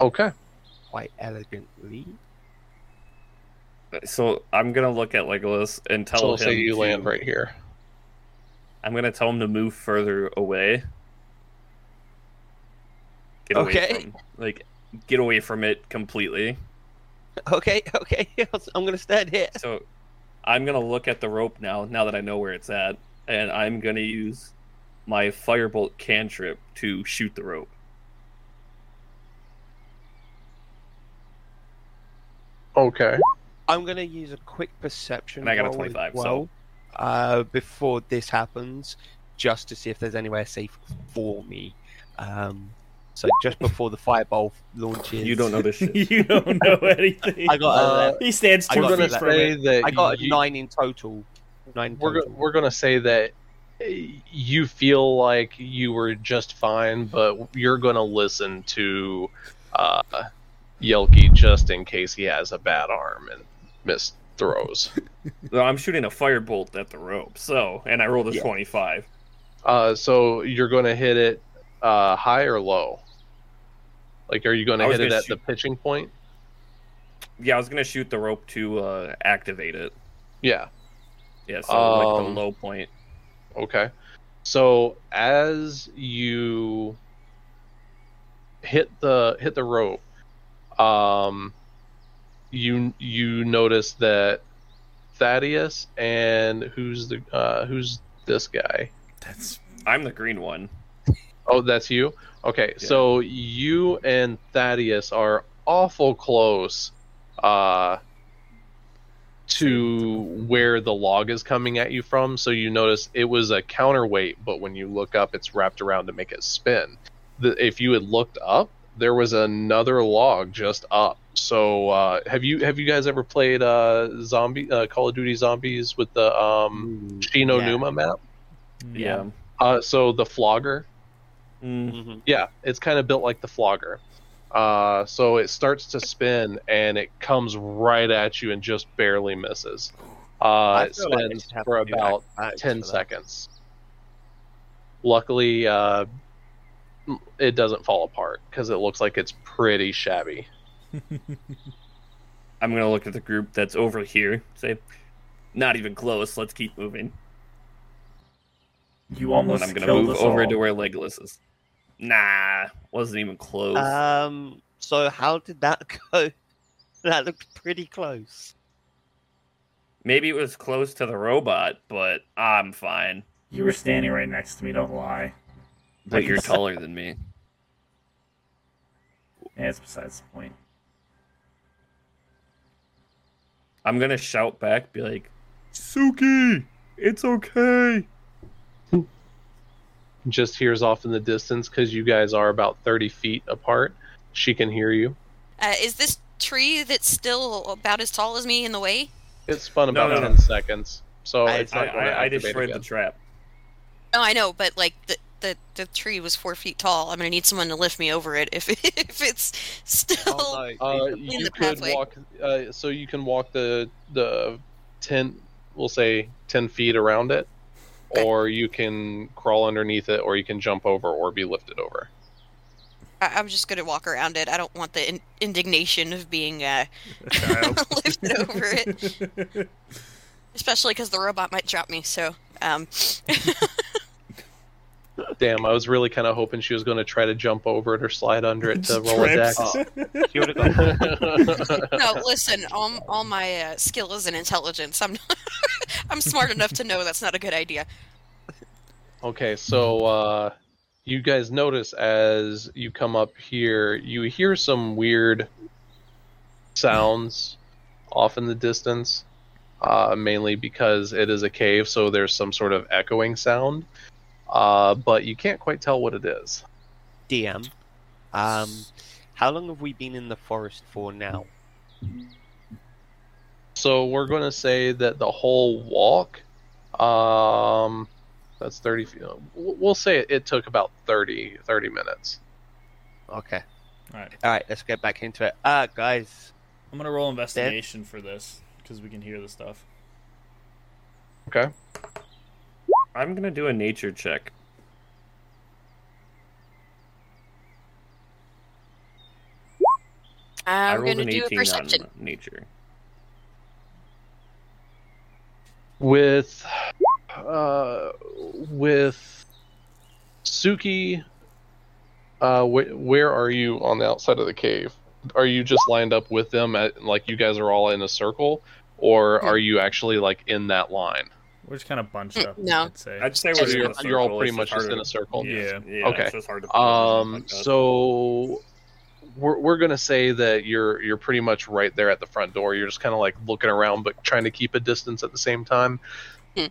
[SPEAKER 2] okay.
[SPEAKER 8] quite elegantly.
[SPEAKER 1] So I'm gonna look at Legolas and tell
[SPEAKER 2] so
[SPEAKER 1] him.
[SPEAKER 2] we'll say you
[SPEAKER 1] to-
[SPEAKER 2] land right here.
[SPEAKER 1] I'm gonna tell him to move further away. Get away
[SPEAKER 8] Okay.
[SPEAKER 1] from- like, get away from it completely.
[SPEAKER 8] Okay, okay, I'm going to stand here.
[SPEAKER 1] So I'm gonna look at the rope now, now that I know where it's at, and I'm gonna use my firebolt cantrip to shoot the rope.
[SPEAKER 2] Okay.
[SPEAKER 8] I'm going to use a quick perception.
[SPEAKER 1] And I got a
[SPEAKER 8] roll as
[SPEAKER 1] 25, so-
[SPEAKER 8] well, uh, before this happens, just to see if there's anywhere safe for me. Um, so just before the fireball launches,
[SPEAKER 1] You don't know this shit.
[SPEAKER 7] you don't know anything.
[SPEAKER 8] I got.
[SPEAKER 2] Uh,
[SPEAKER 8] Uh,
[SPEAKER 7] he stands
[SPEAKER 8] I
[SPEAKER 7] two
[SPEAKER 8] got
[SPEAKER 7] feet
[SPEAKER 8] that.
[SPEAKER 7] from it.
[SPEAKER 2] Say that
[SPEAKER 8] I got
[SPEAKER 2] you-
[SPEAKER 8] nine in total. Nine.
[SPEAKER 2] We're go-
[SPEAKER 8] total.
[SPEAKER 2] we're gonna say that uh, you feel like you were just fine, but you're gonna listen to uh, Yelki just in case he has a bad arm and missed throws.
[SPEAKER 1] No, I'm shooting a firebolt at the rope. So, and I rolled a
[SPEAKER 8] Yeah.
[SPEAKER 1] 25.
[SPEAKER 2] Uh, so you're going to hit it uh, high or low? Like, are you going to
[SPEAKER 1] I was
[SPEAKER 2] hit it
[SPEAKER 1] gonna
[SPEAKER 2] at the
[SPEAKER 1] shoot-
[SPEAKER 2] pitching point?
[SPEAKER 1] Yeah, I was gonna shoot the rope to uh, activate it.
[SPEAKER 2] Yeah.
[SPEAKER 1] Yeah, so like the
[SPEAKER 2] Um,
[SPEAKER 1] low point.
[SPEAKER 2] Okay. So as you hit the hit the rope, um, you you notice that Thaddeus and who's the uh, who's this guy?
[SPEAKER 7] That's
[SPEAKER 1] I'm the green one.
[SPEAKER 2] Oh, that's you? Okay,
[SPEAKER 1] Yeah.
[SPEAKER 2] so you and Thaddeus are awful close uh, to where the log is coming at you from. So you notice it was a counterweight, but when you look up, it's wrapped around to make it spin. The, if you had looked up, there was another log just up. So uh, have you have you guys ever played uh, zombie uh, Call of Duty Zombies with the um, Shino
[SPEAKER 8] yeah.
[SPEAKER 2] Numa map?
[SPEAKER 7] Mm,
[SPEAKER 1] Yeah.
[SPEAKER 2] Uh, so the flogger
[SPEAKER 1] Mm.
[SPEAKER 8] Mhm.
[SPEAKER 2] yeah, it's kind of built like the flogger. Uh, so it starts to spin and it comes right at you and just barely misses. Uh,
[SPEAKER 8] I
[SPEAKER 2] it
[SPEAKER 8] feel like I
[SPEAKER 2] spins
[SPEAKER 8] should have
[SPEAKER 2] for
[SPEAKER 8] to do
[SPEAKER 2] about
[SPEAKER 8] acrobatics
[SPEAKER 2] ten
[SPEAKER 8] for that.
[SPEAKER 2] seconds. Luckily, uh, m- it doesn't fall apart because it looks like it's pretty shabby.
[SPEAKER 1] I'm gonna look at the group that's over here. Say, not even close. Let's keep moving.
[SPEAKER 5] You almost
[SPEAKER 1] and I'm gonna
[SPEAKER 5] killed
[SPEAKER 1] move
[SPEAKER 5] us
[SPEAKER 1] over
[SPEAKER 5] all.
[SPEAKER 1] to where Legolas is. Nah, wasn't even close.
[SPEAKER 8] Um. So how did that go? That looked pretty close.
[SPEAKER 1] Maybe it was close to the robot, but I'm fine.
[SPEAKER 5] You were standing right next to me. Don't lie.
[SPEAKER 1] But you're taller than me.
[SPEAKER 5] Yeah, it's besides the point.
[SPEAKER 1] I'm gonna shout back, be like, Suki, it's okay.
[SPEAKER 2] Just hears off in the distance because you guys are about thirty feet apart. She can hear you.
[SPEAKER 6] Uh, is this tree that's still about as tall as me in the way?
[SPEAKER 2] It spun
[SPEAKER 1] No,
[SPEAKER 2] about
[SPEAKER 1] no, no.
[SPEAKER 2] ten seconds. So
[SPEAKER 8] I-
[SPEAKER 2] it's
[SPEAKER 1] I,
[SPEAKER 2] not gonna
[SPEAKER 1] I, I
[SPEAKER 2] activate
[SPEAKER 1] destroyed
[SPEAKER 2] again.
[SPEAKER 1] the trap.
[SPEAKER 6] No, Oh, I know, but like the the, the tree was four feet tall. I'm gonna need someone to lift me over it if if it's still.
[SPEAKER 8] Oh, no,
[SPEAKER 2] Uh,
[SPEAKER 8] these
[SPEAKER 2] you
[SPEAKER 6] the
[SPEAKER 2] could
[SPEAKER 6] pathway.
[SPEAKER 2] walk. Uh, so you can walk the the ten. We'll say ten feet around it,
[SPEAKER 6] Okay.
[SPEAKER 2] or you can crawl underneath it, or you can jump over, or be lifted over.
[SPEAKER 6] I, I'm just gonna walk around it. I don't want the in- indignation of being uh, lifted over it, especially because the robot might drop me. So, um,
[SPEAKER 2] Damn, I was really kind of hoping she was going to try to jump over it or slide under it to
[SPEAKER 7] Just
[SPEAKER 2] roll a deck.
[SPEAKER 7] trips.
[SPEAKER 8] Oh, she would have gone.
[SPEAKER 6] no, listen, all, all my uh, skill is in intelligence. I'm not, I'm smart enough to know that's not a good idea.
[SPEAKER 2] Okay, so uh, you guys notice as you come up here, you hear some weird sounds off in the distance, uh, mainly because it is a cave, so there's some sort of echoing sound, uh, but you can't quite tell what it is.
[SPEAKER 8] DM. Um, how long have we been in the forest for now?
[SPEAKER 2] So we're going to say that the whole walk, um, that's 30 feet. w- We'll say it, it took about 30, 30 minutes.
[SPEAKER 8] Okay.
[SPEAKER 7] All right.
[SPEAKER 8] All right. Let's get back into it. Ah, guys.
[SPEAKER 7] I'm gonna roll investigation for this because we can hear the stuff.
[SPEAKER 2] Okay.
[SPEAKER 1] I'm gonna do a nature check. I
[SPEAKER 6] I'm
[SPEAKER 1] rolled
[SPEAKER 6] gonna
[SPEAKER 1] an
[SPEAKER 6] do a
[SPEAKER 1] 18
[SPEAKER 6] perception.
[SPEAKER 1] on nature.
[SPEAKER 2] With, uh, with Suki, uh, wh- where are you on the outside of the cave? Are you just lined up with them at, like you guys are all in a circle or are you actually like in that line?
[SPEAKER 7] We're just kind of bunched
[SPEAKER 6] Mm,
[SPEAKER 7] up.
[SPEAKER 6] no.
[SPEAKER 7] I'd say.
[SPEAKER 1] I'd say
[SPEAKER 6] So
[SPEAKER 1] we're in
[SPEAKER 2] you're,
[SPEAKER 1] a
[SPEAKER 2] you're all
[SPEAKER 1] circle,
[SPEAKER 2] pretty
[SPEAKER 1] it's
[SPEAKER 2] much
[SPEAKER 1] hard
[SPEAKER 2] just in
[SPEAKER 1] to-
[SPEAKER 2] a circle.
[SPEAKER 7] yeah.
[SPEAKER 1] Yeah,
[SPEAKER 2] Okay.
[SPEAKER 1] it's just hard to-
[SPEAKER 2] Um,
[SPEAKER 1] like that.
[SPEAKER 2] so we're, we're gonna say that you're you're pretty much right there at the front door. You're just kind of like looking around, but trying to keep a distance at the same time.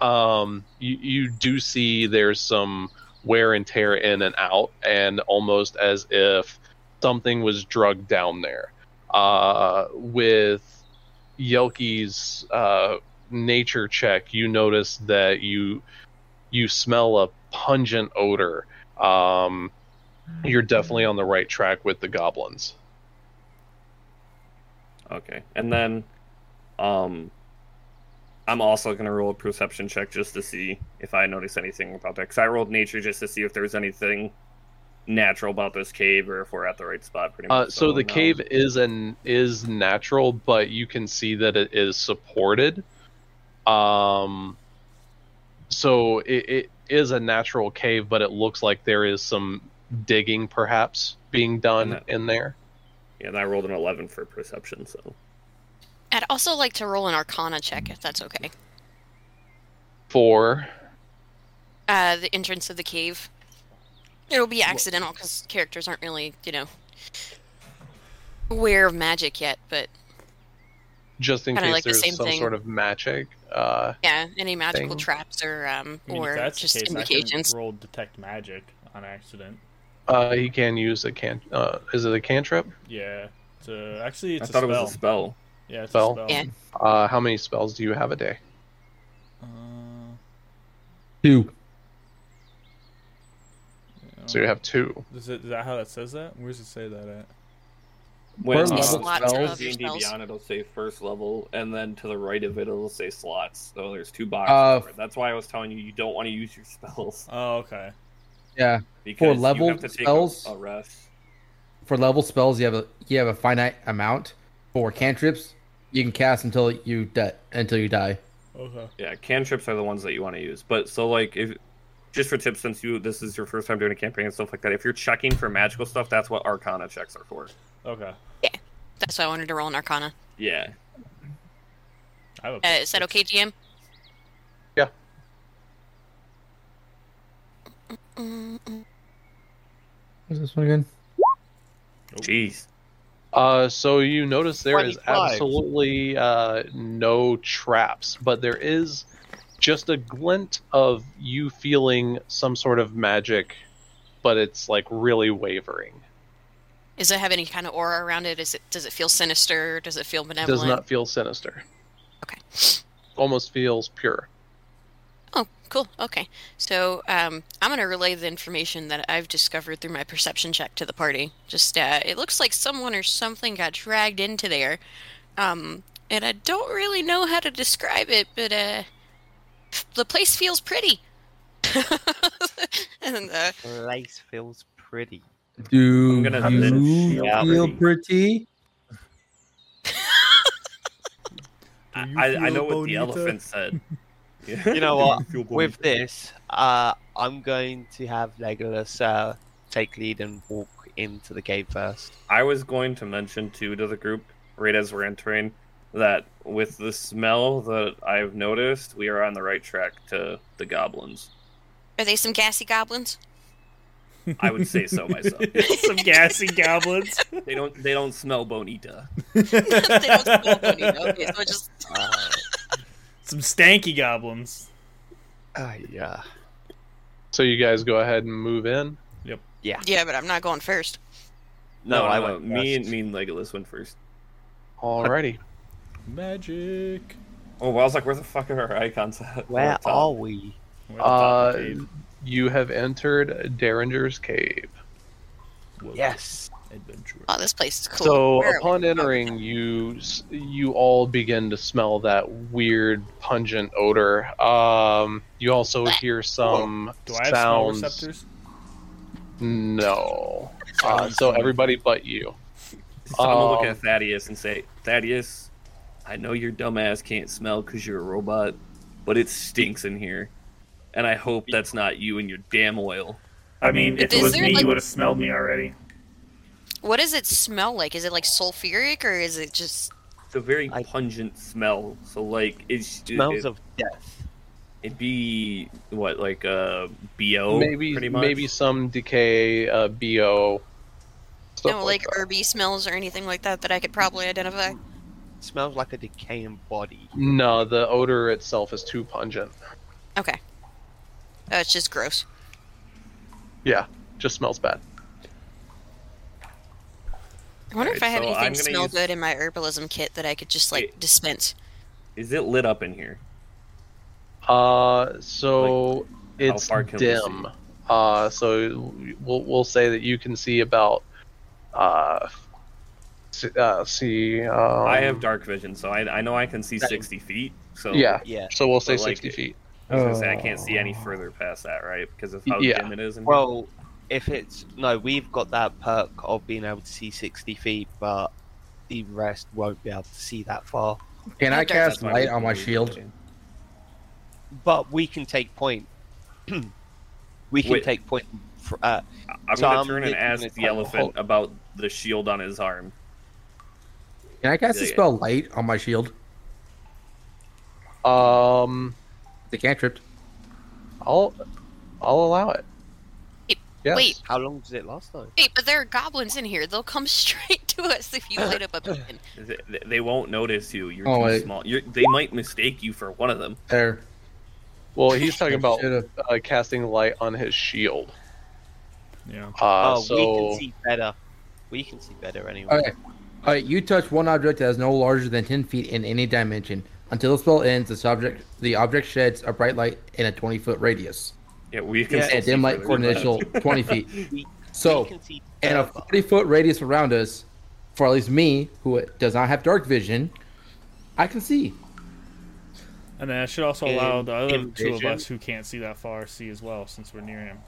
[SPEAKER 2] um, you you do see there's some wear and tear in and out, and almost as if something was drugged down there. Uh, with Yelki's uh, nature check, you notice that you you smell a pungent odor um, you're definitely on the right track with the goblins.
[SPEAKER 1] Okay. And then um I'm also gonna roll a perception check just to see if I notice anything about that. Because I rolled nature just to see if there was anything natural about this cave or if we're at the right spot pretty much. um,
[SPEAKER 2] Uh, so the
[SPEAKER 1] no.
[SPEAKER 2] cave is an is natural, but you can see that it is supported. Um, so it, it is a natural cave, but it looks like there is some digging, perhaps being done in there.
[SPEAKER 1] Yeah, and I rolled an eleven for perception, so
[SPEAKER 6] I'd also like to roll an Arcana check if that's okay.
[SPEAKER 2] For
[SPEAKER 6] Uh, the entrance of the cave. It'll be accidental because characters aren't really, you know, aware of magic yet. But
[SPEAKER 2] just in
[SPEAKER 6] Kinda
[SPEAKER 2] case
[SPEAKER 6] like the same
[SPEAKER 2] there's some
[SPEAKER 6] thing.
[SPEAKER 2] sort of magic. Uh,
[SPEAKER 6] yeah, any magical
[SPEAKER 2] Thing.
[SPEAKER 6] traps or um
[SPEAKER 7] I mean, if
[SPEAKER 6] or
[SPEAKER 7] that's
[SPEAKER 6] just
[SPEAKER 7] the case, I
[SPEAKER 6] indications.
[SPEAKER 7] can roll detect magic on accident.
[SPEAKER 2] uh, he can use a can. Uh, is it a cantrip?
[SPEAKER 7] Yeah. It's a, actually,
[SPEAKER 1] I
[SPEAKER 7] it's a
[SPEAKER 1] thought
[SPEAKER 7] spell.
[SPEAKER 1] it was a spell.
[SPEAKER 7] Yeah, it's
[SPEAKER 2] Spell.
[SPEAKER 7] a spell.
[SPEAKER 6] Yeah.
[SPEAKER 2] Uh, how many spells do you have a day?
[SPEAKER 7] Uh,
[SPEAKER 3] Two.
[SPEAKER 7] yeah.
[SPEAKER 2] So you have two.
[SPEAKER 7] Is, it, is that how that says that? Where does it say that at?
[SPEAKER 1] When
[SPEAKER 3] First
[SPEAKER 1] uh,
[SPEAKER 6] level Slots spells. of your
[SPEAKER 1] D&D
[SPEAKER 6] spells.
[SPEAKER 1] Beyond, it'll say first level, and then to the right of it, it'll say slots. So there's two
[SPEAKER 3] Uh,
[SPEAKER 1] boxes. for it. That's why I was telling you you don't want to use your spells
[SPEAKER 7] Oh, okay.
[SPEAKER 3] Yeah.
[SPEAKER 1] because
[SPEAKER 3] level
[SPEAKER 1] you have to take
[SPEAKER 3] spells?
[SPEAKER 1] a, a rest.
[SPEAKER 3] For level spells, you have a you have a finite amount. For cantrips, you can cast until you die. Until you die.
[SPEAKER 7] Okay.
[SPEAKER 1] Yeah, cantrips are the ones that you want to use. But so like if just for tips since you this is your first time doing a campaign and stuff like that, if you're checking for magical stuff, that's what arcana checks are for.
[SPEAKER 7] Okay.
[SPEAKER 6] That's why I wanted to roll an Arcana.
[SPEAKER 1] Yeah.
[SPEAKER 7] I have a
[SPEAKER 6] Uh, is that okay, GM?
[SPEAKER 2] Yeah.
[SPEAKER 6] Mm-mm.
[SPEAKER 3] What's this one again?
[SPEAKER 7] Oh.
[SPEAKER 1] Jeez.
[SPEAKER 2] Uh, so you notice there is
[SPEAKER 8] 25.
[SPEAKER 2] absolutely uh, no traps, but there is just a glint of you feeling some sort of magic, but it's like really wavering.
[SPEAKER 6] Does it have any kind of aura around it? Is it does it feel sinister? Does it feel
[SPEAKER 2] It
[SPEAKER 6] benevolent?
[SPEAKER 2] does not feel sinister.
[SPEAKER 6] Okay.
[SPEAKER 2] Almost feels pure.
[SPEAKER 6] Oh, cool. Okay. So um, I'm going to relay the information that I've discovered through my perception check to the party. Just, uh, it looks like someone or something got dragged into there. Um, and I don't really know how to describe it, but uh, the place feels pretty. and uh,
[SPEAKER 8] Place feels pretty.
[SPEAKER 3] Do
[SPEAKER 1] I'm gonna
[SPEAKER 5] have
[SPEAKER 3] you
[SPEAKER 5] this
[SPEAKER 3] feel
[SPEAKER 5] shield
[SPEAKER 3] pretty?
[SPEAKER 5] ready.
[SPEAKER 1] I,
[SPEAKER 7] Do you
[SPEAKER 1] I, I
[SPEAKER 7] feel
[SPEAKER 1] know what the
[SPEAKER 7] bonita?
[SPEAKER 1] elephant said.
[SPEAKER 8] You know what? With this, uh, I'm going to have Legolas uh, take lead and walk into the cave first.
[SPEAKER 1] I was going to mention too to the group right as we're entering that with the smell that I've noticed, we are on the right track to the goblins.
[SPEAKER 6] are they some gassy goblins?
[SPEAKER 1] I would say so myself.
[SPEAKER 7] Some gassy goblins.
[SPEAKER 1] they don't they don't smell bonita.
[SPEAKER 6] they don't smell funny. Okay, so just,
[SPEAKER 8] Uh,
[SPEAKER 7] Some stanky goblins.
[SPEAKER 8] uh, yeah.
[SPEAKER 2] So you guys go ahead and move in.
[SPEAKER 6] Yeah, but I'm not going first.
[SPEAKER 1] No, I went. Me
[SPEAKER 8] first.
[SPEAKER 1] and me and Legolas went first.
[SPEAKER 2] Alrighty.
[SPEAKER 7] Magic.
[SPEAKER 1] Oh, well, I was like, where the fuck are our icons at?
[SPEAKER 8] Where
[SPEAKER 1] Top.
[SPEAKER 8] are we?
[SPEAKER 7] Where the
[SPEAKER 2] Uh,
[SPEAKER 1] top of the cave.
[SPEAKER 2] you have entered Derringer's cave.
[SPEAKER 7] Whoa.
[SPEAKER 8] Yes.
[SPEAKER 7] Adventure.
[SPEAKER 6] Oh, this place is cool.
[SPEAKER 2] So
[SPEAKER 1] uh,
[SPEAKER 6] Where are we?
[SPEAKER 2] upon entering, you s- you all begin to smell that weird pungent odor. Um, you also hear some
[SPEAKER 7] Do I have smell
[SPEAKER 2] sounds.
[SPEAKER 7] receptors?
[SPEAKER 2] No. Uh, so everybody but you.
[SPEAKER 1] So I'm gonna look
[SPEAKER 2] Um,
[SPEAKER 1] at Thaddeus and say, Thaddeus, I know your dumbass can't smell because you're a robot, but it stinks in here, and I hope that's not you and your damn oil.
[SPEAKER 5] I mean, if
[SPEAKER 6] Is
[SPEAKER 5] it was
[SPEAKER 6] there,
[SPEAKER 5] me,
[SPEAKER 6] like-
[SPEAKER 5] you would have smelled me already.
[SPEAKER 6] What does it smell like? Is it like sulfuric or is it just
[SPEAKER 1] It's a very
[SPEAKER 8] I-
[SPEAKER 1] pungent smell. So like it's it,
[SPEAKER 8] Smells of death.
[SPEAKER 1] it'd be what like uh
[SPEAKER 7] Oh,
[SPEAKER 1] bo
[SPEAKER 2] maybe
[SPEAKER 1] pretty much.
[SPEAKER 2] maybe some decay, uh, bo. Stuff
[SPEAKER 6] no
[SPEAKER 2] like
[SPEAKER 6] like herby smells or anything like that that I could probably identify?
[SPEAKER 8] Smells like a decaying body.
[SPEAKER 2] that. No, the odor itself is too pungent.
[SPEAKER 6] Okay. Oh, it's just gross.
[SPEAKER 2] Yeah, just smells bad.
[SPEAKER 6] I wonder if I
[SPEAKER 1] Alright,
[SPEAKER 6] have
[SPEAKER 1] so I'm
[SPEAKER 6] anything
[SPEAKER 1] gonna
[SPEAKER 6] smell
[SPEAKER 1] use-
[SPEAKER 6] good in my herbalism kit that I could just like
[SPEAKER 1] Wait.
[SPEAKER 6] dispense.
[SPEAKER 1] Is it lit up in here?
[SPEAKER 2] Uh, so
[SPEAKER 1] how
[SPEAKER 2] it's
[SPEAKER 1] far can we
[SPEAKER 2] dim. Uh, so we'll we'll say that you can see about uh, see, uh, see um,
[SPEAKER 1] I have dark vision, so I, I know I can see sixty feet. So
[SPEAKER 2] Yeah,
[SPEAKER 8] Yeah.
[SPEAKER 2] so we'll say
[SPEAKER 1] But, like,
[SPEAKER 2] sixty feet.
[SPEAKER 1] I was gonna say I can't see any
[SPEAKER 8] Oh.
[SPEAKER 1] further past that, right? Because of how
[SPEAKER 2] Yeah.
[SPEAKER 1] dim it is. In here.
[SPEAKER 8] Well, if it's no, we've got that perk of being able to see sixty feet, but the rest won't be able to see that far.
[SPEAKER 3] Can I
[SPEAKER 6] Okay.
[SPEAKER 1] That's
[SPEAKER 3] cast
[SPEAKER 1] why
[SPEAKER 3] light
[SPEAKER 1] we-
[SPEAKER 3] on my
[SPEAKER 1] we-
[SPEAKER 3] shield?
[SPEAKER 8] But we can take point. we can
[SPEAKER 1] Wait.
[SPEAKER 8] take point. For, uh,
[SPEAKER 1] I'm
[SPEAKER 8] So
[SPEAKER 1] gonna
[SPEAKER 8] I'm
[SPEAKER 1] turn and
[SPEAKER 8] thinking
[SPEAKER 1] ask
[SPEAKER 8] it's
[SPEAKER 1] the
[SPEAKER 8] like-
[SPEAKER 1] elephant about the shield on his arm.
[SPEAKER 3] Can I cast a
[SPEAKER 1] Yeah, yeah.
[SPEAKER 3] spell light on my shield?
[SPEAKER 2] Um,
[SPEAKER 3] The cantrip.
[SPEAKER 2] I'll I'll allow it.
[SPEAKER 6] It-
[SPEAKER 2] Yes.
[SPEAKER 6] wait.
[SPEAKER 8] how long does it last though?
[SPEAKER 6] Hey, but there are goblins in here. They'll come straight to us if you light up a pin.
[SPEAKER 1] Th- They won't notice you. You're
[SPEAKER 3] Oh,
[SPEAKER 1] too
[SPEAKER 3] wait.
[SPEAKER 1] small. You're, they might mistake you for one of them.
[SPEAKER 3] There.
[SPEAKER 2] Well, he's talking about
[SPEAKER 3] Should've-
[SPEAKER 2] uh, casting light on his shield.
[SPEAKER 7] Yeah.
[SPEAKER 2] Uh,
[SPEAKER 8] oh,
[SPEAKER 2] so
[SPEAKER 8] we can see better. We can see better anyway.
[SPEAKER 3] Okay. All right. You touch one object that is no larger than ten feet in any dimension. Until the spell ends, the subject the object sheds a bright light in a twenty foot radius
[SPEAKER 1] Yeah, we can.
[SPEAKER 8] Yeah,
[SPEAKER 1] still
[SPEAKER 3] and a
[SPEAKER 1] see
[SPEAKER 3] dim light
[SPEAKER 1] further
[SPEAKER 3] for an
[SPEAKER 1] than that.
[SPEAKER 3] initial twenty feet.
[SPEAKER 8] We-
[SPEAKER 3] So
[SPEAKER 8] we can see
[SPEAKER 3] and a
[SPEAKER 8] further.
[SPEAKER 3] 40 foot radius around us, for at least me, who does not have dark vision, I can see.
[SPEAKER 7] And then I should also allow
[SPEAKER 8] In-
[SPEAKER 7] the other
[SPEAKER 8] in
[SPEAKER 7] two of
[SPEAKER 8] vision?
[SPEAKER 7] us who can't see that far see as well, since we're near him.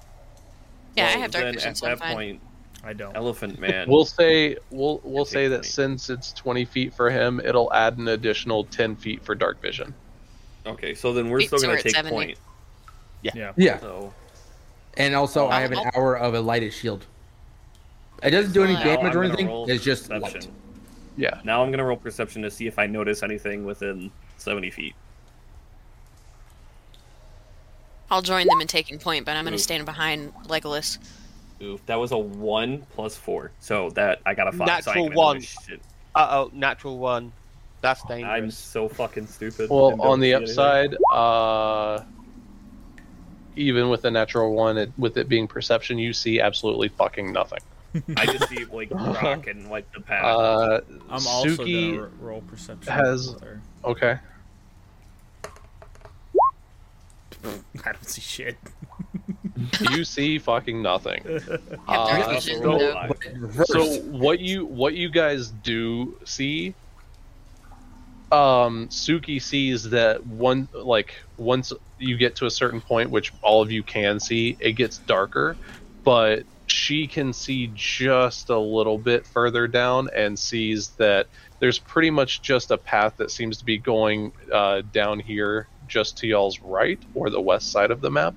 [SPEAKER 6] Yeah, I
[SPEAKER 1] Well,
[SPEAKER 6] have dark
[SPEAKER 1] then
[SPEAKER 6] vision,
[SPEAKER 1] At
[SPEAKER 6] so I'm
[SPEAKER 1] that
[SPEAKER 6] fine.
[SPEAKER 1] point,
[SPEAKER 7] I don't.
[SPEAKER 1] elephant man.
[SPEAKER 2] We'll say we'll we'll
[SPEAKER 1] Take
[SPEAKER 2] say that
[SPEAKER 1] twenty.
[SPEAKER 2] since it's twenty feet for him, it'll add an additional ten feet for dark vision.
[SPEAKER 1] okay, so then we're
[SPEAKER 6] Wait,
[SPEAKER 1] still
[SPEAKER 6] so
[SPEAKER 1] gonna
[SPEAKER 6] we're at
[SPEAKER 1] take
[SPEAKER 6] 70.
[SPEAKER 1] point.
[SPEAKER 7] Yeah.
[SPEAKER 3] Yeah.
[SPEAKER 1] So
[SPEAKER 3] And also, I have an
[SPEAKER 6] Oh.
[SPEAKER 3] hour of a lighted shield. It doesn't do any
[SPEAKER 6] Now
[SPEAKER 1] now I'm
[SPEAKER 3] damage or
[SPEAKER 1] gonna
[SPEAKER 3] anything.
[SPEAKER 1] roll
[SPEAKER 3] It's just
[SPEAKER 1] perception.
[SPEAKER 3] light.
[SPEAKER 2] Yeah.
[SPEAKER 1] Now I'm gonna roll perception to see if I notice anything within seventy feet.
[SPEAKER 6] I'll join them in taking point, but I'm gonna
[SPEAKER 1] Ooh.
[SPEAKER 6] stand behind Legolas.
[SPEAKER 1] Oof, that was a one plus four, so that I got a five. so I
[SPEAKER 8] Natural
[SPEAKER 1] ain't gonna
[SPEAKER 8] one.
[SPEAKER 1] notice shit.
[SPEAKER 8] Uh oh, natural one. That's
[SPEAKER 1] I'm
[SPEAKER 8] dangerous.
[SPEAKER 1] so fucking stupid.
[SPEAKER 2] Well,
[SPEAKER 1] and don't
[SPEAKER 2] on the
[SPEAKER 1] see anything.
[SPEAKER 2] upside, uh, even with the natural one, it, with it being perception, you see absolutely fucking nothing.
[SPEAKER 1] I just see like rock and like the path.
[SPEAKER 2] Uh,
[SPEAKER 7] I'm also
[SPEAKER 2] Suki
[SPEAKER 7] gonna ro- roll perception.
[SPEAKER 2] has-
[SPEAKER 7] Or-
[SPEAKER 2] okay.
[SPEAKER 7] I don't see shit.
[SPEAKER 2] You see fucking nothing.
[SPEAKER 6] Have dark
[SPEAKER 2] Uh,
[SPEAKER 1] I
[SPEAKER 6] vision,
[SPEAKER 1] also
[SPEAKER 2] so-
[SPEAKER 1] rolled a
[SPEAKER 6] though.
[SPEAKER 1] five.
[SPEAKER 3] But in reverse.
[SPEAKER 2] So what you what you guys do see um Suki sees that one like once you get to a certain point which all of you can see, it gets darker, but she can see just a little bit further down and sees that there's pretty much just a path that seems to be going uh, down here just to y'all's right or the west side of the map.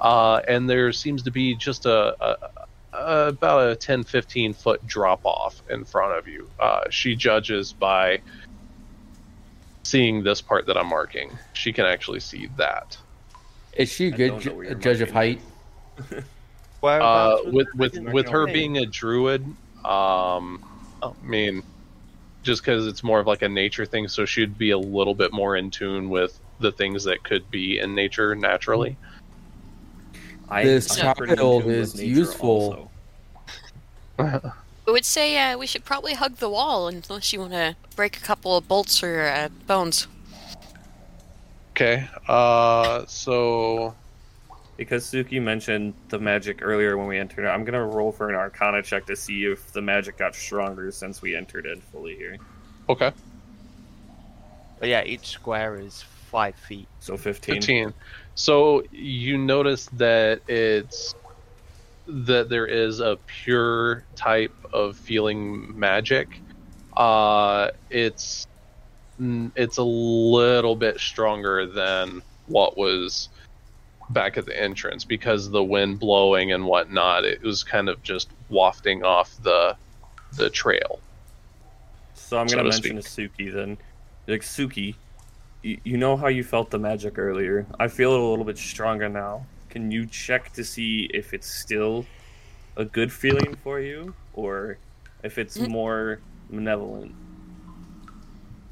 [SPEAKER 2] Uh, and there seems to be just a, a, uh, about a 10 15 foot drop off in front of you. Uh, she judges by seeing this part that I'm marking. She can actually see that.
[SPEAKER 3] is she a
[SPEAKER 1] I
[SPEAKER 3] good
[SPEAKER 1] don't know where
[SPEAKER 3] ju-
[SPEAKER 1] you're
[SPEAKER 3] judge of height?
[SPEAKER 1] marking.
[SPEAKER 2] Uh,
[SPEAKER 8] Whereabouts was
[SPEAKER 2] with
[SPEAKER 8] that?
[SPEAKER 2] with,
[SPEAKER 8] Didn't
[SPEAKER 2] with
[SPEAKER 8] I
[SPEAKER 2] her
[SPEAKER 8] know.
[SPEAKER 2] being a druid, um, I mean, just because it's more of like a nature thing, so she'd be a little bit more in tune with the things that could be in nature naturally.
[SPEAKER 1] I,
[SPEAKER 3] This
[SPEAKER 1] I'm pretty in
[SPEAKER 3] child
[SPEAKER 1] tune with
[SPEAKER 3] is
[SPEAKER 1] nature
[SPEAKER 3] useful.
[SPEAKER 1] also.
[SPEAKER 6] I would say uh, we should probably hug the wall unless you want to break a couple of bolts or uh, bones.
[SPEAKER 2] Okay. Uh, so
[SPEAKER 1] Because Suki mentioned the magic earlier when we entered it, I'm gonna roll for an Arcana check to see if the magic got stronger since we entered it fully here.
[SPEAKER 2] okay,
[SPEAKER 8] But yeah, each square is five feet.
[SPEAKER 1] So 15.
[SPEAKER 2] fifteen. So you notice that it's that there is a pure type of feeling magic. Uh, it's mm, it's a little bit stronger than what was back at the entrance because the wind blowing and whatnot. It was kind of just wafting off the the trail.
[SPEAKER 1] So I'm
[SPEAKER 2] So
[SPEAKER 1] gonna
[SPEAKER 2] to
[SPEAKER 1] mention to Suki then. Like Suki, you, you know how you felt the magic earlier. I feel it a little bit stronger now. Can you check to see if it's still a good feeling for you, or if it's more malevolent?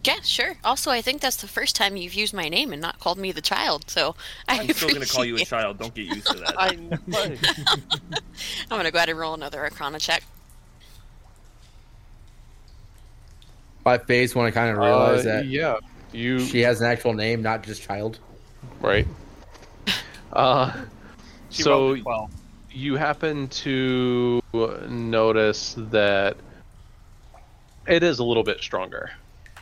[SPEAKER 6] Yeah, sure. Also, I think that's the first time you've used my name and not called me the child. So I
[SPEAKER 1] I'm still gonna call you a
[SPEAKER 6] appreciate-
[SPEAKER 1] child. Don't get used to that.
[SPEAKER 8] I know.
[SPEAKER 6] I'm gonna go ahead and roll another Arcana check.
[SPEAKER 3] My face when I kind of realized
[SPEAKER 2] Uh,
[SPEAKER 3] that
[SPEAKER 2] Yeah, you
[SPEAKER 3] she has an actual name, not just child.
[SPEAKER 2] right. Uh,
[SPEAKER 8] She
[SPEAKER 2] so
[SPEAKER 8] rolled a 12.
[SPEAKER 2] you happen to notice that it is a little bit stronger.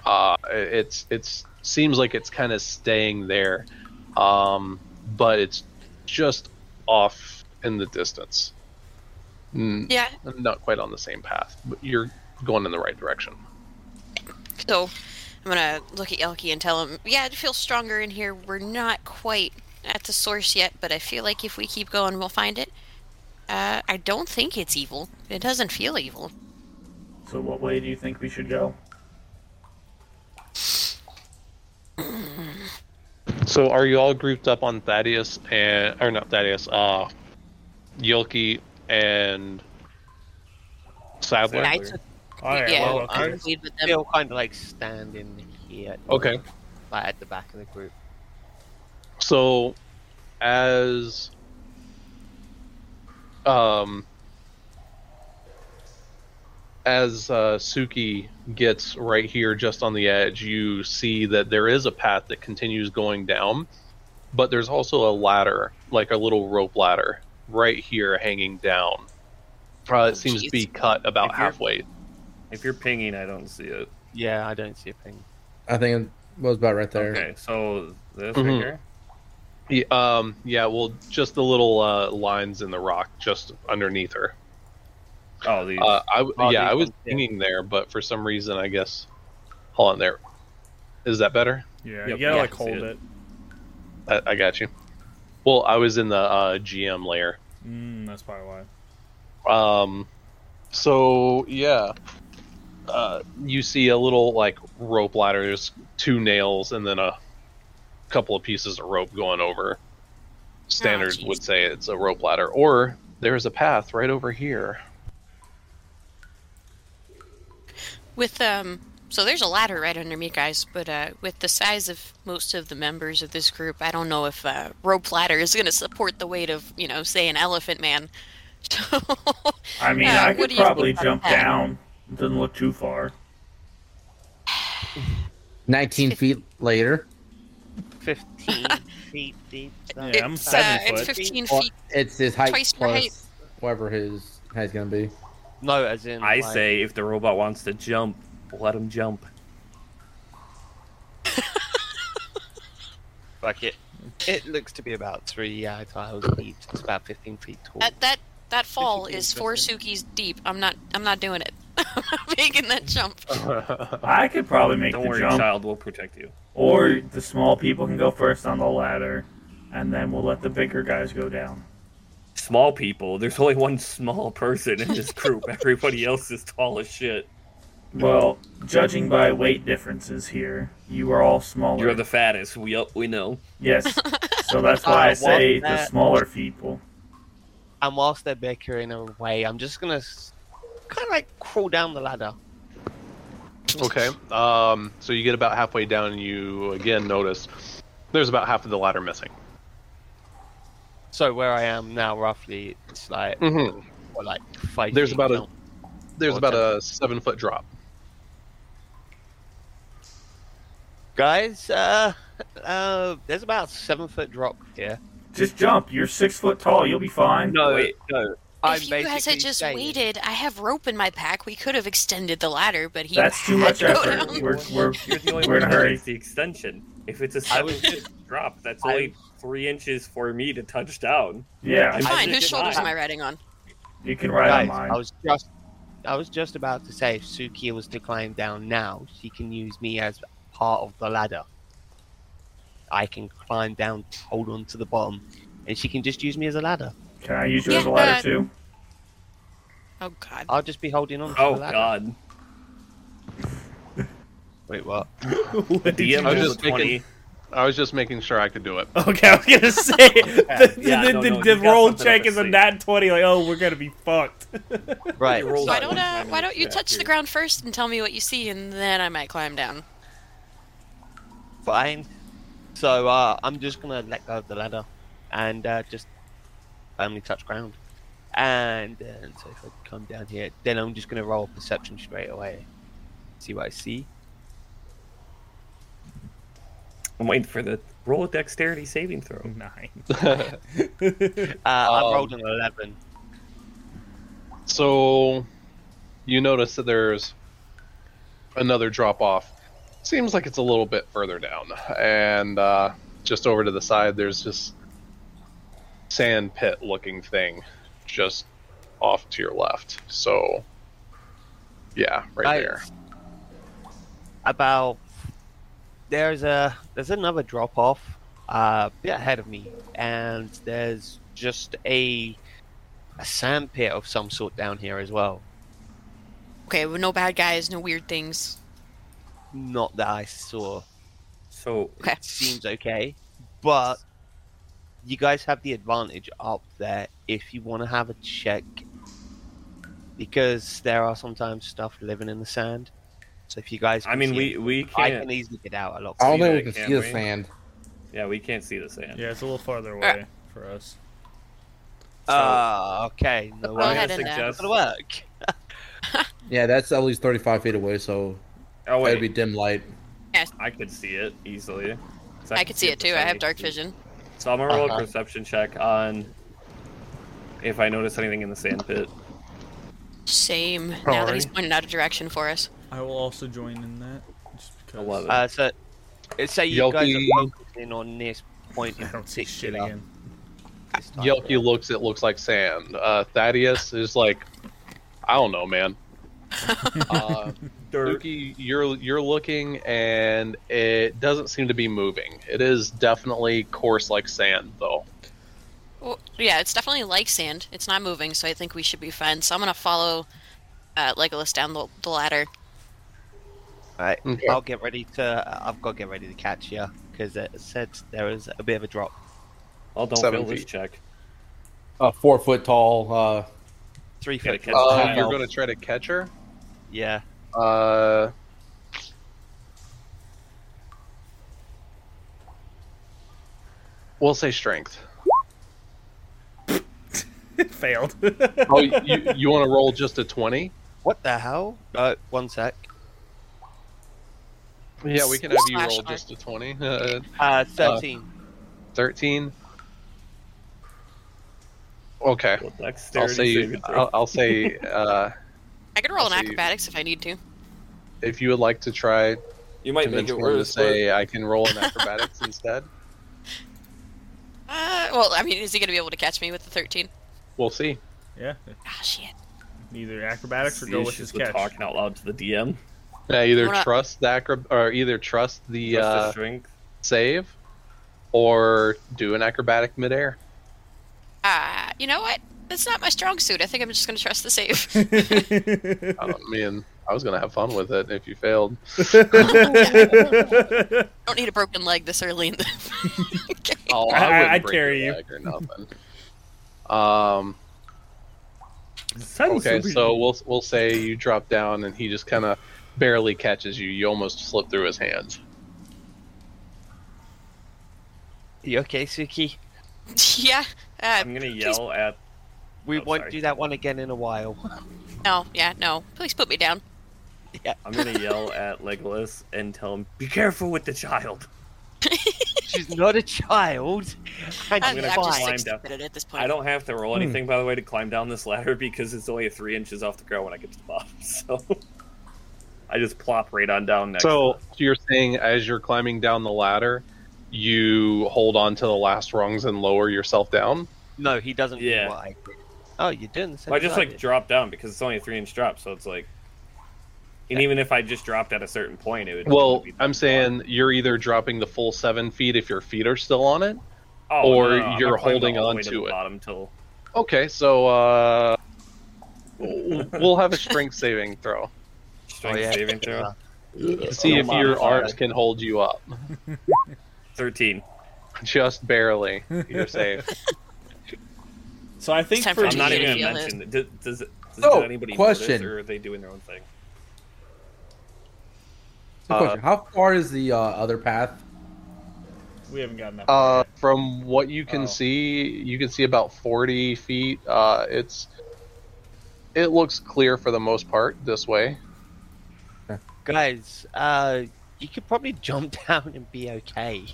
[SPEAKER 2] Uh, it's it's seems like it's kind of staying there, um, but it's just off in the distance. N-
[SPEAKER 6] Yeah.
[SPEAKER 2] Not quite on the same path, but you're going in the right direction.
[SPEAKER 6] So I'm gonna look at Elkie and tell him, yeah, it feels stronger in here. We're not quite at the source yet, but I feel like if we keep going, we'll find it. Uh, I don't think it's evil. It doesn't feel evil.
[SPEAKER 5] So, what way do you think we should go?
[SPEAKER 2] So are you all grouped up on Thaddeus and or not Thaddeus, uh Yulki and Sadler?
[SPEAKER 6] I
[SPEAKER 1] Sadler.
[SPEAKER 6] took,
[SPEAKER 7] All right,
[SPEAKER 6] yeah,
[SPEAKER 7] well, okay.
[SPEAKER 6] I took lead with them.
[SPEAKER 8] Still kind of like standing here.
[SPEAKER 2] Okay.
[SPEAKER 8] Like at the back of the group.
[SPEAKER 2] So as um as uh, Suki gets right here just on the edge, you see that there is a path that continues going down, but there's also a ladder, like a little rope ladder, right here hanging down. Uh, it seems to be
[SPEAKER 6] jeez.
[SPEAKER 2] cut about
[SPEAKER 1] Oh, If you're-
[SPEAKER 2] halfway.
[SPEAKER 1] If you're pinging, I don't see it.
[SPEAKER 8] Yeah, I don't see a thing.
[SPEAKER 3] I think it was about right there.
[SPEAKER 1] Okay, so this
[SPEAKER 2] Mhm.
[SPEAKER 1] right here.
[SPEAKER 2] Yeah, um, yeah, well, just the little uh, lines in the rock just underneath her.
[SPEAKER 1] Oh, these.
[SPEAKER 2] Uh, I w-
[SPEAKER 8] Oh,
[SPEAKER 2] yeah,
[SPEAKER 8] these
[SPEAKER 2] I was
[SPEAKER 8] ones, yeah.
[SPEAKER 2] thinking there, but for some reason, I guess. Hold on there. Is that better?
[SPEAKER 7] Yeah,
[SPEAKER 1] Yep,
[SPEAKER 7] you gotta
[SPEAKER 1] yeah,
[SPEAKER 7] like
[SPEAKER 1] I see
[SPEAKER 7] hold
[SPEAKER 1] it.
[SPEAKER 7] it.
[SPEAKER 2] I, I got you. Well, I was in the uh, GM layer.
[SPEAKER 7] Mm, that's probably why.
[SPEAKER 2] Um, so yeah, uh, you see a little like rope ladder. There's two nails and then a couple of pieces of rope going over. Standard
[SPEAKER 6] jeez.
[SPEAKER 2] would say it's a rope ladder, or there's a path right over here.
[SPEAKER 6] With um, so there's a ladder right under me, guys. But uh, with the size of most of the members of this group, I don't know if uh, rope ladder is going to support the weight of you know, say, an elephant man. So
[SPEAKER 5] I mean,
[SPEAKER 6] Yeah,
[SPEAKER 5] I
[SPEAKER 6] Uh,
[SPEAKER 5] could
[SPEAKER 6] what do you think
[SPEAKER 5] probably
[SPEAKER 6] about
[SPEAKER 5] jump
[SPEAKER 6] that?
[SPEAKER 5] down. It doesn't look too far.
[SPEAKER 3] 19 feet later.
[SPEAKER 8] 15 feet deep.
[SPEAKER 7] Yeah, I'm
[SPEAKER 6] it's, uh,
[SPEAKER 7] seven
[SPEAKER 6] it's
[SPEAKER 7] foot.
[SPEAKER 6] 15
[SPEAKER 3] Well,
[SPEAKER 6] feet.
[SPEAKER 3] it's his height
[SPEAKER 6] Twice your
[SPEAKER 3] plus
[SPEAKER 6] height.
[SPEAKER 3] whatever his height's going to be.
[SPEAKER 8] No, as in.
[SPEAKER 1] I
[SPEAKER 8] like,
[SPEAKER 1] say if the robot wants to jump, let him jump.
[SPEAKER 8] Like it. It looks to be about three yard tiles deep. It's about 15 feet tall.
[SPEAKER 6] That that that fall
[SPEAKER 8] feet
[SPEAKER 6] is
[SPEAKER 8] deep,
[SPEAKER 6] four
[SPEAKER 8] isn't
[SPEAKER 6] Suki's deep. I'm not. I'm not doing it. I'm not making that jump.
[SPEAKER 8] Uh,
[SPEAKER 5] I could probably make
[SPEAKER 1] Don't
[SPEAKER 5] the
[SPEAKER 1] worry,
[SPEAKER 5] jump,
[SPEAKER 1] child. We'll protect you.
[SPEAKER 5] or the small people can go first on the ladder, and then we'll let the bigger guys go down.
[SPEAKER 1] Small people. There's only one small person in this group. Everybody else is tall as shit.
[SPEAKER 5] Well, judging by weight differences here, you are all smaller.
[SPEAKER 1] You're the fattest. We up. We know.
[SPEAKER 5] yes, so that's why
[SPEAKER 8] I
[SPEAKER 5] I
[SPEAKER 8] want
[SPEAKER 5] say the
[SPEAKER 8] that.
[SPEAKER 5] smaller people.
[SPEAKER 8] And whilst they're bickering away, I'm just gonna kind of like crawl down the ladder.
[SPEAKER 2] Okay. Um, so you get about halfway down, and you again notice there's about half of the ladder missing.
[SPEAKER 8] So where I am now, roughly, it's like
[SPEAKER 2] Mm-hmm.
[SPEAKER 8] what, like five.
[SPEAKER 2] There's
[SPEAKER 8] feet
[SPEAKER 2] about a
[SPEAKER 8] down.
[SPEAKER 2] there's
[SPEAKER 8] Or
[SPEAKER 2] about a seven foot drop.
[SPEAKER 8] Guys, uh, uh, there's about a seven foot drop here.
[SPEAKER 5] Just jump. You're six foot tall. You'll be fine.
[SPEAKER 2] Oh,
[SPEAKER 8] No, wait, no. I'm
[SPEAKER 6] if you guys had
[SPEAKER 8] basically
[SPEAKER 6] just
[SPEAKER 8] saying-
[SPEAKER 6] waited, I have rope in my pack. We could have extended the ladder, but he
[SPEAKER 5] That's too much
[SPEAKER 6] had to go
[SPEAKER 5] effort.
[SPEAKER 6] down.
[SPEAKER 5] We're, we're,
[SPEAKER 1] You're the only
[SPEAKER 5] We're in
[SPEAKER 1] one that
[SPEAKER 5] a hurry.
[SPEAKER 1] needs the extension. If it's a
[SPEAKER 8] I
[SPEAKER 1] seven
[SPEAKER 8] was
[SPEAKER 1] foot drop, that's
[SPEAKER 8] I-
[SPEAKER 1] only three inches for me to touch down.
[SPEAKER 5] yeah,
[SPEAKER 1] I
[SPEAKER 6] Fine.
[SPEAKER 1] did
[SPEAKER 6] Whose shoulders
[SPEAKER 1] not.
[SPEAKER 6] am I riding on?
[SPEAKER 5] you can ride
[SPEAKER 8] Guys,
[SPEAKER 5] on mine.
[SPEAKER 8] I was just, I was just about to say, if Suki was to climb down now, she can use me as part of the ladder. I can climb down, hold on to the bottom, and she can just use me as a ladder.
[SPEAKER 5] Can I use you as a
[SPEAKER 6] Yeah,
[SPEAKER 5] ladder
[SPEAKER 6] uh,
[SPEAKER 5] too?
[SPEAKER 6] Oh God.
[SPEAKER 8] I'll just be holding on. To
[SPEAKER 1] Oh
[SPEAKER 8] the ladder.
[SPEAKER 1] god.
[SPEAKER 8] Wait, what?
[SPEAKER 1] The DM
[SPEAKER 2] I was
[SPEAKER 1] rolls a
[SPEAKER 2] just thinking-
[SPEAKER 1] twenty.
[SPEAKER 2] I was just making sure I could do it.
[SPEAKER 7] Okay, I was gonna say the,
[SPEAKER 1] Yeah,
[SPEAKER 7] the,
[SPEAKER 1] no,
[SPEAKER 7] the,
[SPEAKER 1] no,
[SPEAKER 7] the
[SPEAKER 1] he's got
[SPEAKER 7] roll
[SPEAKER 1] something up
[SPEAKER 7] check
[SPEAKER 1] his
[SPEAKER 7] is a
[SPEAKER 1] sleeve.
[SPEAKER 7] nat twenty. Like, oh, we're gonna be fucked.
[SPEAKER 8] Right.
[SPEAKER 1] He rolls
[SPEAKER 6] Why
[SPEAKER 1] out
[SPEAKER 6] don't
[SPEAKER 1] one
[SPEAKER 6] uh,
[SPEAKER 1] time
[SPEAKER 6] Why
[SPEAKER 1] and
[SPEAKER 6] don't you
[SPEAKER 1] it's
[SPEAKER 6] touch the
[SPEAKER 1] accurate.
[SPEAKER 6] ground first and tell me what you see, and then I might climb down.
[SPEAKER 8] Fine. So uh, I'm just gonna let go of the ladder, and uh, just firmly touch ground. And, then so if I come down here, then I'm just gonna roll perception straight away. See what I see.
[SPEAKER 1] I'm waiting for the roll a dexterity saving throw.
[SPEAKER 7] Nine.
[SPEAKER 8] Uh, I
[SPEAKER 2] Um,
[SPEAKER 8] rolled an eleven.
[SPEAKER 2] So you notice that there's another drop off. Seems like it's a little bit further down. And uh, just over to the side, there's this sand pit looking thing just off to your left. So, yeah, right
[SPEAKER 8] Guys,
[SPEAKER 2] there.
[SPEAKER 8] About there's a there's another drop off uh, a bit ahead of me, and there's just a a sand pit of some sort down here as well.
[SPEAKER 6] Okay. Well, no bad guys, no weird things.
[SPEAKER 8] Not that I saw.
[SPEAKER 1] So
[SPEAKER 6] Okay.
[SPEAKER 8] seems okay, but you guys have the advantage up there if you want to have a check because there are sometimes stuff living in the sand. So if you guys,
[SPEAKER 1] I mean
[SPEAKER 8] see
[SPEAKER 1] we
[SPEAKER 8] it,
[SPEAKER 1] we
[SPEAKER 8] I
[SPEAKER 1] can't
[SPEAKER 8] can easily get out a lot.
[SPEAKER 3] I don't
[SPEAKER 1] See
[SPEAKER 3] think we
[SPEAKER 1] that,
[SPEAKER 3] can
[SPEAKER 1] can't
[SPEAKER 3] see the
[SPEAKER 1] we?
[SPEAKER 3] sand.
[SPEAKER 1] yeah, we can't see the sand.
[SPEAKER 7] Yeah, it's a little farther away
[SPEAKER 6] Alright.
[SPEAKER 7] for us.
[SPEAKER 8] Ah, okay.
[SPEAKER 1] I'm
[SPEAKER 8] No
[SPEAKER 6] Go
[SPEAKER 8] worries.
[SPEAKER 1] gonna
[SPEAKER 6] ahead and, uh,
[SPEAKER 1] suggest-
[SPEAKER 8] That'll work.
[SPEAKER 3] Yeah, that's at least 35 feet away, so
[SPEAKER 1] Oh
[SPEAKER 3] that'd be
[SPEAKER 1] wait,
[SPEAKER 3] dim light.
[SPEAKER 1] I could see it easily. 'Cause
[SPEAKER 6] I could see it too. I have dark
[SPEAKER 1] vision.
[SPEAKER 6] vision.
[SPEAKER 1] So I'm gonna roll
[SPEAKER 8] Uh-huh.
[SPEAKER 1] a perception check on if I notice anything in the sand pit.
[SPEAKER 6] Same. Now that he's
[SPEAKER 1] Alright.
[SPEAKER 6] pointed out a direction for us.
[SPEAKER 7] I will also join in that. Just because.
[SPEAKER 1] I love it.
[SPEAKER 8] Uh, so, say you guys
[SPEAKER 2] Yelky-
[SPEAKER 8] are focusing on this point.
[SPEAKER 7] I don't see shit
[SPEAKER 8] particular
[SPEAKER 7] again.
[SPEAKER 8] this time.
[SPEAKER 2] Yelky looks, it looks like sand. Uh, Thaddeus is like, I don't know, man. uh,
[SPEAKER 1] Dirt.
[SPEAKER 2] Yuki, you're you're looking, and it doesn't seem to be moving. It is definitely coarse like sand, though.
[SPEAKER 6] Well, Oh, yeah, it's definitely like sand. It's not moving, so I think we should be fine. So I'm gonna follow uh, Legolas down the, the ladder.
[SPEAKER 8] Right.
[SPEAKER 2] Okay.
[SPEAKER 8] I'll get ready to. uh, I've got to get ready to catch you because it said there is a bit of a drop.
[SPEAKER 1] I'll don't
[SPEAKER 2] seven
[SPEAKER 1] fail this
[SPEAKER 2] feet.
[SPEAKER 1] check.
[SPEAKER 3] A Uh, four foot tall. Uh,
[SPEAKER 8] Three
[SPEAKER 1] Gotta
[SPEAKER 8] foot.
[SPEAKER 1] catch
[SPEAKER 8] drop.
[SPEAKER 1] Uh,
[SPEAKER 2] Uh, you're going to try to catch her.
[SPEAKER 8] yeah.
[SPEAKER 2] Uh, we'll say strength.
[SPEAKER 7] Failed.
[SPEAKER 2] Oh, you, you want to roll just a twenty?
[SPEAKER 8] What the hell? Uh, one sec.
[SPEAKER 2] Yeah, we can have you
[SPEAKER 6] Slash
[SPEAKER 2] roll
[SPEAKER 6] R.
[SPEAKER 2] just a twenty. Uh,
[SPEAKER 8] Uh, thirteen.
[SPEAKER 2] Thirteen. Okay,
[SPEAKER 1] Well,
[SPEAKER 2] I'll
[SPEAKER 1] dexterity
[SPEAKER 2] say you,
[SPEAKER 1] saving throw.
[SPEAKER 2] I'll, I'll say. Uh,
[SPEAKER 6] I could roll
[SPEAKER 2] I'll
[SPEAKER 6] an
[SPEAKER 2] see.
[SPEAKER 6] acrobatics if I need to.
[SPEAKER 2] if you would like to try
[SPEAKER 1] You might make
[SPEAKER 2] convince
[SPEAKER 1] it
[SPEAKER 2] me to
[SPEAKER 1] worse.
[SPEAKER 2] say I can roll an acrobatics instead.
[SPEAKER 6] Uh, well, I mean, is he gonna be able to catch me with the 13?
[SPEAKER 2] We'll see.
[SPEAKER 7] yeah.
[SPEAKER 6] Ah, shit.
[SPEAKER 7] Either
[SPEAKER 1] but
[SPEAKER 7] acrobatics or go with
[SPEAKER 1] She's
[SPEAKER 7] his
[SPEAKER 1] been
[SPEAKER 7] catch.
[SPEAKER 1] talking out loud to the DM.
[SPEAKER 2] Yeah, either
[SPEAKER 6] Wanna-
[SPEAKER 2] trust the acro- or either trust the
[SPEAKER 1] Trust
[SPEAKER 2] uh,
[SPEAKER 1] the strength.
[SPEAKER 2] save, or do an acrobatic midair.
[SPEAKER 6] Ah, you know what? That's not my strong suit. I think I'm just gonna trust the save.
[SPEAKER 2] I don't- I mean, I was gonna have fun with it if you failed.
[SPEAKER 6] don't need a broken leg this early in the. okay.
[SPEAKER 2] Oh,
[SPEAKER 7] I-
[SPEAKER 2] wouldn't
[SPEAKER 7] I'd
[SPEAKER 2] break your
[SPEAKER 7] carry you.
[SPEAKER 2] leg Or nothing. Um.
[SPEAKER 1] Sounds
[SPEAKER 2] Okay,
[SPEAKER 1] so
[SPEAKER 2] so we'll we'll say you drop down and he just kind of barely catches you. You almost slip through his hands.
[SPEAKER 8] You okay, Suki?
[SPEAKER 6] yeah. Uh,
[SPEAKER 1] I'm gonna yell at.
[SPEAKER 8] We
[SPEAKER 1] Oh,
[SPEAKER 8] won't
[SPEAKER 1] sorry.
[SPEAKER 8] do that one again in a while.
[SPEAKER 6] No, yeah, no. Please put me down.
[SPEAKER 1] I'm gonna yell at Legolas and tell him, "Be careful with the child."
[SPEAKER 8] She's not a child. And
[SPEAKER 6] I'm,
[SPEAKER 1] gonna
[SPEAKER 6] I'm just
[SPEAKER 1] climb
[SPEAKER 6] like
[SPEAKER 1] down.
[SPEAKER 6] stupid at this point.
[SPEAKER 1] I don't have to roll anything, by the way, to climb down this ladder because it's only three inches off the ground when I get to the bottom. So I just plop right on down next.
[SPEAKER 2] So you're saying as you're climbing down the ladder, you hold on to the last rungs and lower yourself down?
[SPEAKER 8] No, he doesn't
[SPEAKER 1] Yeah.
[SPEAKER 8] do what I did. Oh, you're doing the same
[SPEAKER 1] I just
[SPEAKER 8] as I
[SPEAKER 1] like
[SPEAKER 8] did.
[SPEAKER 1] drop down because it's only a three inch drop, so it's like. And even if I just dropped at a certain point, it would. it
[SPEAKER 2] Well,
[SPEAKER 1] would be-
[SPEAKER 2] I'm saying you're either dropping the full seven feet if your feet are still on it.
[SPEAKER 1] Oh,
[SPEAKER 2] or
[SPEAKER 1] no, no, I'm
[SPEAKER 2] you're
[SPEAKER 1] not climbing
[SPEAKER 2] holding
[SPEAKER 1] all the
[SPEAKER 2] on
[SPEAKER 1] way to,
[SPEAKER 2] to
[SPEAKER 1] the
[SPEAKER 2] it.
[SPEAKER 1] Bottom till
[SPEAKER 2] Okay, so uh, we'll have a strength saving throw
[SPEAKER 1] strength
[SPEAKER 8] Oh, yeah.
[SPEAKER 1] saving throw.
[SPEAKER 2] to see if
[SPEAKER 1] my
[SPEAKER 2] your
[SPEAKER 1] God.
[SPEAKER 2] arms can hold you up.
[SPEAKER 1] Thirteen.
[SPEAKER 2] Just barely, you're safe.
[SPEAKER 7] So I think
[SPEAKER 6] It's time
[SPEAKER 7] for
[SPEAKER 6] for
[SPEAKER 1] I'm not
[SPEAKER 6] you
[SPEAKER 1] even
[SPEAKER 6] to
[SPEAKER 1] gonna
[SPEAKER 6] feel
[SPEAKER 1] mention. It. Does, does, it- does
[SPEAKER 3] So,
[SPEAKER 1] anybody know
[SPEAKER 3] question.
[SPEAKER 1] this, or are they doing their own thing? Uh,
[SPEAKER 3] So question, how far is the uh, other path?
[SPEAKER 7] we haven't gotten that. far
[SPEAKER 2] Uh,
[SPEAKER 7] yet.
[SPEAKER 2] from what you can
[SPEAKER 7] Oh.
[SPEAKER 2] see, you can see about 40 feet. Uh, it's it looks clear for the most part this way.
[SPEAKER 8] Guys, uh, you could probably jump down and be okay.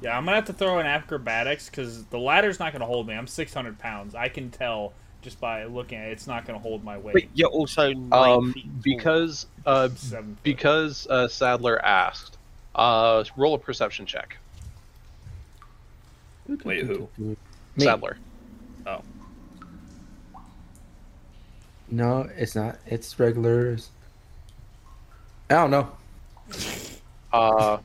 [SPEAKER 7] yeah, I'm gonna have to throw in acrobatics because the ladder's not gonna hold me. I'm 600 pounds. I can tell just by looking at it, it's not gonna hold my
[SPEAKER 8] But
[SPEAKER 7] weight.
[SPEAKER 8] you're also nine
[SPEAKER 2] Um,
[SPEAKER 8] feet tall.
[SPEAKER 2] because uh,
[SPEAKER 7] Seven foot.
[SPEAKER 2] because uh, Sadler asked. Uh, roll a perception check,
[SPEAKER 1] Wait, who?
[SPEAKER 3] Me.
[SPEAKER 2] Sadler.
[SPEAKER 3] No, it's not. It's regulars. I don't know.
[SPEAKER 2] Uh,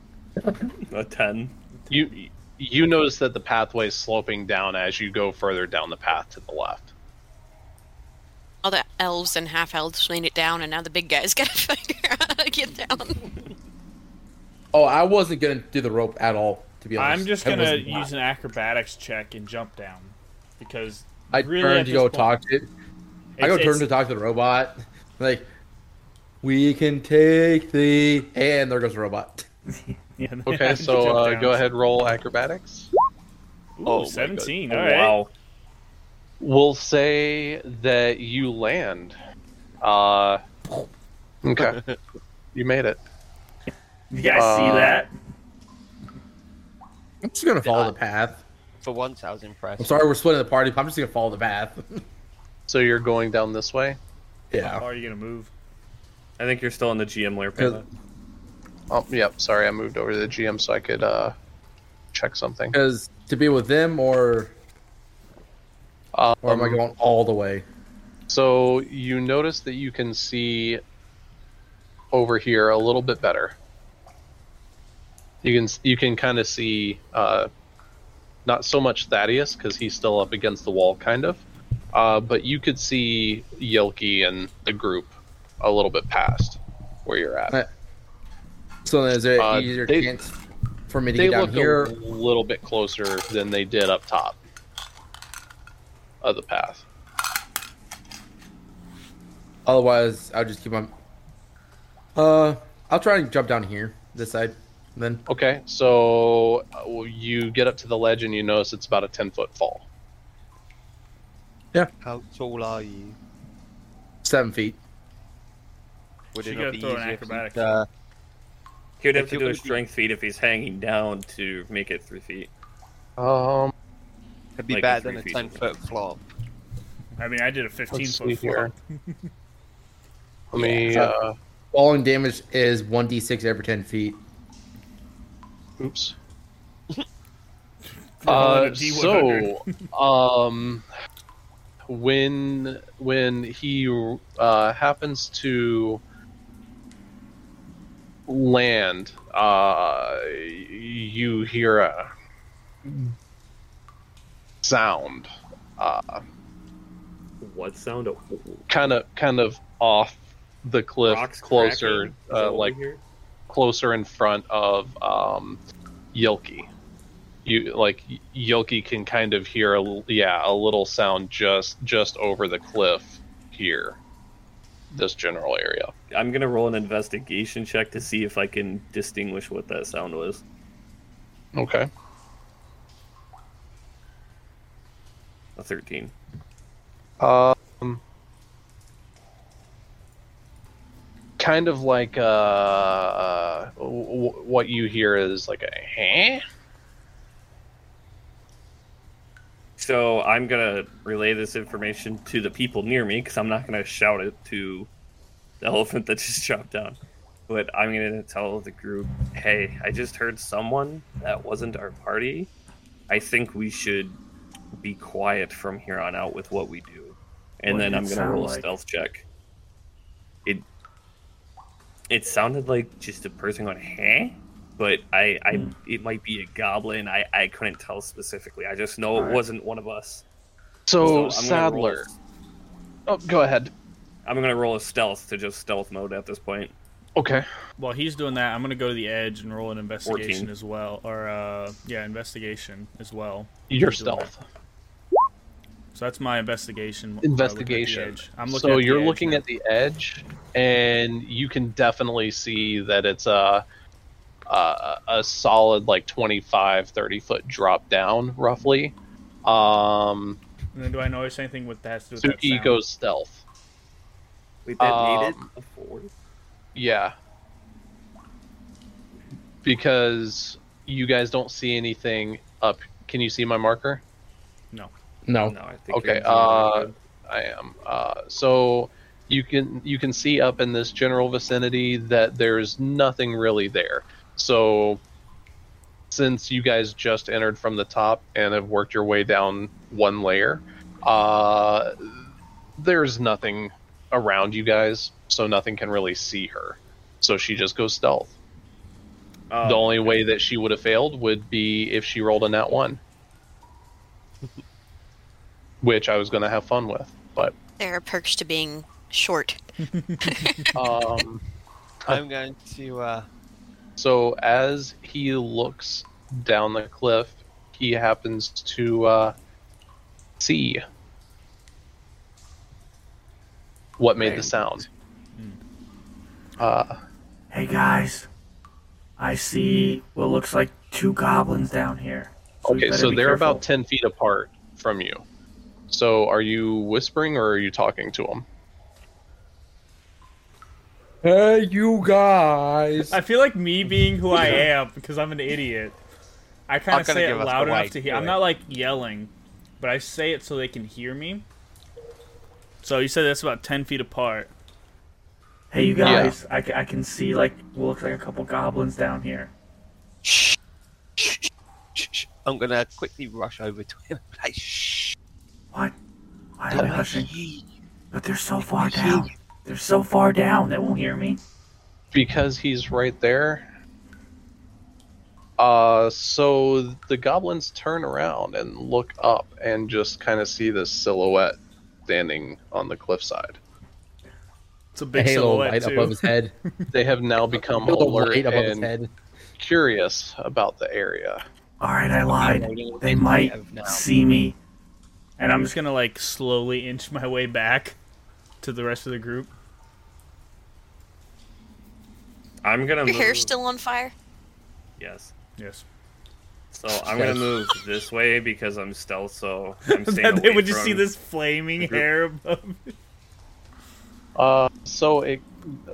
[SPEAKER 1] A ten.
[SPEAKER 2] you you notice that the pathway is sloping down as you go further down the path to the left.
[SPEAKER 6] All the elves and half elves leaned it down, and now the big guys gotta figure out how to get down.
[SPEAKER 3] Oh, I wasn't gonna do the rope at all. To be honest,
[SPEAKER 7] I'm just
[SPEAKER 3] I
[SPEAKER 7] gonna
[SPEAKER 3] wasn't
[SPEAKER 7] use an acrobatics check and jump down because
[SPEAKER 3] I
[SPEAKER 7] really at
[SPEAKER 3] turned to
[SPEAKER 7] this
[SPEAKER 3] go
[SPEAKER 7] point-
[SPEAKER 3] talk to. I go
[SPEAKER 7] It's-
[SPEAKER 3] turn to
[SPEAKER 7] it's-
[SPEAKER 3] talk to the robot. Like, we can take the and there goes the robot.
[SPEAKER 7] Yeah,
[SPEAKER 2] Okay, so
[SPEAKER 7] jump
[SPEAKER 2] uh,
[SPEAKER 7] down.
[SPEAKER 2] go ahead, roll acrobatics.
[SPEAKER 7] Ooh,
[SPEAKER 2] Oh my
[SPEAKER 7] 17.
[SPEAKER 1] Oh,
[SPEAKER 7] All right.
[SPEAKER 1] Wow.
[SPEAKER 2] We'll say that you land. Uh, okay, you made it.
[SPEAKER 5] You guys see
[SPEAKER 2] Uh,
[SPEAKER 5] that?
[SPEAKER 3] I'm just gonna follow the path.
[SPEAKER 8] for once, I was impressed.
[SPEAKER 3] I'm sorry we're splitting the party, but I'm just gonna follow the path.
[SPEAKER 2] So you're going down this way.
[SPEAKER 7] How
[SPEAKER 3] yeah.
[SPEAKER 7] far are you gonna move?
[SPEAKER 1] I think you're still in the GM layer.
[SPEAKER 3] Because-
[SPEAKER 1] Panda.
[SPEAKER 2] Oh, yep. Sorry, I moved over to the GM so I could uh, check something.
[SPEAKER 3] Because to be with them or
[SPEAKER 2] Um,
[SPEAKER 3] or am I going all the way?
[SPEAKER 2] So you notice that you can see over here a little bit better. You can you can kind of see uh, not so much Thaddeus because he's still up against the wall, kind of, uh, but you could see Yelki and the group a little bit past where you're at.
[SPEAKER 3] Uh, So then is there
[SPEAKER 2] Uh,
[SPEAKER 3] an easier
[SPEAKER 2] they-
[SPEAKER 3] chance for me to
[SPEAKER 2] They
[SPEAKER 3] get down
[SPEAKER 2] look
[SPEAKER 3] here?
[SPEAKER 2] a little bit closer than they did up top of the path.
[SPEAKER 3] Otherwise I'll just keep on Uh I'll try and jump down here, this side. Then
[SPEAKER 2] Okay, so uh, you get up to the ledge and you notice it's about a ten foot fall.
[SPEAKER 8] How tall are you?
[SPEAKER 3] seven feet.
[SPEAKER 8] Would
[SPEAKER 7] She
[SPEAKER 8] it
[SPEAKER 7] gotta
[SPEAKER 8] not be
[SPEAKER 7] throw an
[SPEAKER 8] easier if
[SPEAKER 7] acrobatics.
[SPEAKER 8] you, uh,
[SPEAKER 1] He would
[SPEAKER 8] If
[SPEAKER 1] have to do a
[SPEAKER 8] you're gonna be-
[SPEAKER 1] strength feat if he's hanging down to make it three feet.
[SPEAKER 2] Um,
[SPEAKER 8] It'd be
[SPEAKER 1] Like
[SPEAKER 8] better
[SPEAKER 1] a
[SPEAKER 8] than a
[SPEAKER 1] three
[SPEAKER 8] ten
[SPEAKER 1] feet.
[SPEAKER 8] foot flop.
[SPEAKER 7] I mean, I did a 15
[SPEAKER 2] uh, Let's see
[SPEAKER 7] foot
[SPEAKER 2] here.
[SPEAKER 7] floor.
[SPEAKER 2] let me.
[SPEAKER 3] Yeah.
[SPEAKER 2] Uh,
[SPEAKER 3] Falling damage is one D six every ten feet.
[SPEAKER 2] oops.
[SPEAKER 7] Roll it
[SPEAKER 2] Uh,
[SPEAKER 7] a
[SPEAKER 2] so,
[SPEAKER 7] D100.
[SPEAKER 2] um, when when he uh, happens to land, uh, you hear a sound. Uh,
[SPEAKER 1] What sound? Of...
[SPEAKER 2] kind of kind of off the cliff
[SPEAKER 1] Rocks
[SPEAKER 2] closer
[SPEAKER 1] cracking? Is that
[SPEAKER 2] uh,
[SPEAKER 1] what we
[SPEAKER 2] like
[SPEAKER 1] hear?
[SPEAKER 2] closer in front of um Yelki. You like Yelki can kind of hear a l- yeah, a little sound just just over the cliff here. This general area.
[SPEAKER 1] I'm gonna roll an investigation check to see if I can distinguish what that sound was.
[SPEAKER 2] Okay.
[SPEAKER 1] A thirteen.
[SPEAKER 2] Um kind of like uh, w- w- what you hear is like a huh?
[SPEAKER 1] So I'm gonna relay this information to the people near me because I'm not gonna shout it to the elephant that just dropped down. But I'm gonna tell the group, "Hey, I just heard someone that wasn't our party. I think we should be quiet from here on out with what we do." And
[SPEAKER 5] What
[SPEAKER 1] then
[SPEAKER 5] did
[SPEAKER 1] I'm
[SPEAKER 5] it
[SPEAKER 1] gonna
[SPEAKER 5] sound
[SPEAKER 1] roll a
[SPEAKER 5] like?
[SPEAKER 1] stealth check. It it sounded like just a person going, "Huh." But I,
[SPEAKER 5] Hmm.
[SPEAKER 1] I, it might be a goblin. I, I couldn't tell specifically. I just know it
[SPEAKER 5] Alright.
[SPEAKER 1] wasn't one of us.
[SPEAKER 2] So,
[SPEAKER 1] I'm gonna roll-
[SPEAKER 2] Sadler. Oh, go ahead.
[SPEAKER 1] I'm gonna roll a stealth to just stealth mode at this point.
[SPEAKER 2] Okay.
[SPEAKER 7] While he's doing that, I'm gonna go to the edge and roll an investigation
[SPEAKER 1] 14.
[SPEAKER 7] as well, or uh, yeah, investigation as well.
[SPEAKER 2] Your
[SPEAKER 7] He's doing
[SPEAKER 2] stealth.
[SPEAKER 7] So that's my investigation. uh, looking at the
[SPEAKER 2] Investigation.
[SPEAKER 7] edge. I'm looking.
[SPEAKER 2] So
[SPEAKER 7] at the
[SPEAKER 2] you're
[SPEAKER 7] edge
[SPEAKER 2] looking
[SPEAKER 7] now.
[SPEAKER 2] at the edge, and you can definitely see that it's a a, a solid like 25, 30 foot drop down, roughly. Um,
[SPEAKER 7] And then do I notice anything with that has to do with that
[SPEAKER 2] Suki
[SPEAKER 7] sound?
[SPEAKER 2] goes stealth.
[SPEAKER 1] We
[SPEAKER 2] detonated
[SPEAKER 1] a four.
[SPEAKER 2] Yeah. Because you guys don't see anything up. Can you see my marker?
[SPEAKER 7] No.
[SPEAKER 3] No.
[SPEAKER 1] No, I think.
[SPEAKER 2] Okay, uh,
[SPEAKER 1] you're doing
[SPEAKER 2] I am. Uh, so you can you can see up in this general vicinity that there's nothing really there. So since you guys just entered from the top and have worked your way down one layer, uh, there's nothing around you guys, so nothing can really see her. So she just goes stealth.
[SPEAKER 1] good. Uh,
[SPEAKER 7] Oh,
[SPEAKER 2] the only way that she would have failed would be if she rolled a nat one, which I was going to have fun with. But
[SPEAKER 6] There are perks to being short.
[SPEAKER 2] um,
[SPEAKER 8] I'm going to. Uh,
[SPEAKER 2] so as he looks down the cliff, he happens to uh, see what made the sound. Uh,
[SPEAKER 5] Hey guys, I see what looks like two goblins down here. we
[SPEAKER 2] okay,
[SPEAKER 5] better
[SPEAKER 2] so
[SPEAKER 5] be
[SPEAKER 2] they're
[SPEAKER 5] careful.
[SPEAKER 2] about ten feet apart from you. So are you whispering or are you talking to them?
[SPEAKER 3] Hey, you guys.
[SPEAKER 7] I feel like me being who I am because I'm an idiot. I kind
[SPEAKER 8] I'm
[SPEAKER 7] of
[SPEAKER 8] gonna
[SPEAKER 7] say it
[SPEAKER 8] give us
[SPEAKER 7] loud
[SPEAKER 8] the
[SPEAKER 7] enough
[SPEAKER 8] white
[SPEAKER 7] to hear. I'm
[SPEAKER 8] boy.
[SPEAKER 7] not like yelling, but I say it so they can hear me. So you said that's about ten feet apart.
[SPEAKER 5] Hey, you guys, I, ca- I can see like what looks like a couple goblins down here.
[SPEAKER 8] I'm going to quickly rush over to him. and be Like, shh.
[SPEAKER 5] What? Why are
[SPEAKER 8] don't
[SPEAKER 5] they
[SPEAKER 8] let
[SPEAKER 5] rushing?
[SPEAKER 8] ye-
[SPEAKER 5] But they're so far
[SPEAKER 8] hear
[SPEAKER 5] down.
[SPEAKER 8] you."
[SPEAKER 5] They're so far down they won't hear me.
[SPEAKER 2] because he's right there. Uh, so the goblins turn around and look up and just kind of see this silhouette standing on the cliffside.
[SPEAKER 7] It's a
[SPEAKER 3] A
[SPEAKER 7] big
[SPEAKER 3] halo
[SPEAKER 7] silhouette
[SPEAKER 3] light
[SPEAKER 7] too.
[SPEAKER 3] above his head.
[SPEAKER 2] They have now become
[SPEAKER 3] With the
[SPEAKER 2] alert
[SPEAKER 3] light above his
[SPEAKER 2] and
[SPEAKER 3] head.
[SPEAKER 2] curious about the area.
[SPEAKER 5] All right, I lied.
[SPEAKER 8] Rolling
[SPEAKER 5] They might
[SPEAKER 8] of now.
[SPEAKER 5] see me.
[SPEAKER 7] and I'm just gonna like slowly inch my way back to the rest of the group.
[SPEAKER 1] I'm gonna.
[SPEAKER 6] Your
[SPEAKER 1] move.
[SPEAKER 6] hair's still on fire.
[SPEAKER 1] Yes.
[SPEAKER 7] Yes.
[SPEAKER 1] So I'm gonna
[SPEAKER 3] Yes.
[SPEAKER 1] move this way because I'm stealth. So I'm staying
[SPEAKER 7] they
[SPEAKER 1] away
[SPEAKER 7] would just see
[SPEAKER 1] from-
[SPEAKER 7] this flaming
[SPEAKER 1] group.
[SPEAKER 7] hair above.
[SPEAKER 2] Uh, so it,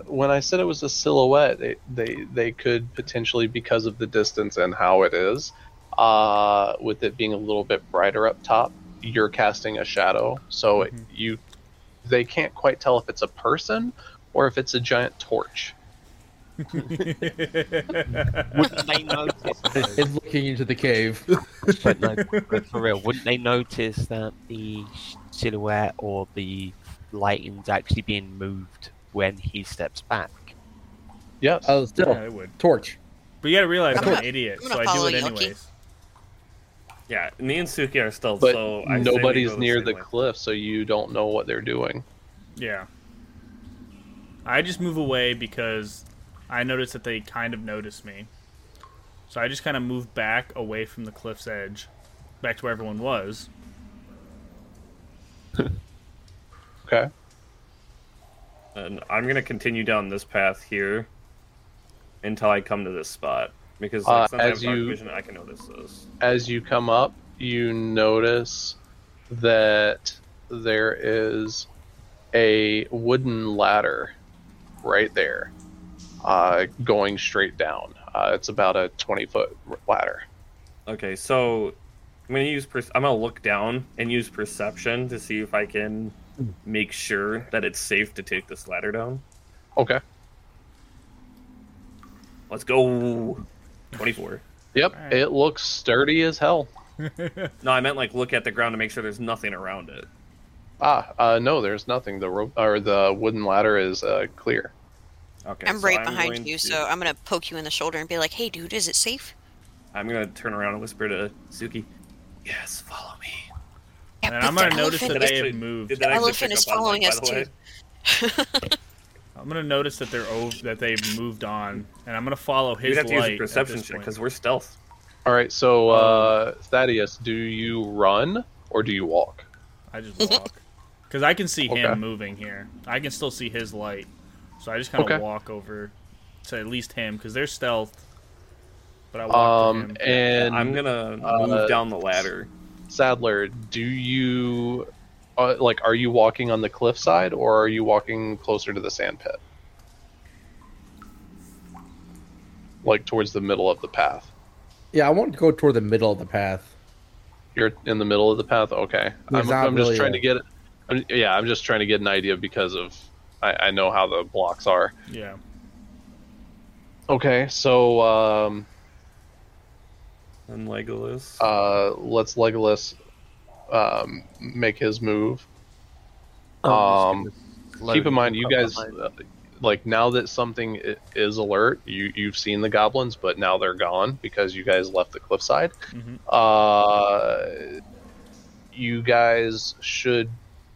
[SPEAKER 2] when I said it was a silhouette, it, they they could potentially because of the distance and how it is, uh, with it being a little bit brighter up top, you're casting a shadow, so it,
[SPEAKER 1] Mm-hmm.
[SPEAKER 2] you they can't quite tell if it's a person or if it's a giant torch.
[SPEAKER 8] Wouldn't they notice? though?
[SPEAKER 3] It's looking into the cave.
[SPEAKER 8] But no, but for real, wouldn't they notice that the sh- silhouette or the lighting's actually being moved when he steps back?
[SPEAKER 2] Yes.
[SPEAKER 3] Oh,
[SPEAKER 7] yeah,
[SPEAKER 3] still.
[SPEAKER 7] I would.
[SPEAKER 3] Torch.
[SPEAKER 7] But you gotta realize I'm,
[SPEAKER 6] I'm
[SPEAKER 7] an
[SPEAKER 6] gonna-
[SPEAKER 7] idiot,
[SPEAKER 6] I'm
[SPEAKER 7] so
[SPEAKER 6] gonna
[SPEAKER 7] I do
[SPEAKER 6] follow
[SPEAKER 7] it
[SPEAKER 6] Yoki.
[SPEAKER 7] anyways.
[SPEAKER 1] Yeah, me and Suki are stealth.
[SPEAKER 2] but
[SPEAKER 1] so I say we go
[SPEAKER 2] nobody's near
[SPEAKER 1] same
[SPEAKER 2] the
[SPEAKER 1] way.
[SPEAKER 2] cliff, so you don't know what they're doing.
[SPEAKER 7] Yeah. I just move away because I notice that they kind of notice me. So I just kind of move back away from the cliff's edge, back to where everyone was.
[SPEAKER 2] Okay.
[SPEAKER 1] And I'm gonna continue down this path here until I come to this spot because
[SPEAKER 2] Uh,
[SPEAKER 1] like, since I have
[SPEAKER 2] as
[SPEAKER 1] dark
[SPEAKER 2] you-
[SPEAKER 1] vision, I can notice this.
[SPEAKER 2] as you come up, you notice that there is a wooden ladder right there, uh, going straight down. Uh, it's about a 20 foot ladder.
[SPEAKER 1] Okay, so I'm gonna use. Per- I'm gonna look down and use perception to see if I can make sure that it's safe to take this ladder down.
[SPEAKER 2] Okay.
[SPEAKER 1] Let's go. Twenty-four.
[SPEAKER 2] Yep,
[SPEAKER 7] Alright.
[SPEAKER 2] it looks sturdy as hell.
[SPEAKER 1] No, I meant like look at the ground to make sure there's nothing around it.
[SPEAKER 2] Ah, uh, no, there's nothing. The rope or the wooden ladder is uh, clear.
[SPEAKER 1] Okay.
[SPEAKER 6] I'm
[SPEAKER 1] so
[SPEAKER 6] right behind
[SPEAKER 1] going
[SPEAKER 6] you,
[SPEAKER 1] to-
[SPEAKER 6] so I'm gonna poke you in the shoulder and be like, "Hey, dude, is it safe?"
[SPEAKER 1] I'm gonna turn around and whisper to Suki. Yes, follow me.
[SPEAKER 6] Yeah,
[SPEAKER 7] And
[SPEAKER 6] but
[SPEAKER 7] I'm
[SPEAKER 6] the
[SPEAKER 7] gonna notice
[SPEAKER 1] Did
[SPEAKER 6] elephant
[SPEAKER 7] that they
[SPEAKER 1] I
[SPEAKER 7] have
[SPEAKER 1] actually-
[SPEAKER 7] moved.
[SPEAKER 1] Did that actually
[SPEAKER 6] elephant
[SPEAKER 1] pick
[SPEAKER 6] is
[SPEAKER 1] up on
[SPEAKER 6] following
[SPEAKER 1] them, by
[SPEAKER 6] us,
[SPEAKER 1] the way?
[SPEAKER 6] too.
[SPEAKER 7] I'm gonna notice that they're over, that they've moved on, and I'm gonna follow his
[SPEAKER 1] You'd have to use
[SPEAKER 7] light.
[SPEAKER 1] a perception check because we're stealth.
[SPEAKER 2] All right, so uh, Thaddeus, do you run or do you walk?
[SPEAKER 7] I just walk because I can see
[SPEAKER 2] Okay.
[SPEAKER 7] him moving here. I can still see his light, so I just kind of
[SPEAKER 2] Okay.
[SPEAKER 7] walk over to at least him because they're stealth. But I walk to
[SPEAKER 2] Um,
[SPEAKER 7] him.
[SPEAKER 2] and
[SPEAKER 1] I'm gonna
[SPEAKER 2] uh,
[SPEAKER 1] move down the ladder.
[SPEAKER 2] Sadler, do you uh, like? Are you walking on the cliffside or are you walking closer to the sand pit? Like towards the middle of the path.
[SPEAKER 3] Yeah, I want to go toward the middle of the path.
[SPEAKER 2] You're in the middle of the path. Okay, I'm,
[SPEAKER 3] not
[SPEAKER 2] I'm just
[SPEAKER 3] really
[SPEAKER 2] trying
[SPEAKER 3] a-
[SPEAKER 2] to get. I'm, yeah, I'm just trying to get an idea because of I, I know how the blocks are.
[SPEAKER 7] yeah,
[SPEAKER 2] Okay, so um,
[SPEAKER 1] And Legolas.
[SPEAKER 2] uh, let's Legolas um, make his move. Um, Keep in mind, you guys, uh, like now that something i- is alert, you you've seen the goblins, but now they're gone because you guys left the cliffside.
[SPEAKER 1] Mm-hmm.
[SPEAKER 7] Mhm.
[SPEAKER 2] Uh, you guys should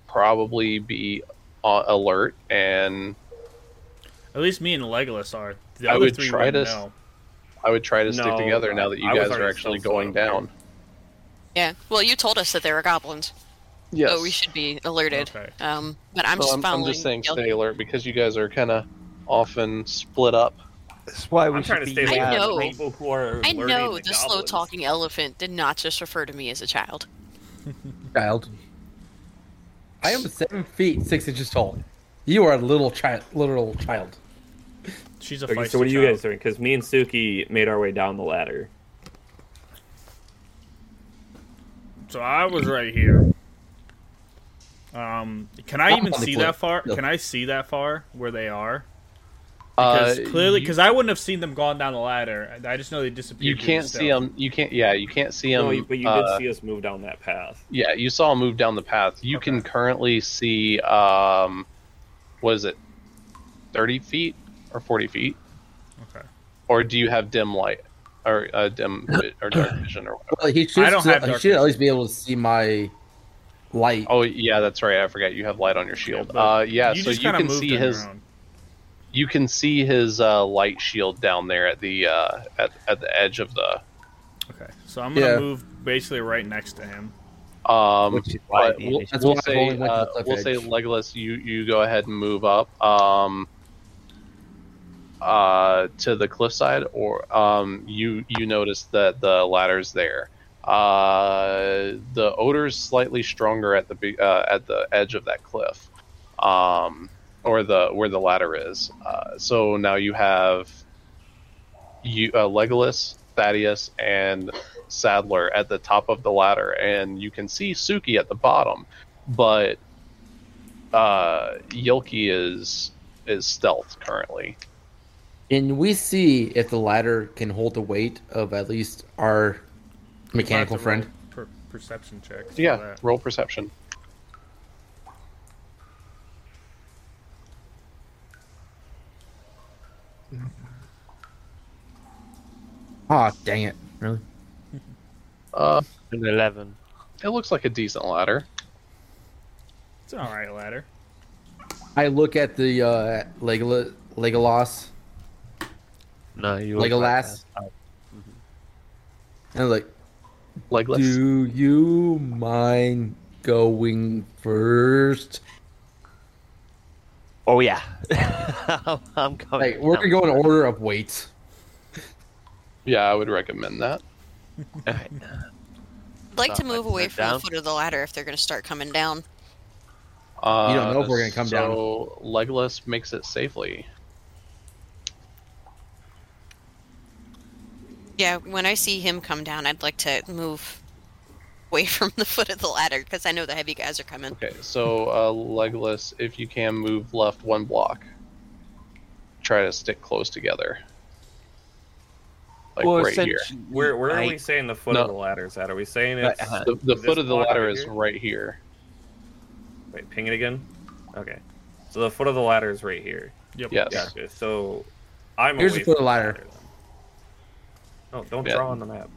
[SPEAKER 2] probably be uh, alert and
[SPEAKER 7] at least me and Legolas are. The
[SPEAKER 2] I
[SPEAKER 7] other
[SPEAKER 2] would
[SPEAKER 7] three
[SPEAKER 2] try
[SPEAKER 7] wouldn't
[SPEAKER 2] to-
[SPEAKER 7] know.
[SPEAKER 2] I would try to
[SPEAKER 1] No,
[SPEAKER 2] stick together now that you
[SPEAKER 1] I was
[SPEAKER 2] guys are
[SPEAKER 1] already
[SPEAKER 2] actually
[SPEAKER 1] stealth, so I
[SPEAKER 2] going
[SPEAKER 1] don't care.
[SPEAKER 2] down.
[SPEAKER 6] Yeah. Well, you told us that there were goblins,
[SPEAKER 2] Yes.
[SPEAKER 6] so Oh, we should be alerted.
[SPEAKER 7] Okay.
[SPEAKER 6] Um, but I'm
[SPEAKER 2] So
[SPEAKER 6] just
[SPEAKER 2] I'm, I'm
[SPEAKER 6] following.
[SPEAKER 2] just saying
[SPEAKER 6] the
[SPEAKER 2] stay alert because you guys are kind of often split up.
[SPEAKER 8] That's why we
[SPEAKER 1] I'm trying
[SPEAKER 8] should
[SPEAKER 1] to
[SPEAKER 8] be
[SPEAKER 1] stay
[SPEAKER 8] loud.
[SPEAKER 1] away from
[SPEAKER 6] I know.
[SPEAKER 1] the people who are
[SPEAKER 6] I
[SPEAKER 1] learning
[SPEAKER 6] know the
[SPEAKER 1] the
[SPEAKER 6] slow
[SPEAKER 1] goblins.
[SPEAKER 6] talking elephant did not just refer to me as a child.
[SPEAKER 3] Child. I am seven feet six inches tall. You are a little child, literal child.
[SPEAKER 7] She's a
[SPEAKER 1] Okay,
[SPEAKER 7] feisty
[SPEAKER 1] so what are you
[SPEAKER 7] child.
[SPEAKER 1] guys doing? Because me and Suki made our way down the ladder.
[SPEAKER 7] So I was right here. Um, can I
[SPEAKER 3] I'm
[SPEAKER 7] even
[SPEAKER 3] on the
[SPEAKER 7] see
[SPEAKER 3] floor.
[SPEAKER 7] that far?
[SPEAKER 3] No.
[SPEAKER 7] Can I see that far where they are?
[SPEAKER 2] Uh,
[SPEAKER 7] Because clearly,
[SPEAKER 2] you-
[SPEAKER 7] because I wouldn't have seen them gone down the ladder. I I just know they disappeared.
[SPEAKER 2] you
[SPEAKER 7] through the
[SPEAKER 2] can't see
[SPEAKER 7] stealth.
[SPEAKER 2] them. You can't. Yeah, you can't see them.
[SPEAKER 1] no, you- but you
[SPEAKER 2] uh,
[SPEAKER 1] did see us move down that path.
[SPEAKER 2] Yeah, you saw him move down the path. You can
[SPEAKER 7] Okay.
[SPEAKER 2] currently see, um, what is it, thirty feet or forty feet?
[SPEAKER 7] Okay.
[SPEAKER 2] Or do you have dim light or uh, dim vi- or dark vision or whatever?
[SPEAKER 3] Well, he should,
[SPEAKER 7] I don't
[SPEAKER 3] still-
[SPEAKER 7] have
[SPEAKER 3] he
[SPEAKER 7] dark
[SPEAKER 3] should at
[SPEAKER 7] vision.
[SPEAKER 3] least be able to see my light.
[SPEAKER 2] Oh yeah, that's right. I forgot you have light on your shield.
[SPEAKER 7] but
[SPEAKER 2] uh, yeah, so
[SPEAKER 7] just
[SPEAKER 2] you
[SPEAKER 7] kinda
[SPEAKER 2] can
[SPEAKER 7] moved
[SPEAKER 2] see
[SPEAKER 7] on your
[SPEAKER 2] his
[SPEAKER 7] own.
[SPEAKER 2] you can see his uh, light shield down there at the uh, at at the edge of the
[SPEAKER 7] Okay, so I'm gonna
[SPEAKER 3] Yeah.
[SPEAKER 7] move basically right next to him.
[SPEAKER 2] um.
[SPEAKER 8] Which is why
[SPEAKER 2] but
[SPEAKER 8] the
[SPEAKER 2] We'll,
[SPEAKER 8] initiative-
[SPEAKER 2] we'll
[SPEAKER 3] That's why I
[SPEAKER 2] say
[SPEAKER 3] only went to
[SPEAKER 2] uh,
[SPEAKER 3] the cliff
[SPEAKER 2] we'll say
[SPEAKER 3] edge.
[SPEAKER 2] Legolas, you you go ahead and move up. Um, uh, to the cliffside, or um, you you notice that the ladder's there. Uh, the odor's slightly stronger at the be- uh, at the edge of that cliff, um, or the where the ladder is. Uh, so now you have you uh, Legolas, Thaddeus, and Sadler at the top of the ladder, and you can see Suki at the bottom, but uh, Yelki is is stealth currently.
[SPEAKER 3] Can we see if the ladder can hold the weight of at least our mechanical
[SPEAKER 7] I'll have to roll
[SPEAKER 3] friend?
[SPEAKER 7] Per- perception check. for
[SPEAKER 2] Yeah,
[SPEAKER 7] that.
[SPEAKER 2] roll perception.
[SPEAKER 3] Ah, dang it! Really?
[SPEAKER 2] Uh,
[SPEAKER 8] An eleven.
[SPEAKER 2] it looks like a decent ladder.
[SPEAKER 7] It's an alright ladder.
[SPEAKER 3] I look at the uh, Legolas, Legolas,
[SPEAKER 8] No, you were
[SPEAKER 3] Legolas, and I'm like,
[SPEAKER 2] Legless.
[SPEAKER 3] do you mind going first?
[SPEAKER 8] Oh yeah, I'm coming.
[SPEAKER 3] Like, we're gonna go in order of weights.
[SPEAKER 2] Yeah, I would recommend that.
[SPEAKER 8] Alright.
[SPEAKER 6] I'd like
[SPEAKER 8] Not
[SPEAKER 6] to move
[SPEAKER 8] like
[SPEAKER 6] away
[SPEAKER 8] that
[SPEAKER 6] from
[SPEAKER 8] down.
[SPEAKER 6] the foot of the ladder if they're gonna start coming down.
[SPEAKER 2] Uh,
[SPEAKER 3] know if we're gonna come
[SPEAKER 2] so Legolas Uh, makes it safely.
[SPEAKER 6] Yeah, when I see him come down, I'd like to move away from the foot of the ladder because I know the heavy guys are coming.
[SPEAKER 2] Okay, so uh, Legless, if you can move left one block, try to stick close together. Like right here.
[SPEAKER 8] essentially,
[SPEAKER 1] Where where
[SPEAKER 8] I-
[SPEAKER 1] are we saying the foot
[SPEAKER 2] No.
[SPEAKER 1] of the ladder is at? Are we saying
[SPEAKER 8] Right,
[SPEAKER 1] it's
[SPEAKER 8] uh-huh.
[SPEAKER 2] The, the
[SPEAKER 1] This
[SPEAKER 2] foot of the
[SPEAKER 1] block
[SPEAKER 2] ladder
[SPEAKER 1] right
[SPEAKER 2] is
[SPEAKER 1] here?
[SPEAKER 2] right here.
[SPEAKER 1] wait, ping it again? Okay. So the foot of the ladder is right here.
[SPEAKER 7] Yep.
[SPEAKER 2] Yes.
[SPEAKER 1] Gotcha. So I'm
[SPEAKER 3] Here's
[SPEAKER 1] away
[SPEAKER 3] the foot of
[SPEAKER 1] from
[SPEAKER 3] the ladder.
[SPEAKER 1] then. No, don't
[SPEAKER 2] Yeah.
[SPEAKER 1] draw on the map.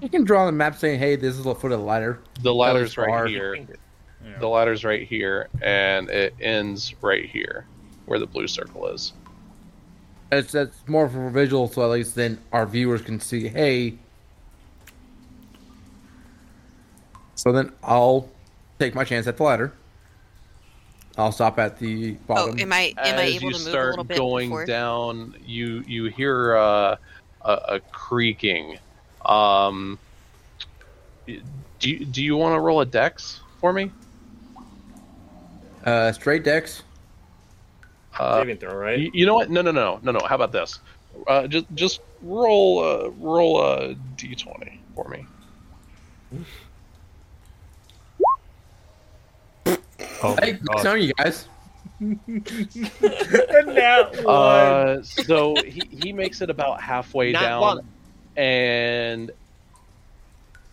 [SPEAKER 3] You can draw on the map saying, "Hey, this is the foot of the ladder."
[SPEAKER 2] The ladder's right
[SPEAKER 3] far.
[SPEAKER 2] here.
[SPEAKER 1] Ping it.
[SPEAKER 7] Yeah.
[SPEAKER 2] The ladder's right here, and it ends right here, where the blue circle is.
[SPEAKER 3] It's that's more for visual, so at least then our viewers can see. Hey. So then I'll take my chance at the ladder. I'll stop at the
[SPEAKER 6] Oh,
[SPEAKER 3] bottom.
[SPEAKER 6] am I am I
[SPEAKER 2] As
[SPEAKER 6] able
[SPEAKER 2] you
[SPEAKER 6] to move a
[SPEAKER 2] start
[SPEAKER 6] little bit
[SPEAKER 2] going
[SPEAKER 6] before?
[SPEAKER 2] down, you you hear uh, a, a creaking. Um, do you, do you want to roll a dex for me?
[SPEAKER 3] uh, straight decks.
[SPEAKER 2] Uh,
[SPEAKER 1] Saving throw, right?
[SPEAKER 2] You, you know what? No, no, no, no, no. How about this? Uh, just just roll uh, roll a d twenty for me.
[SPEAKER 8] Oh,
[SPEAKER 3] Hey,
[SPEAKER 8] God.
[SPEAKER 3] some of you guys.
[SPEAKER 2] Uh, so he, he makes it about halfway
[SPEAKER 8] Not
[SPEAKER 2] down,
[SPEAKER 8] one.
[SPEAKER 2] and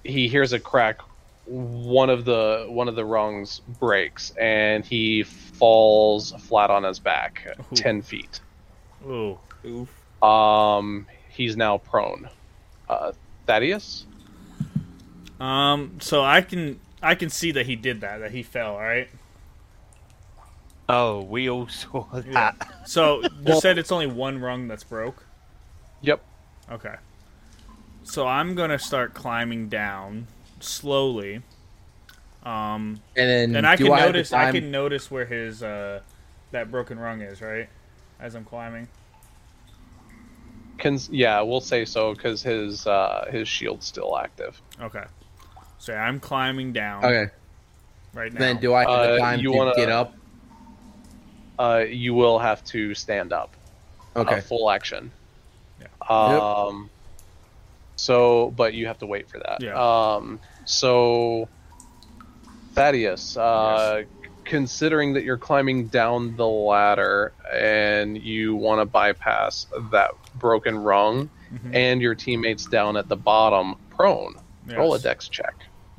[SPEAKER 2] he hears a crack. One of the one of the rungs breaks, and he falls flat on his back,
[SPEAKER 7] Ooh.
[SPEAKER 2] ten feet.
[SPEAKER 7] Ooh.
[SPEAKER 1] Oof.
[SPEAKER 2] Um, he's now prone. Uh, Thaddeus.
[SPEAKER 7] Um. So I can I can see that he did that. That he fell. All right.
[SPEAKER 8] Oh, we all saw that.
[SPEAKER 7] Yeah. So you said it's only one rung that's broke.
[SPEAKER 2] Yep.
[SPEAKER 7] Okay. So I'm gonna start climbing down slowly. Um.
[SPEAKER 3] And then
[SPEAKER 7] And I
[SPEAKER 3] do
[SPEAKER 7] can
[SPEAKER 3] have the
[SPEAKER 7] notice I
[SPEAKER 3] time-
[SPEAKER 7] can notice where his uh that broken rung is right as I'm climbing.
[SPEAKER 2] Cons- yeah, we'll say so because his uh, his shield's still active.
[SPEAKER 7] Okay. So I'm climbing down
[SPEAKER 3] Okay.
[SPEAKER 7] right now.
[SPEAKER 3] Then do I have
[SPEAKER 2] Uh,
[SPEAKER 3] the time
[SPEAKER 2] you
[SPEAKER 3] to
[SPEAKER 2] wanna-
[SPEAKER 3] get up?
[SPEAKER 2] Uh, you will have to stand up.
[SPEAKER 3] Okay.
[SPEAKER 2] uh, full action.
[SPEAKER 7] Yeah.
[SPEAKER 2] Um, So, but you have to wait for that.
[SPEAKER 7] Yeah.
[SPEAKER 2] Um, so, Thaddeus, uh, considering that you're climbing down the ladder and you want to bypass that broken rung
[SPEAKER 7] Mhm.
[SPEAKER 2] and your teammates down at the bottom prone,
[SPEAKER 7] Yes.
[SPEAKER 2] roll a dex check.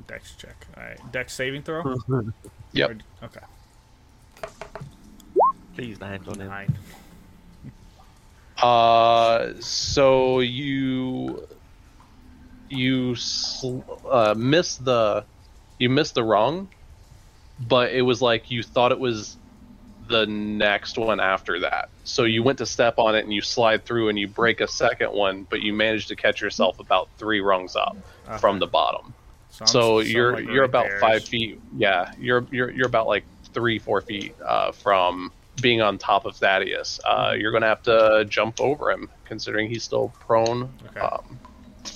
[SPEAKER 7] Dex check. All right. Dex saving throw.
[SPEAKER 2] Yep.
[SPEAKER 7] Or- okay.
[SPEAKER 8] Please land on him.
[SPEAKER 7] Nine.
[SPEAKER 2] Uh, so you you sl- uh, miss the you miss the wrong, but it was like you thought it was the next one after that. So you went to step on it and you slide through and you break a second one, but you managed to catch yourself about three rungs up
[SPEAKER 7] Okay.
[SPEAKER 2] from the bottom.
[SPEAKER 7] I'm-
[SPEAKER 2] so
[SPEAKER 7] I'm,
[SPEAKER 2] you're
[SPEAKER 7] like,
[SPEAKER 2] you're
[SPEAKER 7] right
[SPEAKER 2] about
[SPEAKER 7] there.
[SPEAKER 2] five feet. Yeah, you're you're you're about like three four feet uh, from being on top of Thaddeus.
[SPEAKER 1] Mm-hmm.
[SPEAKER 2] Uh, you're gonna have to jump over him, considering he's still prone.
[SPEAKER 7] Okay.
[SPEAKER 2] Um,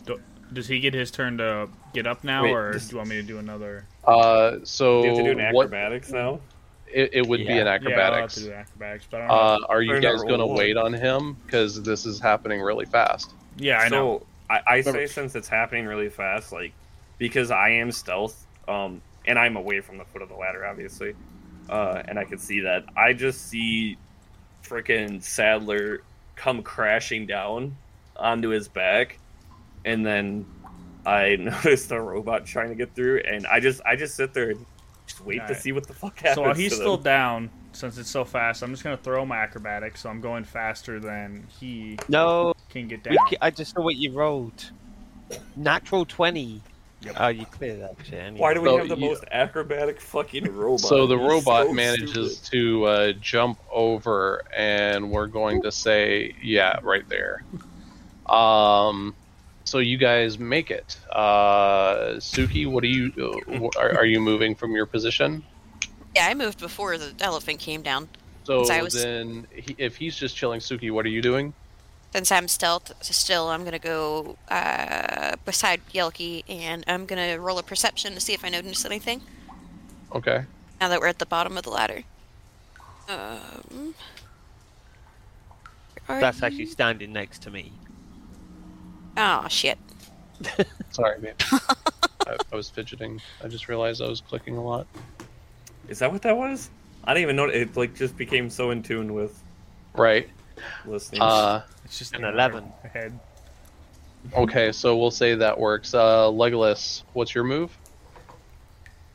[SPEAKER 7] Do- does he get his turn to get up now,
[SPEAKER 1] Wait,
[SPEAKER 7] or
[SPEAKER 1] this-
[SPEAKER 7] do you want me to do another?
[SPEAKER 2] uh, so
[SPEAKER 1] Do you have to do an
[SPEAKER 2] what?
[SPEAKER 1] acrobatics now?
[SPEAKER 2] It, it would be
[SPEAKER 8] Yeah.
[SPEAKER 2] an
[SPEAKER 7] Yeah, I'll have to
[SPEAKER 2] acrobatics.
[SPEAKER 7] do acrobatics, but I don't know.
[SPEAKER 2] uh, are you
[SPEAKER 1] Or
[SPEAKER 2] guys
[SPEAKER 1] another
[SPEAKER 2] gonna
[SPEAKER 1] roll.
[SPEAKER 2] wait on him? Because this is happening really fast.
[SPEAKER 7] yeah, I know.
[SPEAKER 1] So I, I say since it's happening really fast, like because I am stealth, um, and I'm away from the foot of the ladder, obviously, uh, and I can see that. I just see frickin' Sadler come crashing down onto his back, and then I notice the robot trying to get through, and I just I just sit there and just wait to
[SPEAKER 7] Alright.
[SPEAKER 1] see what the fuck
[SPEAKER 7] So,
[SPEAKER 1] happens.
[SPEAKER 7] while he's
[SPEAKER 1] to them.
[SPEAKER 7] still down, since it's so fast, I'm just gonna throw my acrobatics. So I'm going faster than he
[SPEAKER 8] No,
[SPEAKER 7] can get down.
[SPEAKER 8] we ca- I just saw what you rolled. Natural 20. Oh, you clear that shit. Anyway.
[SPEAKER 1] Why do we
[SPEAKER 2] So
[SPEAKER 1] have the
[SPEAKER 2] you-
[SPEAKER 1] most acrobatic fucking robot?
[SPEAKER 2] So the
[SPEAKER 1] He's
[SPEAKER 2] robot
[SPEAKER 1] so
[SPEAKER 2] manages
[SPEAKER 1] stupid.
[SPEAKER 2] to uh, jump over, and we're going to say, yeah, right there. Um, so you guys make it. Uh, Suki, what are you? Uh, wh- are, are you moving from your position?
[SPEAKER 6] Yeah, I moved before the elephant came down.
[SPEAKER 2] So
[SPEAKER 6] So I was-
[SPEAKER 2] then, he, if he's just chilling, Suki, what are you doing?
[SPEAKER 6] Since I'm stealth still, I'm gonna go uh, beside Yelki and I'm gonna roll a perception to see if I notice anything.
[SPEAKER 2] Okay.
[SPEAKER 6] Now that we're at the bottom of the ladder. Um. where are
[SPEAKER 8] That's
[SPEAKER 6] you?
[SPEAKER 8] actually standing next to me.
[SPEAKER 6] Oh shit.
[SPEAKER 2] Sorry, babe. I, I was fidgeting. I just realized I was clicking a lot.
[SPEAKER 1] Is that what that was? I didn't even know. It like just became so in tune with
[SPEAKER 2] Right.
[SPEAKER 1] listening.
[SPEAKER 2] Uh,
[SPEAKER 7] It's just
[SPEAKER 8] An
[SPEAKER 7] the
[SPEAKER 8] 11.
[SPEAKER 7] ahead.
[SPEAKER 2] okay, so we'll say that works. Uh, Legolas, what's your move?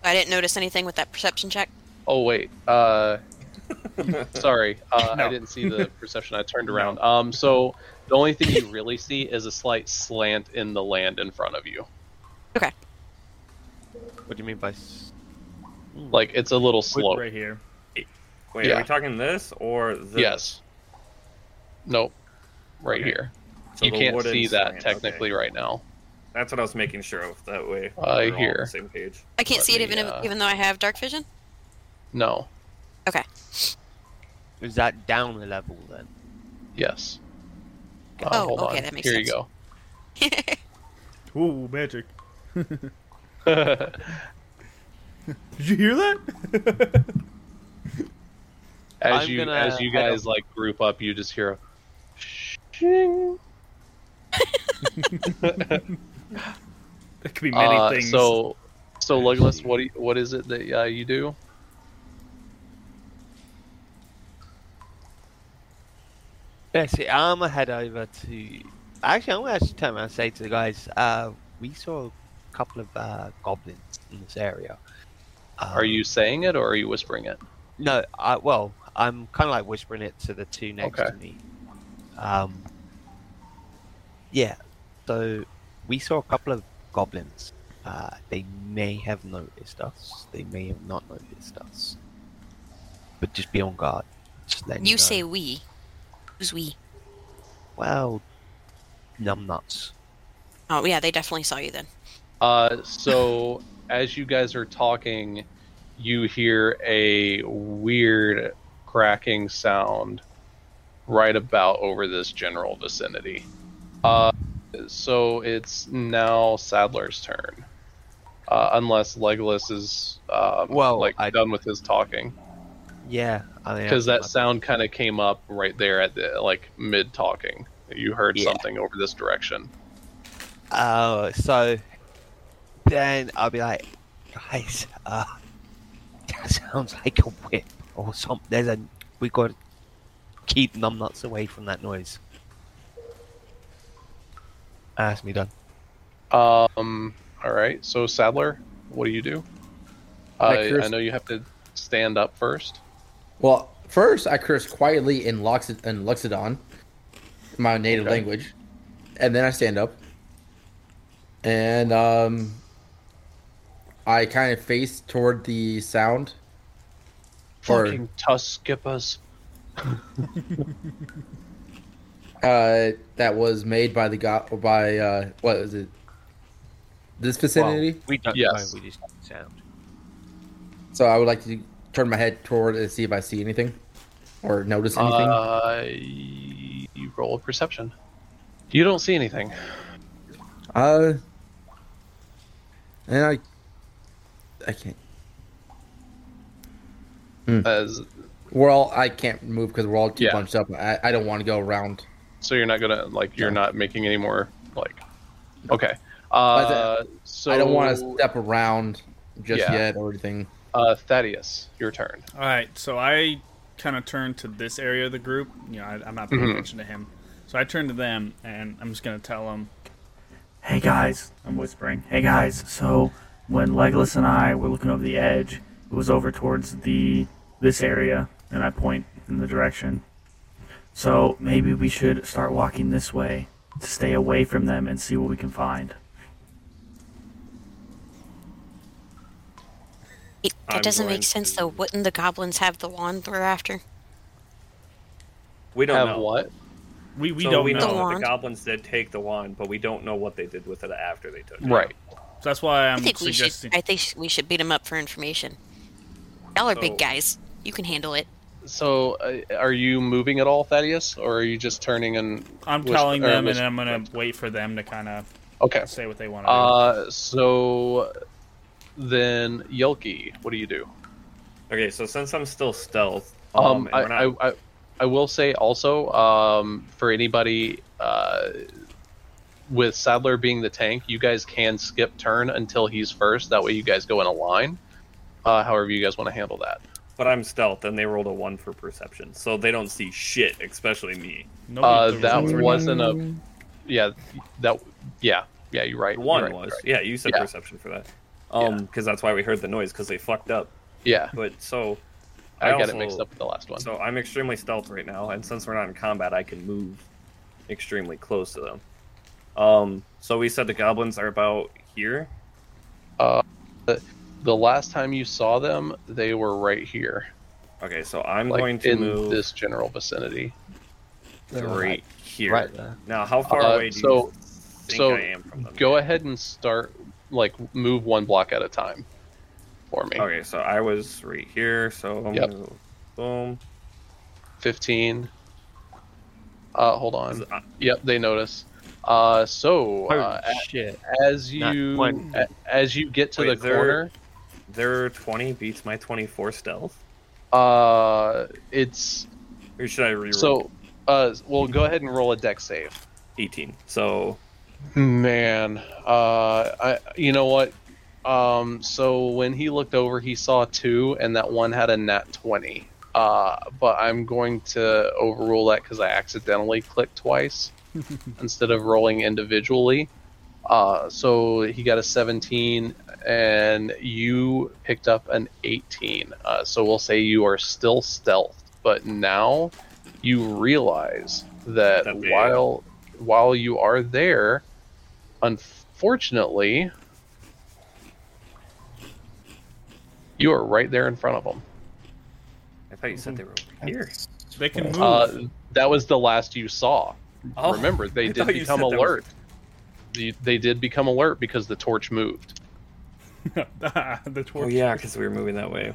[SPEAKER 6] I didn't notice anything with that perception check.
[SPEAKER 2] Oh wait. Uh, sorry, uh,
[SPEAKER 7] No.
[SPEAKER 2] I didn't see the perception. I turned around. Um, so the only thing you really see is a slight slant in the land in front of you.
[SPEAKER 6] Okay.
[SPEAKER 8] What do you mean by? s-
[SPEAKER 1] Hmm.
[SPEAKER 2] Like it's a little slow.
[SPEAKER 7] Right here.
[SPEAKER 1] Wait, are
[SPEAKER 2] yeah.
[SPEAKER 1] we talking this or this?
[SPEAKER 2] Yes. Nope. Right
[SPEAKER 1] Okay.
[SPEAKER 2] here.
[SPEAKER 1] So
[SPEAKER 2] you
[SPEAKER 1] the
[SPEAKER 2] can't
[SPEAKER 1] wooden
[SPEAKER 2] see that
[SPEAKER 1] slant, okay.
[SPEAKER 2] technically right now.
[SPEAKER 1] That's what I was making sure of. That way,
[SPEAKER 2] Uh,
[SPEAKER 1] we're all on
[SPEAKER 2] here.
[SPEAKER 1] the same page.
[SPEAKER 6] I can't
[SPEAKER 2] Let
[SPEAKER 6] see it
[SPEAKER 2] me,
[SPEAKER 6] even if,
[SPEAKER 2] uh,
[SPEAKER 6] even though I have dark vision.
[SPEAKER 2] No.
[SPEAKER 6] Okay.
[SPEAKER 8] Is that down a level then?
[SPEAKER 2] Yes. Uh,
[SPEAKER 6] Oh,
[SPEAKER 2] hold
[SPEAKER 6] okay,
[SPEAKER 2] on.
[SPEAKER 6] that makes
[SPEAKER 2] Here
[SPEAKER 6] sense.
[SPEAKER 2] you
[SPEAKER 7] Ooh, magic.
[SPEAKER 2] go.
[SPEAKER 7] Did you hear that?
[SPEAKER 2] as
[SPEAKER 8] I'm
[SPEAKER 2] you
[SPEAKER 8] gonna
[SPEAKER 2] as you
[SPEAKER 8] head
[SPEAKER 2] guys like group up, you just hear a shing.
[SPEAKER 7] it could be many
[SPEAKER 2] Uh,
[SPEAKER 7] things.
[SPEAKER 2] so, so Legolas, what do you, what is it that uh, you do?
[SPEAKER 8] Yeah, see, I'm gonna head over to. Actually, I'm gonna actually turn around and say to the guys, uh, we saw a couple of uh, goblins in this area.
[SPEAKER 2] Are you saying it or are you whispering it?
[SPEAKER 8] No, I, well, I'm kind of like whispering it to the two next
[SPEAKER 2] Okay.
[SPEAKER 8] to me. Um, yeah, so we saw a couple of goblins. Uh, they may have noticed us. They may have not noticed us. But just be on guard. Just letting
[SPEAKER 6] You
[SPEAKER 8] you know.
[SPEAKER 6] say we. Who's we?
[SPEAKER 8] well, numbnuts.
[SPEAKER 6] Oh yeah, they definitely saw you then.
[SPEAKER 2] Uh, so, as you guys are talking, you hear a weird cracking sound right about over this general vicinity. Uh, so it's now Sadler's turn, uh, unless Legolas is um,
[SPEAKER 8] Well,
[SPEAKER 2] like
[SPEAKER 8] I-
[SPEAKER 2] done with his talking.
[SPEAKER 8] Yeah, I mean,
[SPEAKER 2] because
[SPEAKER 8] I-
[SPEAKER 2] that sound kind of came up right there at the like mid talking. You heard
[SPEAKER 8] Yeah.
[SPEAKER 2] something over this direction.
[SPEAKER 8] Oh, so then I'll be like, guys, uh, that sounds like a whip or something. There's a we got to keep numbnuts away from that noise. Ah, That's me done.
[SPEAKER 2] Um. All right. So Sadler, what do you do?
[SPEAKER 3] I
[SPEAKER 2] I,
[SPEAKER 3] curse-
[SPEAKER 2] I know you have to stand up first.
[SPEAKER 3] Well, first I curse quietly in Lux in Luxodon, my native
[SPEAKER 2] Okay.
[SPEAKER 3] language, and then I stand up, and um, I kind of face toward the sound. Or-
[SPEAKER 2] Fucking tusk skippers.
[SPEAKER 3] uh, that was made by the god by uh, what is it? This vicinity.
[SPEAKER 8] Well, we don't
[SPEAKER 2] Yes.
[SPEAKER 8] know. We just heard the sound.
[SPEAKER 3] So I would like to turn my head toward and see if I see anything or notice anything.
[SPEAKER 2] Uh, y- you roll a perception. You don't see anything.
[SPEAKER 3] Uh, and I, I can't.
[SPEAKER 2] As
[SPEAKER 3] We're all. I can't move because we're all too
[SPEAKER 2] Yeah.
[SPEAKER 3] bunched up. I, I don't want to go around.
[SPEAKER 2] so you're not gonna like you're
[SPEAKER 3] Yeah.
[SPEAKER 2] not making any more like. Okay. Uh, so
[SPEAKER 3] I don't want to step around just
[SPEAKER 2] Yeah.
[SPEAKER 3] yet or anything.
[SPEAKER 2] Uh, Thaddeus, your turn.
[SPEAKER 7] All right, so I kind of turn to this area of the group. You know, I, I'm not paying
[SPEAKER 1] Mm-hmm.
[SPEAKER 2] Mhm.
[SPEAKER 7] attention to him, so I turn to them, and I'm just gonna tell them,
[SPEAKER 5] Hey guys, I'm whispering. Hey guys, so when Legolas and I were looking over the edge, it was over towards the this area, and I point in the direction. So maybe we should start walking this way to stay away from them and see what we can find.
[SPEAKER 6] It, that
[SPEAKER 1] I'm
[SPEAKER 6] doesn't
[SPEAKER 1] going
[SPEAKER 6] make sense
[SPEAKER 1] to-
[SPEAKER 6] though. Wouldn't the goblins have the wand we're after?
[SPEAKER 1] We don't
[SPEAKER 2] Have
[SPEAKER 1] know.
[SPEAKER 2] what?
[SPEAKER 7] "We we
[SPEAKER 1] so
[SPEAKER 7] don't
[SPEAKER 1] we
[SPEAKER 7] know."
[SPEAKER 1] know
[SPEAKER 6] The
[SPEAKER 1] that
[SPEAKER 6] wand.
[SPEAKER 1] the goblins did take the wand, but we don't know what they did with it after they took it.
[SPEAKER 2] Right.
[SPEAKER 7] So that's why I'm
[SPEAKER 6] I think we
[SPEAKER 7] suggesting.
[SPEAKER 6] should. I think sh- we should beat them up for information. Y'all are
[SPEAKER 1] So-
[SPEAKER 6] big guys. You can handle it.
[SPEAKER 2] So, uh, are you moving at all, Thaddeus, or are you just turning and?
[SPEAKER 7] I'm
[SPEAKER 2] whisp-
[SPEAKER 7] telling
[SPEAKER 2] or
[SPEAKER 7] them, and
[SPEAKER 2] whisp-
[SPEAKER 7] I'm gonna wait for them to kind of
[SPEAKER 2] Okay.
[SPEAKER 7] say what they want to
[SPEAKER 2] Uh, so then Yelki, what do you do?
[SPEAKER 1] Okay, so since I'm still stealth,
[SPEAKER 2] Um,
[SPEAKER 1] and
[SPEAKER 2] I,
[SPEAKER 1] Oh, we're not-
[SPEAKER 2] I, I, I will say also, um, for anybody, uh, with Sadler being the tank, you guys can skip turn until he's first. That way, you guys go in a line. Uh, however, you guys want to handle that.
[SPEAKER 1] But I'm stealth, and they rolled a one for perception, so they don't see shit, especially me.
[SPEAKER 2] Uh,
[SPEAKER 7] Nobody-
[SPEAKER 2] that
[SPEAKER 7] the-
[SPEAKER 2] wasn't a. Yeah, that. Yeah, yeah, you're right.
[SPEAKER 1] The one
[SPEAKER 2] you're right,
[SPEAKER 1] was,
[SPEAKER 2] you're right.
[SPEAKER 1] yeah, you said
[SPEAKER 2] Yeah.
[SPEAKER 1] perception for that, um, because that's why we heard the noise because they fucked up.
[SPEAKER 2] Yeah,
[SPEAKER 1] But so
[SPEAKER 2] I, got
[SPEAKER 1] also-
[SPEAKER 2] it mixed up with the last one.
[SPEAKER 1] So I'm extremely stealth right now, and since we're not in combat, I can move extremely close to them. Um, so we said the goblins are about here.
[SPEAKER 2] the last time you saw them, they were right here,
[SPEAKER 1] Okay, so I'm
[SPEAKER 2] like
[SPEAKER 1] going to
[SPEAKER 2] in
[SPEAKER 1] move
[SPEAKER 2] this general vicinity.
[SPEAKER 1] to
[SPEAKER 3] Uh,
[SPEAKER 1] right here.
[SPEAKER 8] Right there.
[SPEAKER 1] Now, how far
[SPEAKER 2] Uh,
[SPEAKER 1] away do
[SPEAKER 2] so-
[SPEAKER 1] you think
[SPEAKER 2] so
[SPEAKER 1] I am from them?
[SPEAKER 2] Go ahead and start like move one block at a time for me.
[SPEAKER 1] Okay, so I was right here, so I'm
[SPEAKER 2] Yep.
[SPEAKER 1] gonna go boom.
[SPEAKER 2] Fifteen. Uh, hold
[SPEAKER 1] Is
[SPEAKER 2] on.
[SPEAKER 1] it- uh,
[SPEAKER 2] Yep, they notice. Uh, so uh,
[SPEAKER 8] Holy shit.
[SPEAKER 2] a- as
[SPEAKER 8] Not
[SPEAKER 2] you
[SPEAKER 8] one.
[SPEAKER 2] a- as you get to
[SPEAKER 1] Wait,
[SPEAKER 2] the
[SPEAKER 1] they're-
[SPEAKER 2] corner,
[SPEAKER 1] Their 20 beats my 24 stealth.
[SPEAKER 2] uh, it's
[SPEAKER 1] Or should I reroll?
[SPEAKER 2] so. Uh, well, go ahead and roll a deck save.
[SPEAKER 1] 18. So
[SPEAKER 2] Man, uh, I you know what? Um, so when he looked over, he saw two, and that one had a nat twenty. Uh, but I'm going to overrule that because I accidentally clicked twice instead of rolling individually. Uh, so he got a 17, and you picked up an 18. Uh, so we'll say you are still stealthed, but now you realize that
[SPEAKER 1] That'd be-
[SPEAKER 2] while while you are there, unfortunately, you are right there in front of them.
[SPEAKER 1] I thought you said they were
[SPEAKER 2] Mhm.
[SPEAKER 1] here.
[SPEAKER 7] They can move.
[SPEAKER 2] Uh, that was the last you saw.
[SPEAKER 1] Oh,
[SPEAKER 2] Remember, they
[SPEAKER 1] I
[SPEAKER 2] did
[SPEAKER 1] thought you
[SPEAKER 2] become
[SPEAKER 1] said that was-
[SPEAKER 2] alert. They, they did become alert because the torch moved.
[SPEAKER 7] the
[SPEAKER 1] Oh
[SPEAKER 7] torch.
[SPEAKER 1] yeah, because we were moving that way.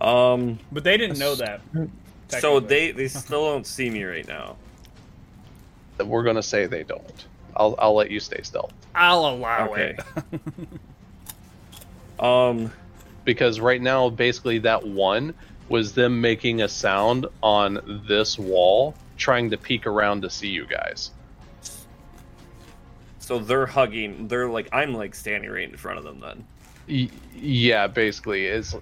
[SPEAKER 1] Um.
[SPEAKER 7] But they didn't know that.
[SPEAKER 1] So
[SPEAKER 7] technically.
[SPEAKER 1] they they still don't see me right now.
[SPEAKER 2] That we're gonna say they don't. I'll, I'll let you stay stealth
[SPEAKER 7] I'll allow
[SPEAKER 1] Okay.
[SPEAKER 7] it.
[SPEAKER 1] Um.
[SPEAKER 2] because right now, basically, that one was them making a sound on this wall, trying to peek around to see you guys.
[SPEAKER 1] So they're hugging. They're like I'm like standing right in front of them. Then.
[SPEAKER 2] Y- yeah, basically, it's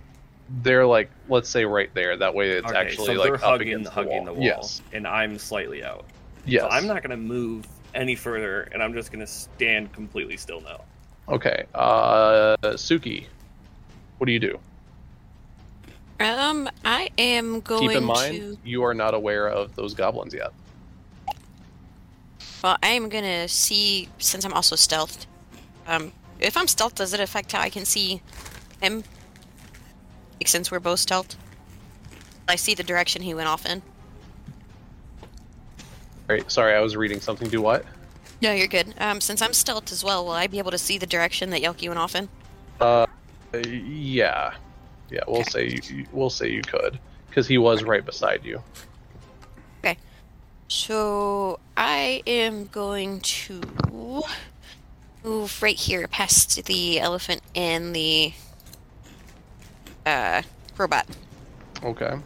[SPEAKER 2] they're like let's say right there. That way, it's
[SPEAKER 1] Okay,
[SPEAKER 2] actually
[SPEAKER 1] so
[SPEAKER 2] like
[SPEAKER 1] they're
[SPEAKER 2] up
[SPEAKER 1] hugging
[SPEAKER 2] against
[SPEAKER 1] hugging
[SPEAKER 2] the
[SPEAKER 1] the
[SPEAKER 2] wall.
[SPEAKER 1] wall,
[SPEAKER 2] Yes,
[SPEAKER 1] and I'm slightly out.
[SPEAKER 2] yes.
[SPEAKER 1] So I'm not gonna move any further, and I'm just gonna stand completely still now.
[SPEAKER 2] Okay, uh, Suki, what do you do?
[SPEAKER 6] Um, I am going
[SPEAKER 2] Keep in mind,
[SPEAKER 6] to.
[SPEAKER 2] you are not aware of those goblins yet.
[SPEAKER 6] Well, I am gonna see since I'm also stealthed. Um, if I'm stealthed, does it affect how I can see him? Like since we're both stealthed, I see the direction he went off in.
[SPEAKER 2] Right, sorry, I was reading something. Do what?
[SPEAKER 6] No, you're good. Um, since I'm stealthed as well, will I be able to see the direction that Yelki went off in?
[SPEAKER 2] Uh, yeah, yeah. We'll say you, you- we'll say you could because he was right beside you.
[SPEAKER 6] So I am going to move right here past the elephant and the uh, robot.
[SPEAKER 2] Okay.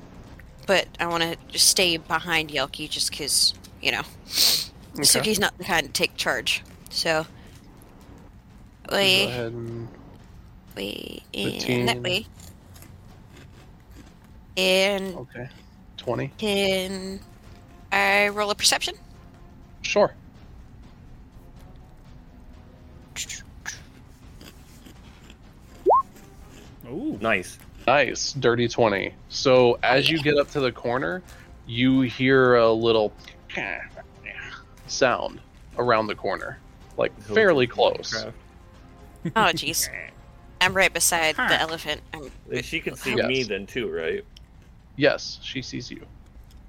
[SPEAKER 6] But I want to just stay behind Yelki just because, you know, Suki's not the kind to take charge. So.
[SPEAKER 2] Go
[SPEAKER 6] Way,
[SPEAKER 2] ahead and
[SPEAKER 6] way,
[SPEAKER 2] Fifteen.
[SPEAKER 6] and that way. And
[SPEAKER 2] okay. Twenty.
[SPEAKER 6] can I roll a perception?
[SPEAKER 2] Sure.
[SPEAKER 7] Ooh.
[SPEAKER 1] Nice.
[SPEAKER 2] Nice, dirty 20. So as you get up to the corner, you hear a little sound around the corner, like fairly close.
[SPEAKER 1] Crap.
[SPEAKER 6] Oh, jeez. I'm right beside the elephant. I'm,
[SPEAKER 1] If She could see
[SPEAKER 2] Yes.
[SPEAKER 1] me then too, right?
[SPEAKER 2] Yes, she sees you.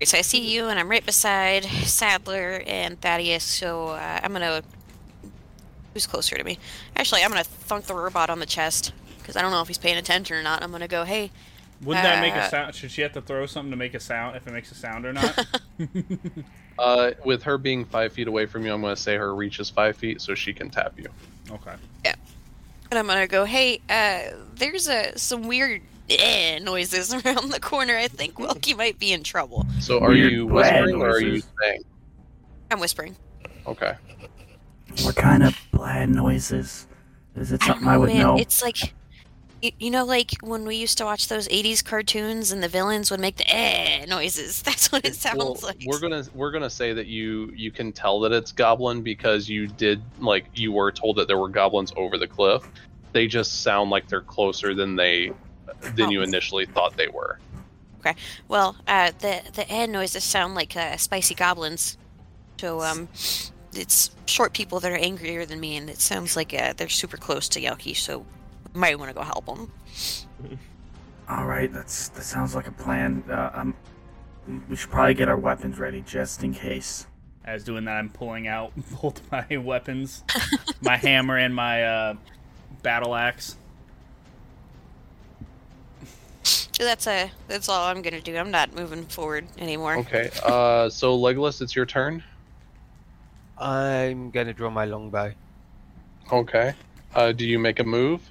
[SPEAKER 6] so I see you, and I'm right beside Sadler and Thaddeus. So uh, I'm gonna. Who's closer to me? Actually, I'm gonna thunk the robot on the chest because I don't know if he's paying attention or not. I'm gonna go, hey,
[SPEAKER 7] Wouldn't that make a
[SPEAKER 6] Uh,
[SPEAKER 7] sound? Should she have to throw something to make a sound if it makes a sound or not?
[SPEAKER 2] Uh, with her being five feet away from you, I'm going to say her reach is five feet, so she can tap you.
[SPEAKER 7] okay.
[SPEAKER 6] and I'm gonna go, hey. Uh, there's a some weird eh, noises around the corner. I think Wilkie might be in trouble.
[SPEAKER 2] So are
[SPEAKER 5] Weird
[SPEAKER 2] you
[SPEAKER 5] bland
[SPEAKER 2] whispering or are you
[SPEAKER 5] noises.
[SPEAKER 2] saying?
[SPEAKER 6] I'm whispering.
[SPEAKER 2] Okay.
[SPEAKER 5] What kind of bland noises? Is it
[SPEAKER 6] I don't
[SPEAKER 5] something
[SPEAKER 6] know,
[SPEAKER 5] I, would
[SPEAKER 6] man.
[SPEAKER 5] know?
[SPEAKER 6] It's like, you, you know, like when we used to watch those '80s cartoons and the villains would make the eh noises. That's what it sounds
[SPEAKER 2] Well,
[SPEAKER 6] like.
[SPEAKER 2] We're gonna we're gonna say that you you can tell that it's goblin because you did like you were told that there were goblins over the cliff. They just sound like they're closer than they uh, than you
[SPEAKER 6] Oh.
[SPEAKER 2] initially thought they were.
[SPEAKER 6] Well, uh, the the eh noises sound like uh, spicy goblins. So um, it's short people that are angrier than me, and it sounds like uh, they're super close to Yelki. So might want to go help them.
[SPEAKER 5] All right, that's that sounds like a plan. Uh, um, we should probably get our weapons ready just in case.
[SPEAKER 7] As doing that, I'm pulling out both my weapons, my hammer and my uh, battle axe.
[SPEAKER 6] So that's uh, that's all I'm gonna do. I'm not moving forward anymore.
[SPEAKER 2] Okay. Uh, so Legolas, it's your turn.
[SPEAKER 8] I'm gonna draw my longbow.
[SPEAKER 2] Okay. Uh, do you make a move?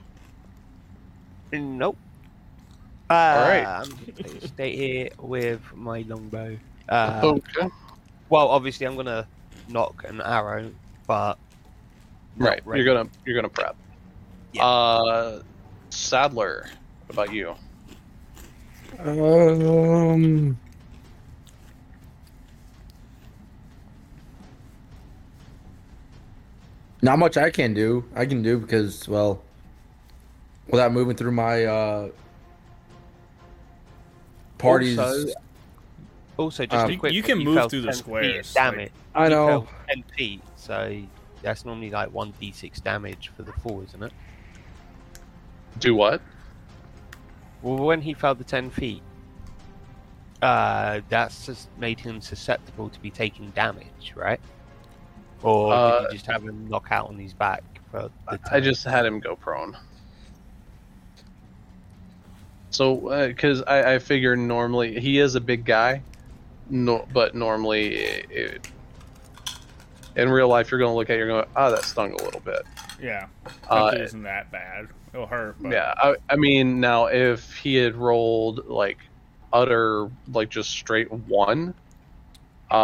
[SPEAKER 8] Nope. Uh,
[SPEAKER 2] right.
[SPEAKER 8] I'm gonna stay here with my longbow. Uh,
[SPEAKER 2] okay.
[SPEAKER 8] Well, obviously, I'm gonna knock an arrow, but not
[SPEAKER 2] Right. You're gonna you're gonna prep.
[SPEAKER 8] Yeah.
[SPEAKER 2] Uh, Sadler, what about you?
[SPEAKER 3] Um. Not much I can do. I can do because, well, without moving through my uh parties,
[SPEAKER 8] Also, also, just
[SPEAKER 3] Um,
[SPEAKER 8] a
[SPEAKER 7] You-
[SPEAKER 8] quick.
[SPEAKER 7] you can
[SPEAKER 8] one,
[SPEAKER 7] move
[SPEAKER 8] fell
[SPEAKER 7] through the
[SPEAKER 8] 10 feet of
[SPEAKER 7] squares, like-
[SPEAKER 8] Damage.
[SPEAKER 3] I
[SPEAKER 8] You
[SPEAKER 3] know.
[SPEAKER 8] fell Ten feet, so that's normally like one d6 damage for the fall, isn't it?
[SPEAKER 2] Do what?
[SPEAKER 8] Well, when he fell the 10 feet, uh, that's just made him susceptible to be taking damage, right? Or did
[SPEAKER 2] Uh,
[SPEAKER 8] you just have him knock out on his back for the
[SPEAKER 2] I
[SPEAKER 8] turn?
[SPEAKER 2] just had him go prone. So, because I, I figure normally he is a big guy, no, but normally it, in real life you're going to look at it, you're going, ah, that stung a little bit.
[SPEAKER 7] Yeah,
[SPEAKER 2] Uh,
[SPEAKER 7] it isn't that bad. It'll hurt. But
[SPEAKER 2] Yeah, I, I mean, now if he had rolled like utter, like just straight one, uh,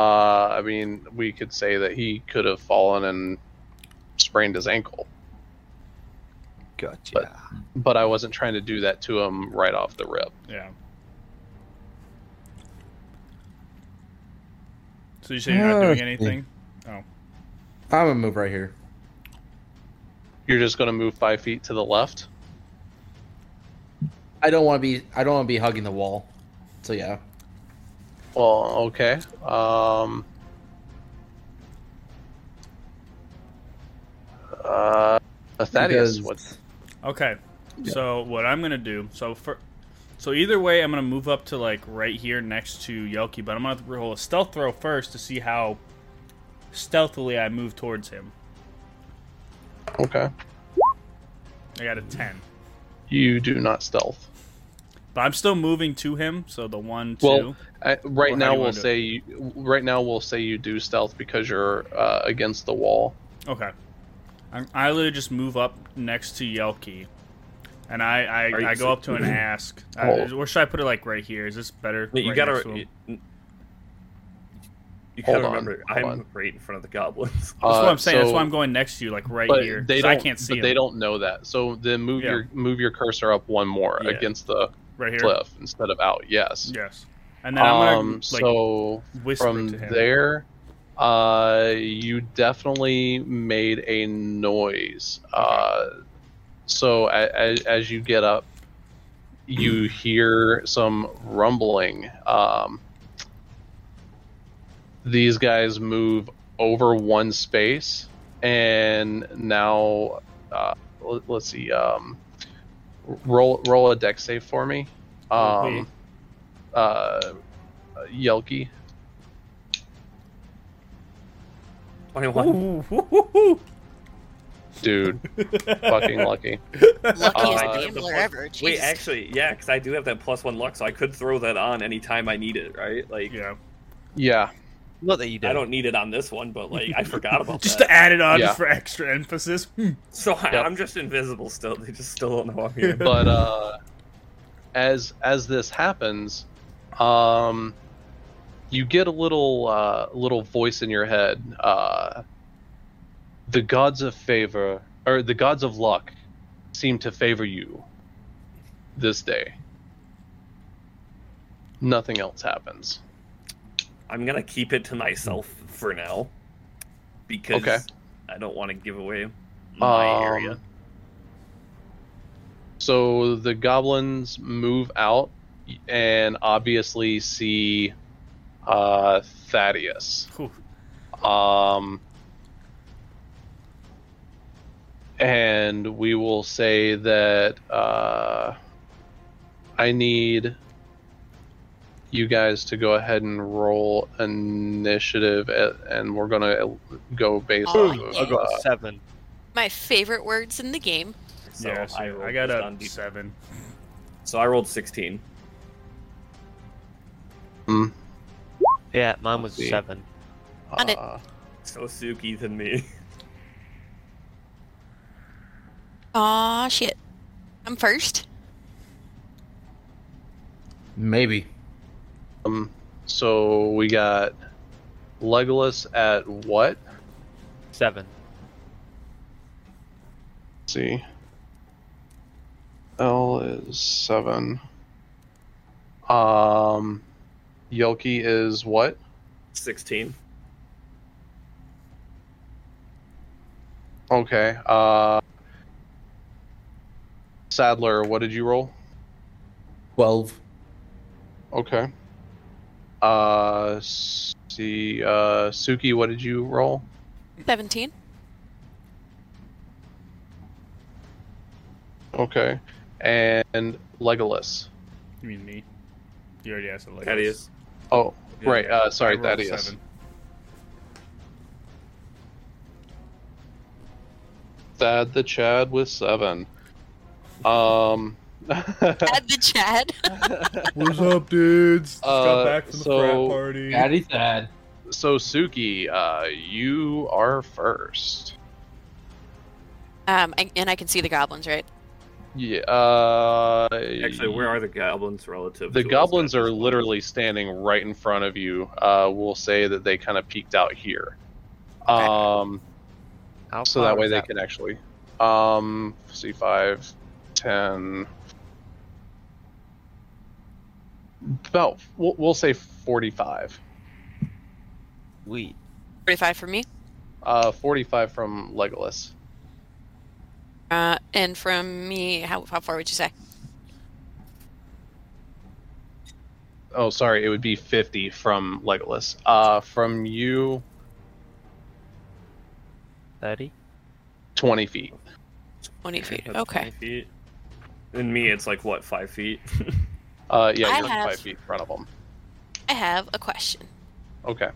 [SPEAKER 2] I mean, we could say that he could have fallen and sprained his ankle.
[SPEAKER 8] Gotcha.
[SPEAKER 2] But I wasn't trying to do that to him right off the rip.
[SPEAKER 7] yeah. So you say you're not doing
[SPEAKER 3] Yeah.
[SPEAKER 7] anything?
[SPEAKER 3] I'm gonna move right here.
[SPEAKER 2] You're just going to move five feet to the left.
[SPEAKER 3] I don't want to be. I don't want to be hugging the wall. So yeah.
[SPEAKER 2] Well, okay. Um, uh, Thaddeus,
[SPEAKER 3] because-
[SPEAKER 2] what's
[SPEAKER 7] Oh, Okay. So what I'm gonna do? So for, so either way, I'm gonna move up to like right here next to Yelki, but I'm gonna have to roll a stealth throw first to see how stealthily I move towards him.
[SPEAKER 2] okay?
[SPEAKER 7] I got a ten,
[SPEAKER 2] You do not stealth.
[SPEAKER 7] but I'm still moving to him. So the one, two.
[SPEAKER 2] Well, I, right
[SPEAKER 7] Or how do you
[SPEAKER 2] now
[SPEAKER 7] wanna
[SPEAKER 2] we'll
[SPEAKER 7] do it?
[SPEAKER 2] say you, right now we'll say you do stealth because you're uh, against the wall.
[SPEAKER 7] Okay. I, I literally just move up next to Yelki, and I
[SPEAKER 1] Are you-
[SPEAKER 7] I, I go up to and ask, uh,
[SPEAKER 2] Oh.
[SPEAKER 7] or should I put it like right here? Is this better?
[SPEAKER 1] Wait, you
[SPEAKER 7] right
[SPEAKER 1] gotta.
[SPEAKER 7] next to him?
[SPEAKER 1] You, you
[SPEAKER 2] Hold
[SPEAKER 1] gotta
[SPEAKER 2] on,
[SPEAKER 1] remember,
[SPEAKER 2] hold
[SPEAKER 1] I'm
[SPEAKER 2] on.
[SPEAKER 1] right in front of the goblins.
[SPEAKER 7] That's what
[SPEAKER 2] Uh,
[SPEAKER 7] I'm saying. That's
[SPEAKER 2] so-
[SPEAKER 7] why I'm going next to you, like right
[SPEAKER 2] but
[SPEAKER 7] here.
[SPEAKER 2] They
[SPEAKER 7] 'cause I
[SPEAKER 2] don't-
[SPEAKER 7] can't see
[SPEAKER 2] But
[SPEAKER 7] him.
[SPEAKER 2] they don't know that. So then move
[SPEAKER 7] Yeah.
[SPEAKER 2] your move your cursor up one more
[SPEAKER 1] Yeah.
[SPEAKER 2] against the
[SPEAKER 7] right here.
[SPEAKER 2] cliff instead of out. Yes.
[SPEAKER 7] Yes. And then I'm gonna
[SPEAKER 2] um,
[SPEAKER 7] like
[SPEAKER 2] so
[SPEAKER 7] whisper
[SPEAKER 2] from
[SPEAKER 7] to him.
[SPEAKER 2] there uh you definitely made a noise uh so as, as you get up you hear some rumbling um these guys move over one space and now uh l- let's see um roll roll a deck save for me um uh yelki
[SPEAKER 1] Twenty-one.
[SPEAKER 7] Ooh, woo, woo, woo.
[SPEAKER 2] dude fucking lucky
[SPEAKER 6] Luckiest
[SPEAKER 2] Uh,
[SPEAKER 6] gambler ever. Jesus.
[SPEAKER 1] Wait, actually, yeah, because I do have that plus one luck, so I could throw that on anytime I need it, right? Like,
[SPEAKER 7] Yeah.
[SPEAKER 2] yeah
[SPEAKER 8] Not that you did.
[SPEAKER 1] I don't need it on this one, but like, I forgot about
[SPEAKER 7] Just
[SPEAKER 1] that.
[SPEAKER 7] to add it on,
[SPEAKER 2] Yeah.
[SPEAKER 7] just for extra emphasis. Hmm.
[SPEAKER 1] so I,
[SPEAKER 2] Yep.
[SPEAKER 1] I'm just invisible still. They just still don't know I'm here.
[SPEAKER 2] but uh as as this happens um you get a little uh little voice in your head uh the gods of favor or the gods of luck seem to favor you this day. Nothing else happens.
[SPEAKER 1] I'm gonna keep it to myself for now because
[SPEAKER 2] Okay.
[SPEAKER 1] I don't want to give away my
[SPEAKER 2] Um,
[SPEAKER 1] area.
[SPEAKER 2] So the goblins move out and obviously see uh, Thaddeus.
[SPEAKER 7] Whew.
[SPEAKER 2] Um, and we will say that uh, I need you guys to go ahead and roll initiative, a- and we're gonna go based
[SPEAKER 6] Oh,
[SPEAKER 2] off
[SPEAKER 6] yeah.
[SPEAKER 2] of.
[SPEAKER 8] I've got
[SPEAKER 2] uh,
[SPEAKER 8] a seven.
[SPEAKER 6] My favorite words in the game.
[SPEAKER 1] So
[SPEAKER 7] yeah, so
[SPEAKER 1] I,
[SPEAKER 7] I,
[SPEAKER 1] rolled
[SPEAKER 7] got
[SPEAKER 1] just
[SPEAKER 7] a
[SPEAKER 1] on D-
[SPEAKER 7] seven.
[SPEAKER 1] so I rolled 16.
[SPEAKER 2] mm,
[SPEAKER 8] Yeah, mine was
[SPEAKER 2] Let's see.
[SPEAKER 8] seven.
[SPEAKER 6] On it.
[SPEAKER 2] uh,
[SPEAKER 1] So Suki than me.
[SPEAKER 6] Aw, shit. I'm first.
[SPEAKER 3] Maybe.
[SPEAKER 2] Um, so we got Legolas at what?
[SPEAKER 8] Seven.
[SPEAKER 2] Let's see. L is seven. Um, Yoki is what?
[SPEAKER 1] 16.
[SPEAKER 2] Okay. Uh, Sadler, what did you roll?
[SPEAKER 3] Twelve.
[SPEAKER 2] Okay. Uh, s- see, uh, Suki, what did you roll?
[SPEAKER 6] 17.
[SPEAKER 2] Okay. And Legolas.
[SPEAKER 7] You mean me? You already asked it like
[SPEAKER 1] Thaddeus.
[SPEAKER 2] Oh,
[SPEAKER 7] Yeah,
[SPEAKER 2] right. Uh,
[SPEAKER 7] I
[SPEAKER 2] sorry,
[SPEAKER 7] rolled a
[SPEAKER 2] Thaddeus.
[SPEAKER 7] seven.
[SPEAKER 2] Thad the Chad with seven. Um.
[SPEAKER 6] Add the Chad.
[SPEAKER 7] What's up, dudes? Just
[SPEAKER 2] Uh,
[SPEAKER 7] got back from the
[SPEAKER 2] so-
[SPEAKER 7] frat party.
[SPEAKER 3] Daddy sad.
[SPEAKER 2] so Suki, uh, you are first.
[SPEAKER 6] Um, I, and I can see the goblins, right?
[SPEAKER 2] Yeah. Uh,
[SPEAKER 1] Actually, where are the goblins relative?
[SPEAKER 2] the
[SPEAKER 1] to us
[SPEAKER 2] goblins
[SPEAKER 1] at this
[SPEAKER 2] are
[SPEAKER 1] point?
[SPEAKER 2] literally standing right in front of you. Uh, we'll say that they kind of peeked out here. Um.
[SPEAKER 8] How
[SPEAKER 2] so
[SPEAKER 8] far
[SPEAKER 2] that way
[SPEAKER 8] is
[SPEAKER 2] they can actually um see 5 10 about we'll, we'll say 45
[SPEAKER 8] We
[SPEAKER 6] 45 for me.
[SPEAKER 2] uh 45 from legolas
[SPEAKER 6] Uh, and from me, how, how far would you say?
[SPEAKER 2] oh sorry it would be 50 from legolas uh from you
[SPEAKER 8] thirty.
[SPEAKER 2] 20 feet
[SPEAKER 6] 20 feet.
[SPEAKER 1] That's
[SPEAKER 6] Okay.
[SPEAKER 1] 20 feet. And me, it's like, what, five feet?
[SPEAKER 2] uh yeah
[SPEAKER 6] I
[SPEAKER 2] you're
[SPEAKER 6] have-
[SPEAKER 2] 5 feet in front of them
[SPEAKER 6] I have a question.
[SPEAKER 2] okay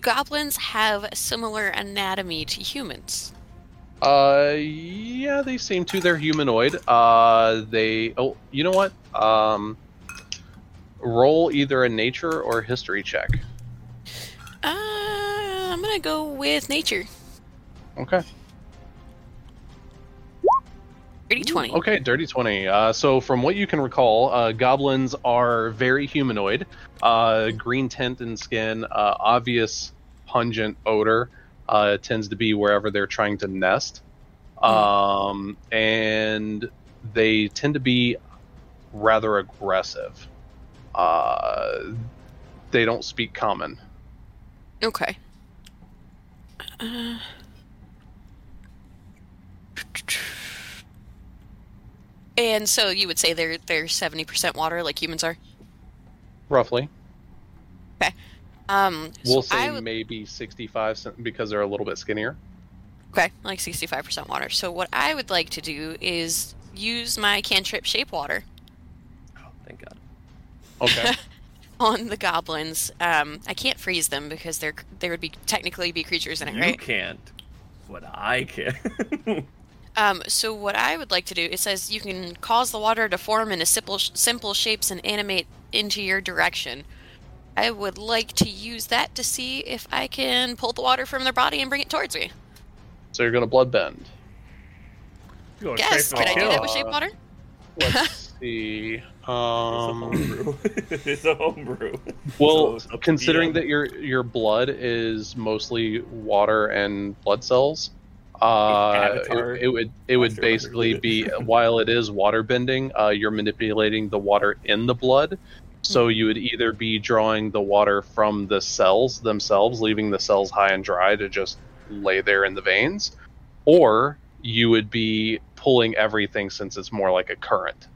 [SPEAKER 6] Goblins have similar anatomy to humans.
[SPEAKER 2] uh yeah they seem to they're humanoid uh they oh you know what um roll either a nature or history check
[SPEAKER 6] Uh, I'm gonna go with nature.
[SPEAKER 2] okay
[SPEAKER 6] 30 20.
[SPEAKER 2] Okay, dirty twenty. Uh, so, from what you can recall, uh, goblins are very humanoid, uh, green tint and skin, uh, obvious pungent odor. Uh, it tends to be wherever they're trying to nest,
[SPEAKER 6] Hmm.
[SPEAKER 2] um, and they tend to be rather aggressive. Uh, they don't speak common.
[SPEAKER 6] Okay. Uh, and so you would say they're they're seventy percent water, like humans are.
[SPEAKER 2] Roughly,
[SPEAKER 6] Um,
[SPEAKER 2] we'll
[SPEAKER 6] so
[SPEAKER 2] say
[SPEAKER 6] I would,
[SPEAKER 2] maybe sixty-five cent- because they're a little bit skinnier.
[SPEAKER 6] okay, like sixty-five percent water. So what I would like to do is use my cantrip shape water
[SPEAKER 1] Oh, Thank God.
[SPEAKER 2] Okay.
[SPEAKER 6] on the goblins. Um, I can't freeze them because they're they would be technically be creatures in it,
[SPEAKER 2] Mm-hmm.
[SPEAKER 1] you
[SPEAKER 6] right?
[SPEAKER 1] can't, but I can.
[SPEAKER 6] Um, so what I would like to do, it says you can cause the water to form into simple, simple shapes and animate into your direction. I would like to use that to see if I can pull the water from their body and bring it towards me.
[SPEAKER 2] so you're gonna bloodbend.
[SPEAKER 7] You go
[SPEAKER 6] yes, can
[SPEAKER 7] straight for
[SPEAKER 6] I do
[SPEAKER 7] the kill.
[SPEAKER 6] that with
[SPEAKER 2] uh,
[SPEAKER 6] shape water?
[SPEAKER 2] Let's see. Um,
[SPEAKER 1] homebrew. it's a homebrew.
[SPEAKER 2] well,
[SPEAKER 1] it's up to
[SPEAKER 2] considering
[SPEAKER 1] DM.
[SPEAKER 2] that your your blood is mostly water and blood cells, Uh,
[SPEAKER 1] Avatar.
[SPEAKER 2] it, it would it would
[SPEAKER 1] After
[SPEAKER 2] basically
[SPEAKER 1] Avatar.
[SPEAKER 2] be while it is water bending, uh, you're manipulating the water in the blood. So you would either be drawing the water from the cells themselves, leaving the cells high and dry to just lay there in the veins, or you would be pulling everything since it's more like a current.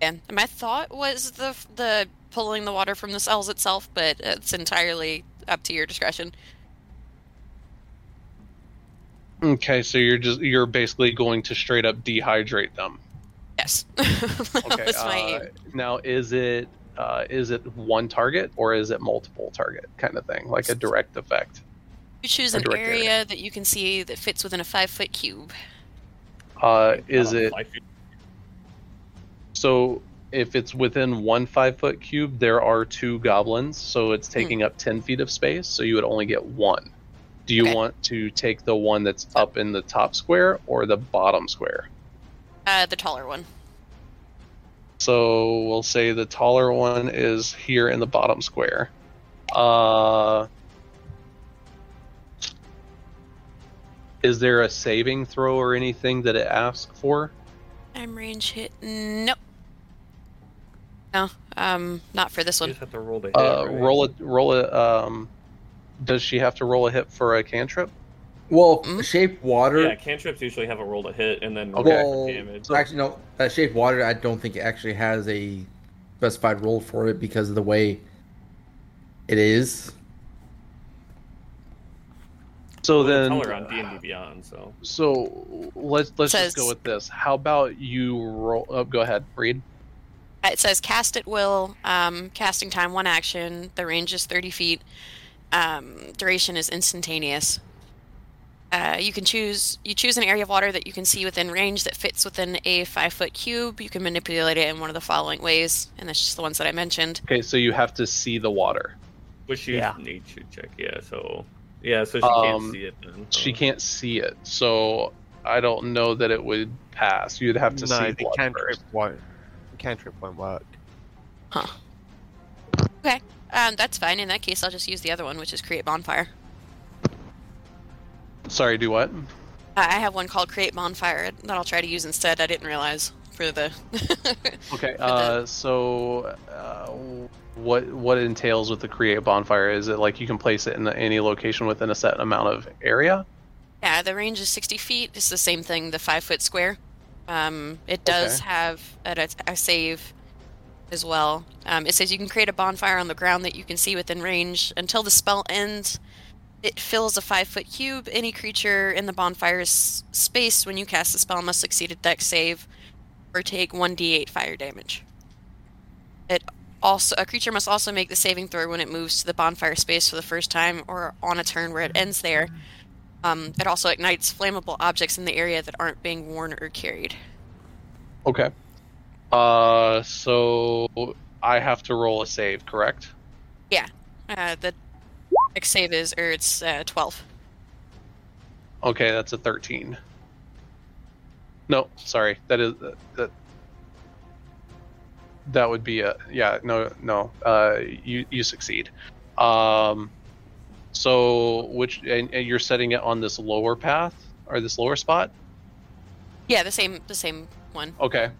[SPEAKER 6] Yeah, my thought was the the pulling the water from the cells itself, but it's entirely up to your discretion.
[SPEAKER 2] Okay, so you're just you're basically going to straight up dehydrate them.
[SPEAKER 6] Yes, that
[SPEAKER 2] Okay.
[SPEAKER 6] was my
[SPEAKER 2] uh,
[SPEAKER 6] aim.
[SPEAKER 2] now is it uh, is it one target or is it multiple target kind of thing, like a direct effect?
[SPEAKER 6] You choose
[SPEAKER 2] a
[SPEAKER 6] an
[SPEAKER 2] direct area.
[SPEAKER 6] area that you can see that fits within a five foot cube.
[SPEAKER 2] Uh, is
[SPEAKER 1] Oh,
[SPEAKER 2] it
[SPEAKER 1] I feel-
[SPEAKER 2] so? If it's within one five foot cube, there are two goblins, so it's
[SPEAKER 6] Hmm.
[SPEAKER 2] taking up ten feet of space. So you would only get one. Do you
[SPEAKER 6] Okay.
[SPEAKER 2] want to take the one that's up in the top square or the bottom square?
[SPEAKER 6] Uh, the taller one.
[SPEAKER 2] So we'll say the taller one is here in the bottom square. Uh, is there a saving throw or anything that it asks for?
[SPEAKER 6] Time range hit. Nope. No, um, not for this
[SPEAKER 1] You
[SPEAKER 6] one.
[SPEAKER 1] just have to roll the hit.
[SPEAKER 2] Uh,
[SPEAKER 1] right?
[SPEAKER 2] roll a roll a. Um, does she have to roll a hit for a cantrip?
[SPEAKER 3] Well,
[SPEAKER 6] Hmm?
[SPEAKER 3] shape water.
[SPEAKER 1] Yeah, cantrips usually have a roll to hit and then roll
[SPEAKER 2] Okay.
[SPEAKER 1] for
[SPEAKER 3] Well,
[SPEAKER 1] damage.
[SPEAKER 3] actually, no. Uh, shape water. I don't think it actually has a specified role for it because of the way it is.
[SPEAKER 2] So
[SPEAKER 1] Well, the
[SPEAKER 2] then, uh,
[SPEAKER 1] color on D and D Beyond. So
[SPEAKER 2] so let's let's
[SPEAKER 6] Says-
[SPEAKER 2] just go with this. How about you roll? Oh, go ahead, read.
[SPEAKER 6] Uh, It says cast at will. Um, casting time one action. The range is thirty feet. Um, duration is instantaneous. Uh, you can choose. You choose an area of water that you can see within range that fits within a five foot cube. You can manipulate it in one of the following ways, and that's just the ones that I mentioned.
[SPEAKER 2] Okay, so you have to see the water.
[SPEAKER 1] which you
[SPEAKER 8] Yeah.
[SPEAKER 1] nature check. Yeah. So yeah. So she
[SPEAKER 2] Um,
[SPEAKER 1] can't see it. Then, so.
[SPEAKER 2] She can't see it, so I don't know that it would pass. You'd have to
[SPEAKER 8] no,
[SPEAKER 2] see
[SPEAKER 8] the
[SPEAKER 2] blood
[SPEAKER 8] cantrip
[SPEAKER 2] first.
[SPEAKER 8] won't. The cantrip won't work.
[SPEAKER 6] Um, that's fine. In that case, I'll just use the other one, which is create bonfire.
[SPEAKER 2] Sorry, do what?
[SPEAKER 6] Uh, I have one called create bonfire that I'll try to use instead. I didn't realize for the.
[SPEAKER 2] Okay. Uh, so, uh, what what entails with the create bonfire? Is it like you can place it in any location within a set amount of area?
[SPEAKER 6] yeah, the range is sixty feet. It's the same thing. The five foot square. Um, it does
[SPEAKER 2] Okay.
[SPEAKER 6] have a, a save as well. Um, it says you can create a bonfire on the ground that you can see within range until the spell ends. It fills a five foot cube. Any creature in the bonfire's space when you cast the spell must succeed a dex save or take 1d8 fire damage. It also a creature must also make the saving throw when it moves to the bonfire space for the first time or on a turn where it ends there. Um, it also ignites flammable objects in the area that aren't being worn or carried.
[SPEAKER 2] Okay. Uh, so I have to roll a save, correct?
[SPEAKER 6] Uh, the dex save is or it's uh, 12.
[SPEAKER 2] Okay, that's a thirteen. No, sorry, that is that. That would be a yeah. No, no. Uh, you you succeed. Um, so which and, and you're setting it on this lower path or this lower spot?
[SPEAKER 6] Yeah, the same the same one.
[SPEAKER 2] Okay.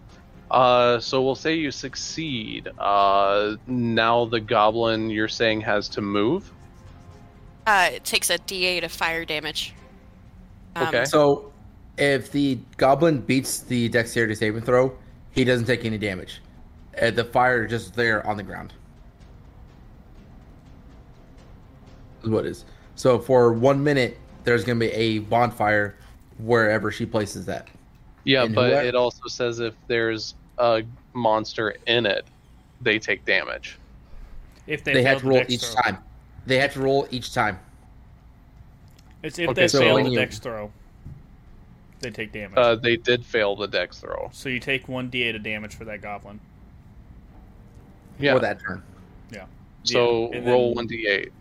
[SPEAKER 2] Uh, so we'll say you succeed. Uh, now the goblin you're saying has to move.
[SPEAKER 6] Uh, it takes a d8 of fire damage. Um,
[SPEAKER 2] Okay.
[SPEAKER 3] So, if the goblin beats the dexterity saving throw, he doesn't take any damage. Uh, the fire is just there on the ground. Is what it is. So for one minute, there's gonna be a bonfire wherever she places that.
[SPEAKER 2] Yeah,
[SPEAKER 3] And
[SPEAKER 2] but
[SPEAKER 3] whoever-
[SPEAKER 2] it also says if there's a monster in it, they take damage.
[SPEAKER 7] If
[SPEAKER 3] They,
[SPEAKER 7] they,
[SPEAKER 3] had
[SPEAKER 7] failed
[SPEAKER 3] to
[SPEAKER 7] the
[SPEAKER 3] roll
[SPEAKER 7] dex
[SPEAKER 3] each
[SPEAKER 7] throw.
[SPEAKER 3] time. They had to roll each time.
[SPEAKER 7] It's if
[SPEAKER 2] Okay,
[SPEAKER 7] they
[SPEAKER 2] so
[SPEAKER 7] fail
[SPEAKER 3] when
[SPEAKER 7] the
[SPEAKER 3] you-
[SPEAKER 7] dex throw, they take damage.
[SPEAKER 2] Uh, they did fail the dex throw.
[SPEAKER 7] so you take one d8 of damage for that goblin.
[SPEAKER 2] Yeah.
[SPEAKER 3] for that turn.
[SPEAKER 7] Oh,
[SPEAKER 2] So
[SPEAKER 1] Yeah, and
[SPEAKER 2] roll
[SPEAKER 1] then-
[SPEAKER 2] one d eight.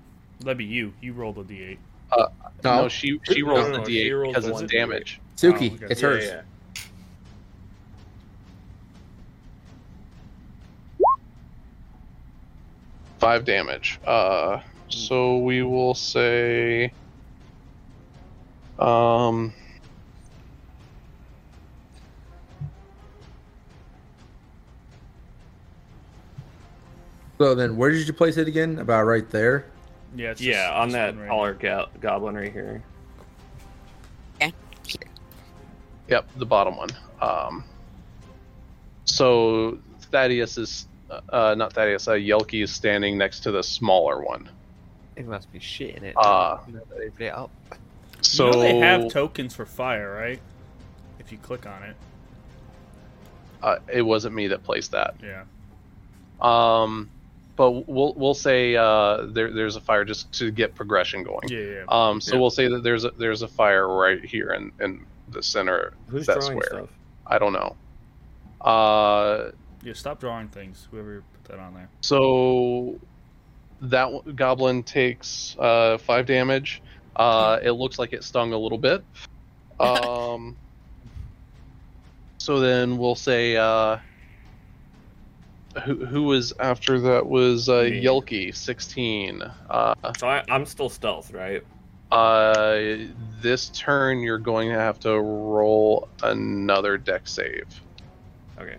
[SPEAKER 7] That'd be you. You rolled a d8.
[SPEAKER 3] No,
[SPEAKER 2] No, she she rolls
[SPEAKER 1] No,
[SPEAKER 2] the
[SPEAKER 1] she
[SPEAKER 2] d eight
[SPEAKER 1] rolls
[SPEAKER 2] because
[SPEAKER 1] the
[SPEAKER 2] it's
[SPEAKER 1] 1d8.
[SPEAKER 2] damage.
[SPEAKER 3] Suki,
[SPEAKER 7] Oh, okay.
[SPEAKER 3] it's
[SPEAKER 1] Yeah,
[SPEAKER 3] hers.
[SPEAKER 1] yeah.
[SPEAKER 2] Five damage. Uh, so we will say. Um,
[SPEAKER 3] So then, where did you place it again? About right there.
[SPEAKER 7] Yeah, it's
[SPEAKER 1] yeah,
[SPEAKER 7] just-
[SPEAKER 1] on
[SPEAKER 7] just
[SPEAKER 1] that
[SPEAKER 7] one right
[SPEAKER 1] taller go- goblin right here.
[SPEAKER 6] Here.
[SPEAKER 2] Yep, the bottom one. Um, so Thaddeus is uh, uh, not Thaddeus. Uh, Yelki is standing next to the smaller one.
[SPEAKER 8] It must be shit in it.
[SPEAKER 2] Ah.
[SPEAKER 8] You know, they lit it up.
[SPEAKER 2] So
[SPEAKER 7] you know they have tokens for fire, right? If you click on it,
[SPEAKER 2] uh, it wasn't me that placed that.
[SPEAKER 7] yeah.
[SPEAKER 2] Um, but we'll we'll say uh, there, there's a fire just to get progression going.
[SPEAKER 7] Yeah, yeah.
[SPEAKER 2] Um, so
[SPEAKER 1] Yeah.
[SPEAKER 2] we'll say that there's a, there's a fire right here in, in the center.
[SPEAKER 1] Who's
[SPEAKER 2] that
[SPEAKER 1] drawing
[SPEAKER 2] square.
[SPEAKER 1] stuff?
[SPEAKER 2] I don't know. Uh,
[SPEAKER 7] Yeah, stop drawing things. Whoever put that on there.
[SPEAKER 2] So that w- goblin takes uh, five damage. Uh, it looks like it stung a little bit. Um, so then we'll say uh, who who was after that was uh,
[SPEAKER 1] Me.
[SPEAKER 2] Yelki sixteen. Uh,
[SPEAKER 1] So I, I'm still stealth, right?
[SPEAKER 2] uh, this turn you're going to have to roll another deck save.
[SPEAKER 1] Okay.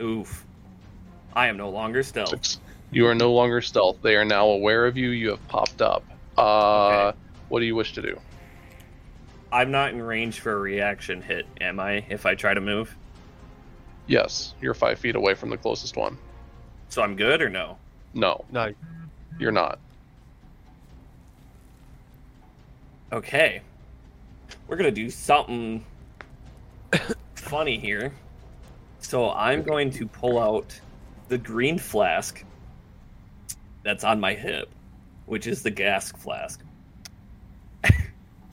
[SPEAKER 1] Oof. I am no longer stealth.
[SPEAKER 2] Six. You are no longer stealth. They are now aware of you. You have popped up. Uh,
[SPEAKER 1] Okay.
[SPEAKER 2] What do you wish to do?
[SPEAKER 1] I'm not in range for a reaction hit, am I? If I try to move,
[SPEAKER 2] Yes, you're five feet away from the closest one.
[SPEAKER 1] so I'm good or no?
[SPEAKER 2] No,
[SPEAKER 8] No,
[SPEAKER 2] you're not.
[SPEAKER 1] Okay. We're gonna do something funny here. So I'm going to pull out the green flask that's on my hip, which is the gas flask.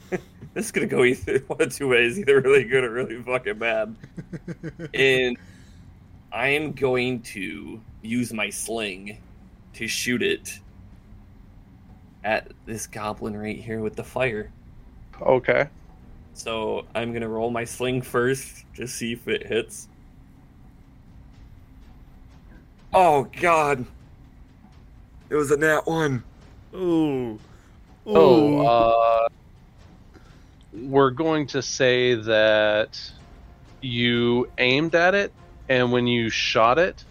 [SPEAKER 1] this is gonna go either one of two ways, either really good or really fucking bad. and I am going to use my sling to shoot it at this goblin right here with the fire.
[SPEAKER 2] Okay.
[SPEAKER 1] So I'm gonna roll my sling first to see if it hits. Oh god. It was a nat one.
[SPEAKER 7] Ooh. Ooh.
[SPEAKER 2] So, uh, we're going to say that you aimed at it, and when you shot it,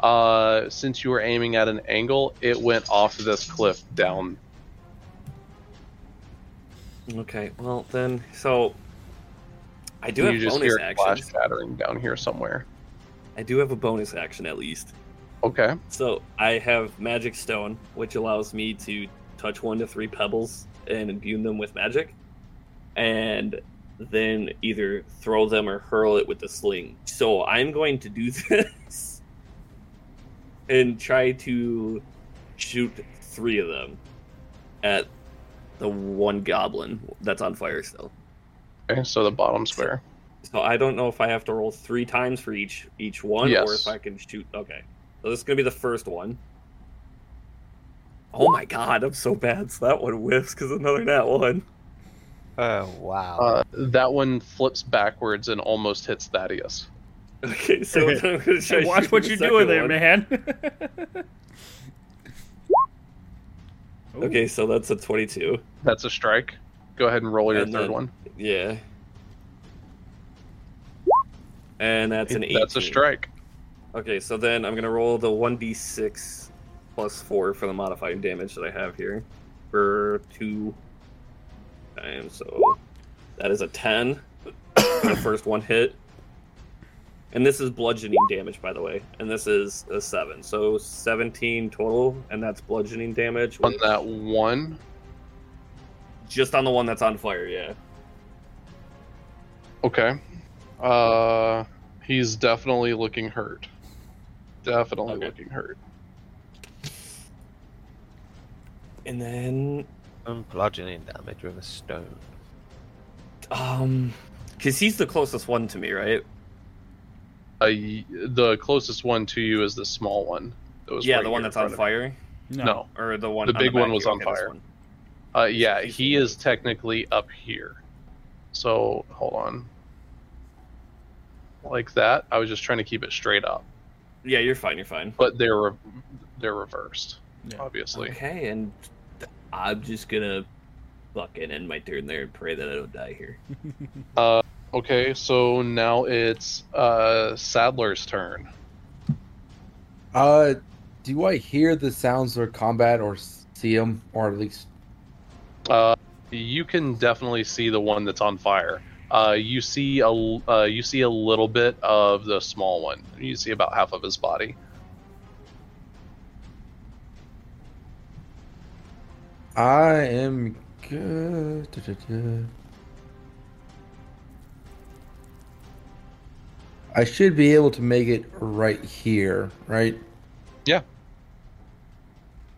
[SPEAKER 2] uh, since you were aiming at an angle, it went off this cliff down.
[SPEAKER 1] Okay, well then so I do
[SPEAKER 2] you
[SPEAKER 1] have
[SPEAKER 2] just
[SPEAKER 1] bonus
[SPEAKER 2] hear a
[SPEAKER 1] action.
[SPEAKER 2] flash shattering down here somewhere.
[SPEAKER 1] I do have a bonus action at least.
[SPEAKER 2] Okay.
[SPEAKER 1] So I have magic stone, which allows me to touch one to three pebbles and imbue them with magic. And then either throw them or hurl it with the sling. So I'm going to do this and try to shoot three of them at the one goblin that's on fire still.
[SPEAKER 2] Okay. So the bottom square.
[SPEAKER 1] So I don't know if I have to roll three times for each each one, or
[SPEAKER 2] Yes.
[SPEAKER 1] if I can shoot. Okay, so this is gonna be the first one. Oh my god, I'm so bad. So that one whiffs because another nat one.
[SPEAKER 8] Oh wow.
[SPEAKER 2] Uh, that one flips backwards and almost hits Thaddeus.
[SPEAKER 1] Okay, so then I'm gonna try
[SPEAKER 7] Hey, watch
[SPEAKER 1] shooting
[SPEAKER 7] what
[SPEAKER 1] the
[SPEAKER 7] you're
[SPEAKER 1] second
[SPEAKER 7] doing there,
[SPEAKER 1] one.
[SPEAKER 7] man. Ooh.
[SPEAKER 1] Okay, so that's a 22.
[SPEAKER 2] That's a strike. Go ahead and roll your
[SPEAKER 1] And
[SPEAKER 2] third
[SPEAKER 1] then
[SPEAKER 2] one.
[SPEAKER 1] Yeah, and that's an 18.
[SPEAKER 2] That's a strike.
[SPEAKER 1] Okay, so then I'm gonna roll the 1d6 plus four for the modifying damage that I have here for two times. So that is a ten. for the first one hit, and this is bludgeoning damage, by the way, and this is a seven, so 17 total, and that's bludgeoning damage
[SPEAKER 2] On
[SPEAKER 1] with-
[SPEAKER 2] that one,
[SPEAKER 1] just on the one that's on fire. Yeah.
[SPEAKER 2] okay. Uh, he's definitely looking hurt. Definitely
[SPEAKER 1] Okay.
[SPEAKER 2] looking hurt.
[SPEAKER 1] And then
[SPEAKER 8] I'm bludgeoning damage with a stone.
[SPEAKER 1] um, because he's the closest one to me, right?
[SPEAKER 2] Uh, y- the closest one to you is the small one. that was
[SPEAKER 1] Yeah,
[SPEAKER 2] right
[SPEAKER 1] the one
[SPEAKER 2] here
[SPEAKER 1] that's
[SPEAKER 2] in
[SPEAKER 1] on
[SPEAKER 2] front
[SPEAKER 1] fire,
[SPEAKER 2] of-
[SPEAKER 7] No.
[SPEAKER 2] No.
[SPEAKER 1] or the one
[SPEAKER 2] The
[SPEAKER 1] on
[SPEAKER 2] big one
[SPEAKER 1] back
[SPEAKER 2] was
[SPEAKER 1] here.
[SPEAKER 2] on
[SPEAKER 1] Okay, this
[SPEAKER 2] fire.
[SPEAKER 1] one.
[SPEAKER 2] Uh, yeah, he is technically up here. So hold on. Like that. I was just trying to keep it straight up,
[SPEAKER 1] Yeah, you're fine. You're fine.
[SPEAKER 2] but they're re- they're reversed,
[SPEAKER 7] Yeah.
[SPEAKER 2] obviously.
[SPEAKER 1] Okay, and I'm just gonna fucking end my turn there and pray that I don't die here.
[SPEAKER 2] Okay, so now it's uh, Sadler's turn.
[SPEAKER 3] Uh, do I hear the sounds of combat or see them, or at least?
[SPEAKER 2] Uh, you can definitely see the one that's on fire. Uh, you see a l- uh, you see a little bit of the small one. You see about half of his body.
[SPEAKER 3] I am good. Da-da-da. I should be able to make it right here, right?
[SPEAKER 2] Yeah.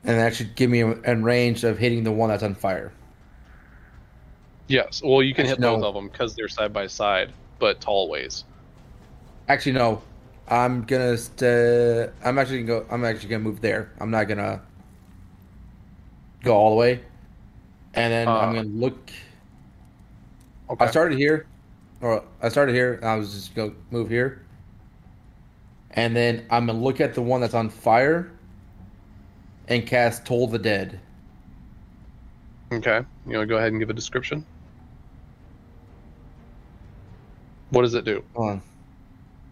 [SPEAKER 3] And that should give me a, a range of hitting the one that's on fire.
[SPEAKER 2] Yes. Well, you can hit
[SPEAKER 3] No.
[SPEAKER 2] both of them because they're side by side, but tall ways.
[SPEAKER 3] Actually, no. I'm gonna. St- I'm actually gonna go. I'm actually gonna move there. I'm not gonna go all the way. And then I'm
[SPEAKER 2] Uh,
[SPEAKER 3] gonna look.
[SPEAKER 2] Okay.
[SPEAKER 3] I started here, or I started here. And I was just gonna move here. And then I'm gonna look at the one that's on fire. And cast Toll the Dead.
[SPEAKER 2] Okay. You want to go ahead and give a description? What does it do?
[SPEAKER 3] Hold on.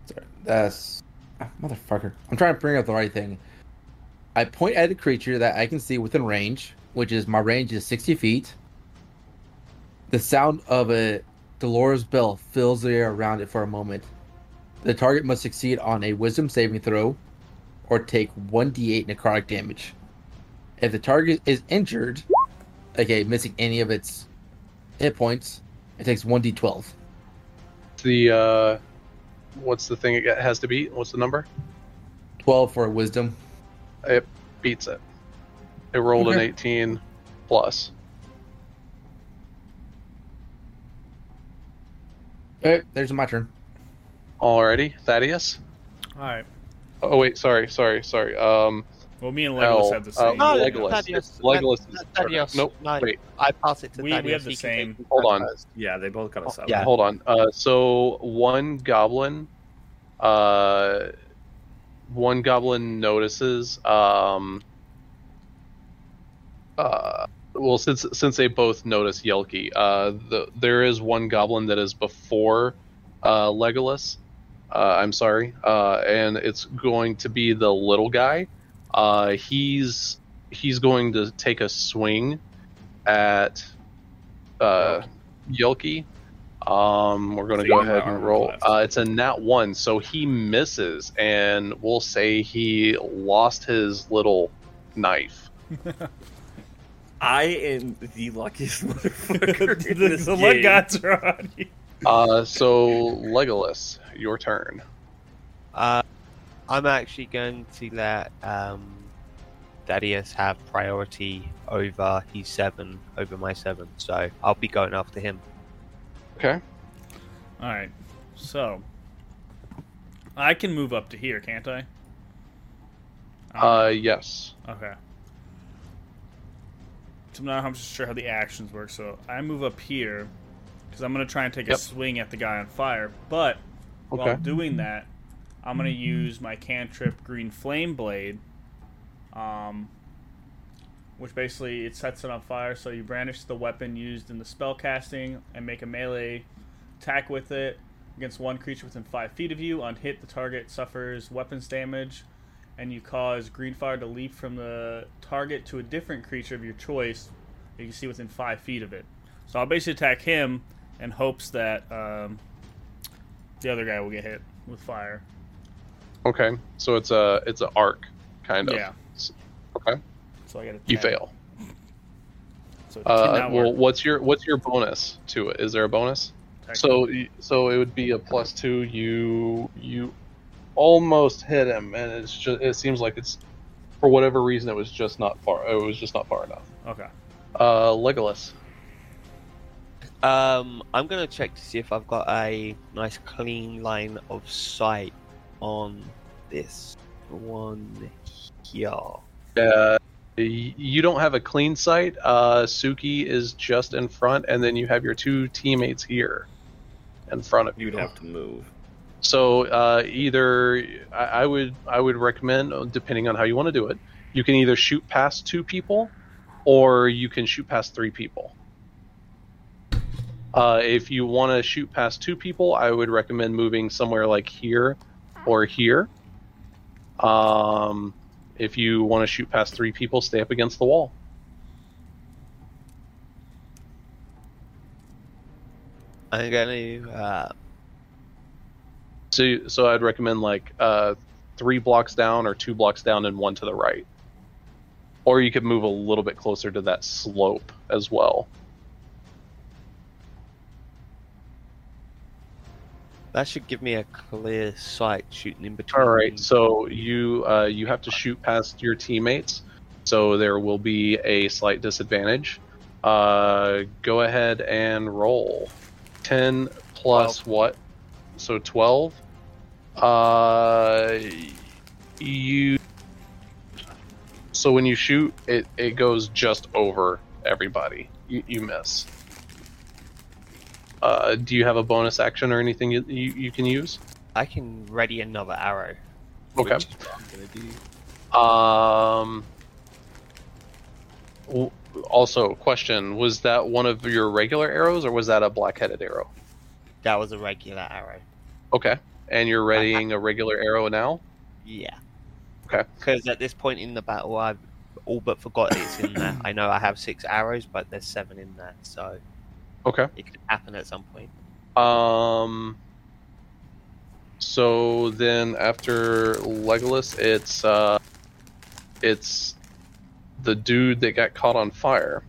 [SPEAKER 3] Sorry, That's ah, motherfucker. I'm trying to bring up the right thing. I point at a creature that I can see within range, which is my range is 60 feet. The sound of a Dolores bell fills the air around it for a moment. The target must succeed on a Wisdom saving throw, or take 1d8 necrotic damage. If the target is injured, okay, missing any of its hit points, it takes 1d12.
[SPEAKER 2] The uh, what's the thing it got- has to beat? What's the number?
[SPEAKER 3] 12 for Wisdom.
[SPEAKER 2] It beats it. It rolled an
[SPEAKER 3] Okay.
[SPEAKER 2] 18 plus.
[SPEAKER 3] Alright, there's my turn.
[SPEAKER 2] Alrighty, Thaddeus.
[SPEAKER 7] All right.
[SPEAKER 2] Oh wait, sorry, sorry, sorry. Um,
[SPEAKER 7] Well, me and Legolas
[SPEAKER 2] Hell,
[SPEAKER 7] have the
[SPEAKER 2] uh,
[SPEAKER 7] same.
[SPEAKER 2] No,
[SPEAKER 7] yeah.
[SPEAKER 2] Legolas.
[SPEAKER 8] Oh, Thaddeus.
[SPEAKER 2] Legolas is
[SPEAKER 8] Thad-
[SPEAKER 2] starter.
[SPEAKER 8] Thaddeus.
[SPEAKER 2] Nope,
[SPEAKER 8] No,
[SPEAKER 2] wait.
[SPEAKER 8] I pass it to
[SPEAKER 7] We- we
[SPEAKER 8] Thaddeus.
[SPEAKER 7] have the
[SPEAKER 8] He can
[SPEAKER 7] same-
[SPEAKER 8] take it
[SPEAKER 2] Hold on.
[SPEAKER 8] first.
[SPEAKER 1] Yeah, they both got us
[SPEAKER 8] Oh,
[SPEAKER 1] up.
[SPEAKER 8] yeah.
[SPEAKER 2] hold on. Uh, so one goblin, uh, one goblin notices. Um, uh, well, since since they both notice Yelki, uh, the, there is one goblin that is before uh, Legolas. Uh, I'm sorry, uh, and it's going to be the little guy. Uh, he's he's going to take a swing at uh, Yelki. Um, we're going to
[SPEAKER 1] So
[SPEAKER 2] go
[SPEAKER 1] you have
[SPEAKER 2] ahead
[SPEAKER 1] my
[SPEAKER 2] and
[SPEAKER 1] armor
[SPEAKER 2] roll.
[SPEAKER 1] class.
[SPEAKER 2] Uh, it's a nat one, so he misses, and we'll say he lost his little knife.
[SPEAKER 1] I am the luckiest
[SPEAKER 7] the
[SPEAKER 1] motherfucker. in
[SPEAKER 7] the,
[SPEAKER 1] this
[SPEAKER 7] the
[SPEAKER 1] game.
[SPEAKER 7] Legats are on you.
[SPEAKER 2] Uh, so Legolas, your turn.
[SPEAKER 8] Uh, I'm actually going to let um, Thaddeus have priority over his seven, over my seven. So I'll be going after him.
[SPEAKER 2] Okay.
[SPEAKER 7] All right. So I can move up to here, can't I?
[SPEAKER 2] Uh, yes.
[SPEAKER 7] Okay. So I'm not 100% sure how the actions work, so I move up here because I'm going to try and take a
[SPEAKER 2] Yep.
[SPEAKER 7] swing at the guy on fire. But while
[SPEAKER 2] Okay.
[SPEAKER 7] doing that, I'm going to use my cantrip Green Flame Blade, um, which basically it sets it on fire. So you brandish the weapon used in the spell casting and make a melee attack with it against one creature within five feet of you. On hit, the target suffers weapons damage and you cause green fire to leap from the target to a different creature of your choice that you can see within five feet of it. So I'll basically attack him in hopes that um, the other guy will get hit with fire.
[SPEAKER 2] Okay. So it's a it's an arc, kind of.
[SPEAKER 7] Yeah.
[SPEAKER 2] Okay.
[SPEAKER 7] So I got to.
[SPEAKER 2] You fail.
[SPEAKER 7] So it did
[SPEAKER 2] Uh,
[SPEAKER 7] not work.
[SPEAKER 2] well, what's your what's your bonus to it? Is there a bonus?
[SPEAKER 7] Attack.
[SPEAKER 2] So y- so it would be a plus two. You you almost hit him, and it's just it seems like it's for whatever reason it was just not far. It was just not far enough.
[SPEAKER 7] okay.
[SPEAKER 2] Uh, Legolas.
[SPEAKER 8] Um, I'm gonna check to see if I've got a nice clean line of sight on this one here.
[SPEAKER 2] Uh, y- you don't have a clean sight. Uh, Suki is just in front, and then you have your two teammates here in front of you.
[SPEAKER 1] You'd have to move.
[SPEAKER 2] So uh, either I, I would I would recommend, depending on how you want to do it, you can either shoot past two people, or you can shoot past three people. Uh, if you want to shoot past two people, I would recommend moving somewhere like here or here. Um, if you want to shoot past three people, stay up against the wall.
[SPEAKER 8] I'm going to. Uh,
[SPEAKER 2] So, so I'd recommend like uh, three blocks down or two blocks down and one to the right. Or you could move a little bit closer to that slope as well.
[SPEAKER 8] that should give me a clear sight shooting in between.
[SPEAKER 2] All right, so you uh, you have to shoot past your teammates, so there will be a slight disadvantage. Uh, go ahead and roll. Ten plus what? So twelve. Uh, you. So when you shoot, it it goes just over everybody. You you miss. Uh, do you have a bonus action or anything you, you, you can use?
[SPEAKER 8] I can ready another arrow.
[SPEAKER 2] Okay.
[SPEAKER 8] which is what I'm going to do.
[SPEAKER 2] Um. w- Also, question: Was that one of your regular arrows, or was that a black-headed arrow?
[SPEAKER 8] That was a regular arrow.
[SPEAKER 2] Okay, and you're readying a regular arrow now.
[SPEAKER 8] Yeah.
[SPEAKER 2] Okay.
[SPEAKER 8] Because at this point in the battle, I've all but forgot it's in there. I know I have six arrows, but there's seven in there, so
[SPEAKER 2] Okay.
[SPEAKER 8] it could happen at some point.
[SPEAKER 2] Um. So then, after Legolas, it's uh, it's the dude that got caught on fire.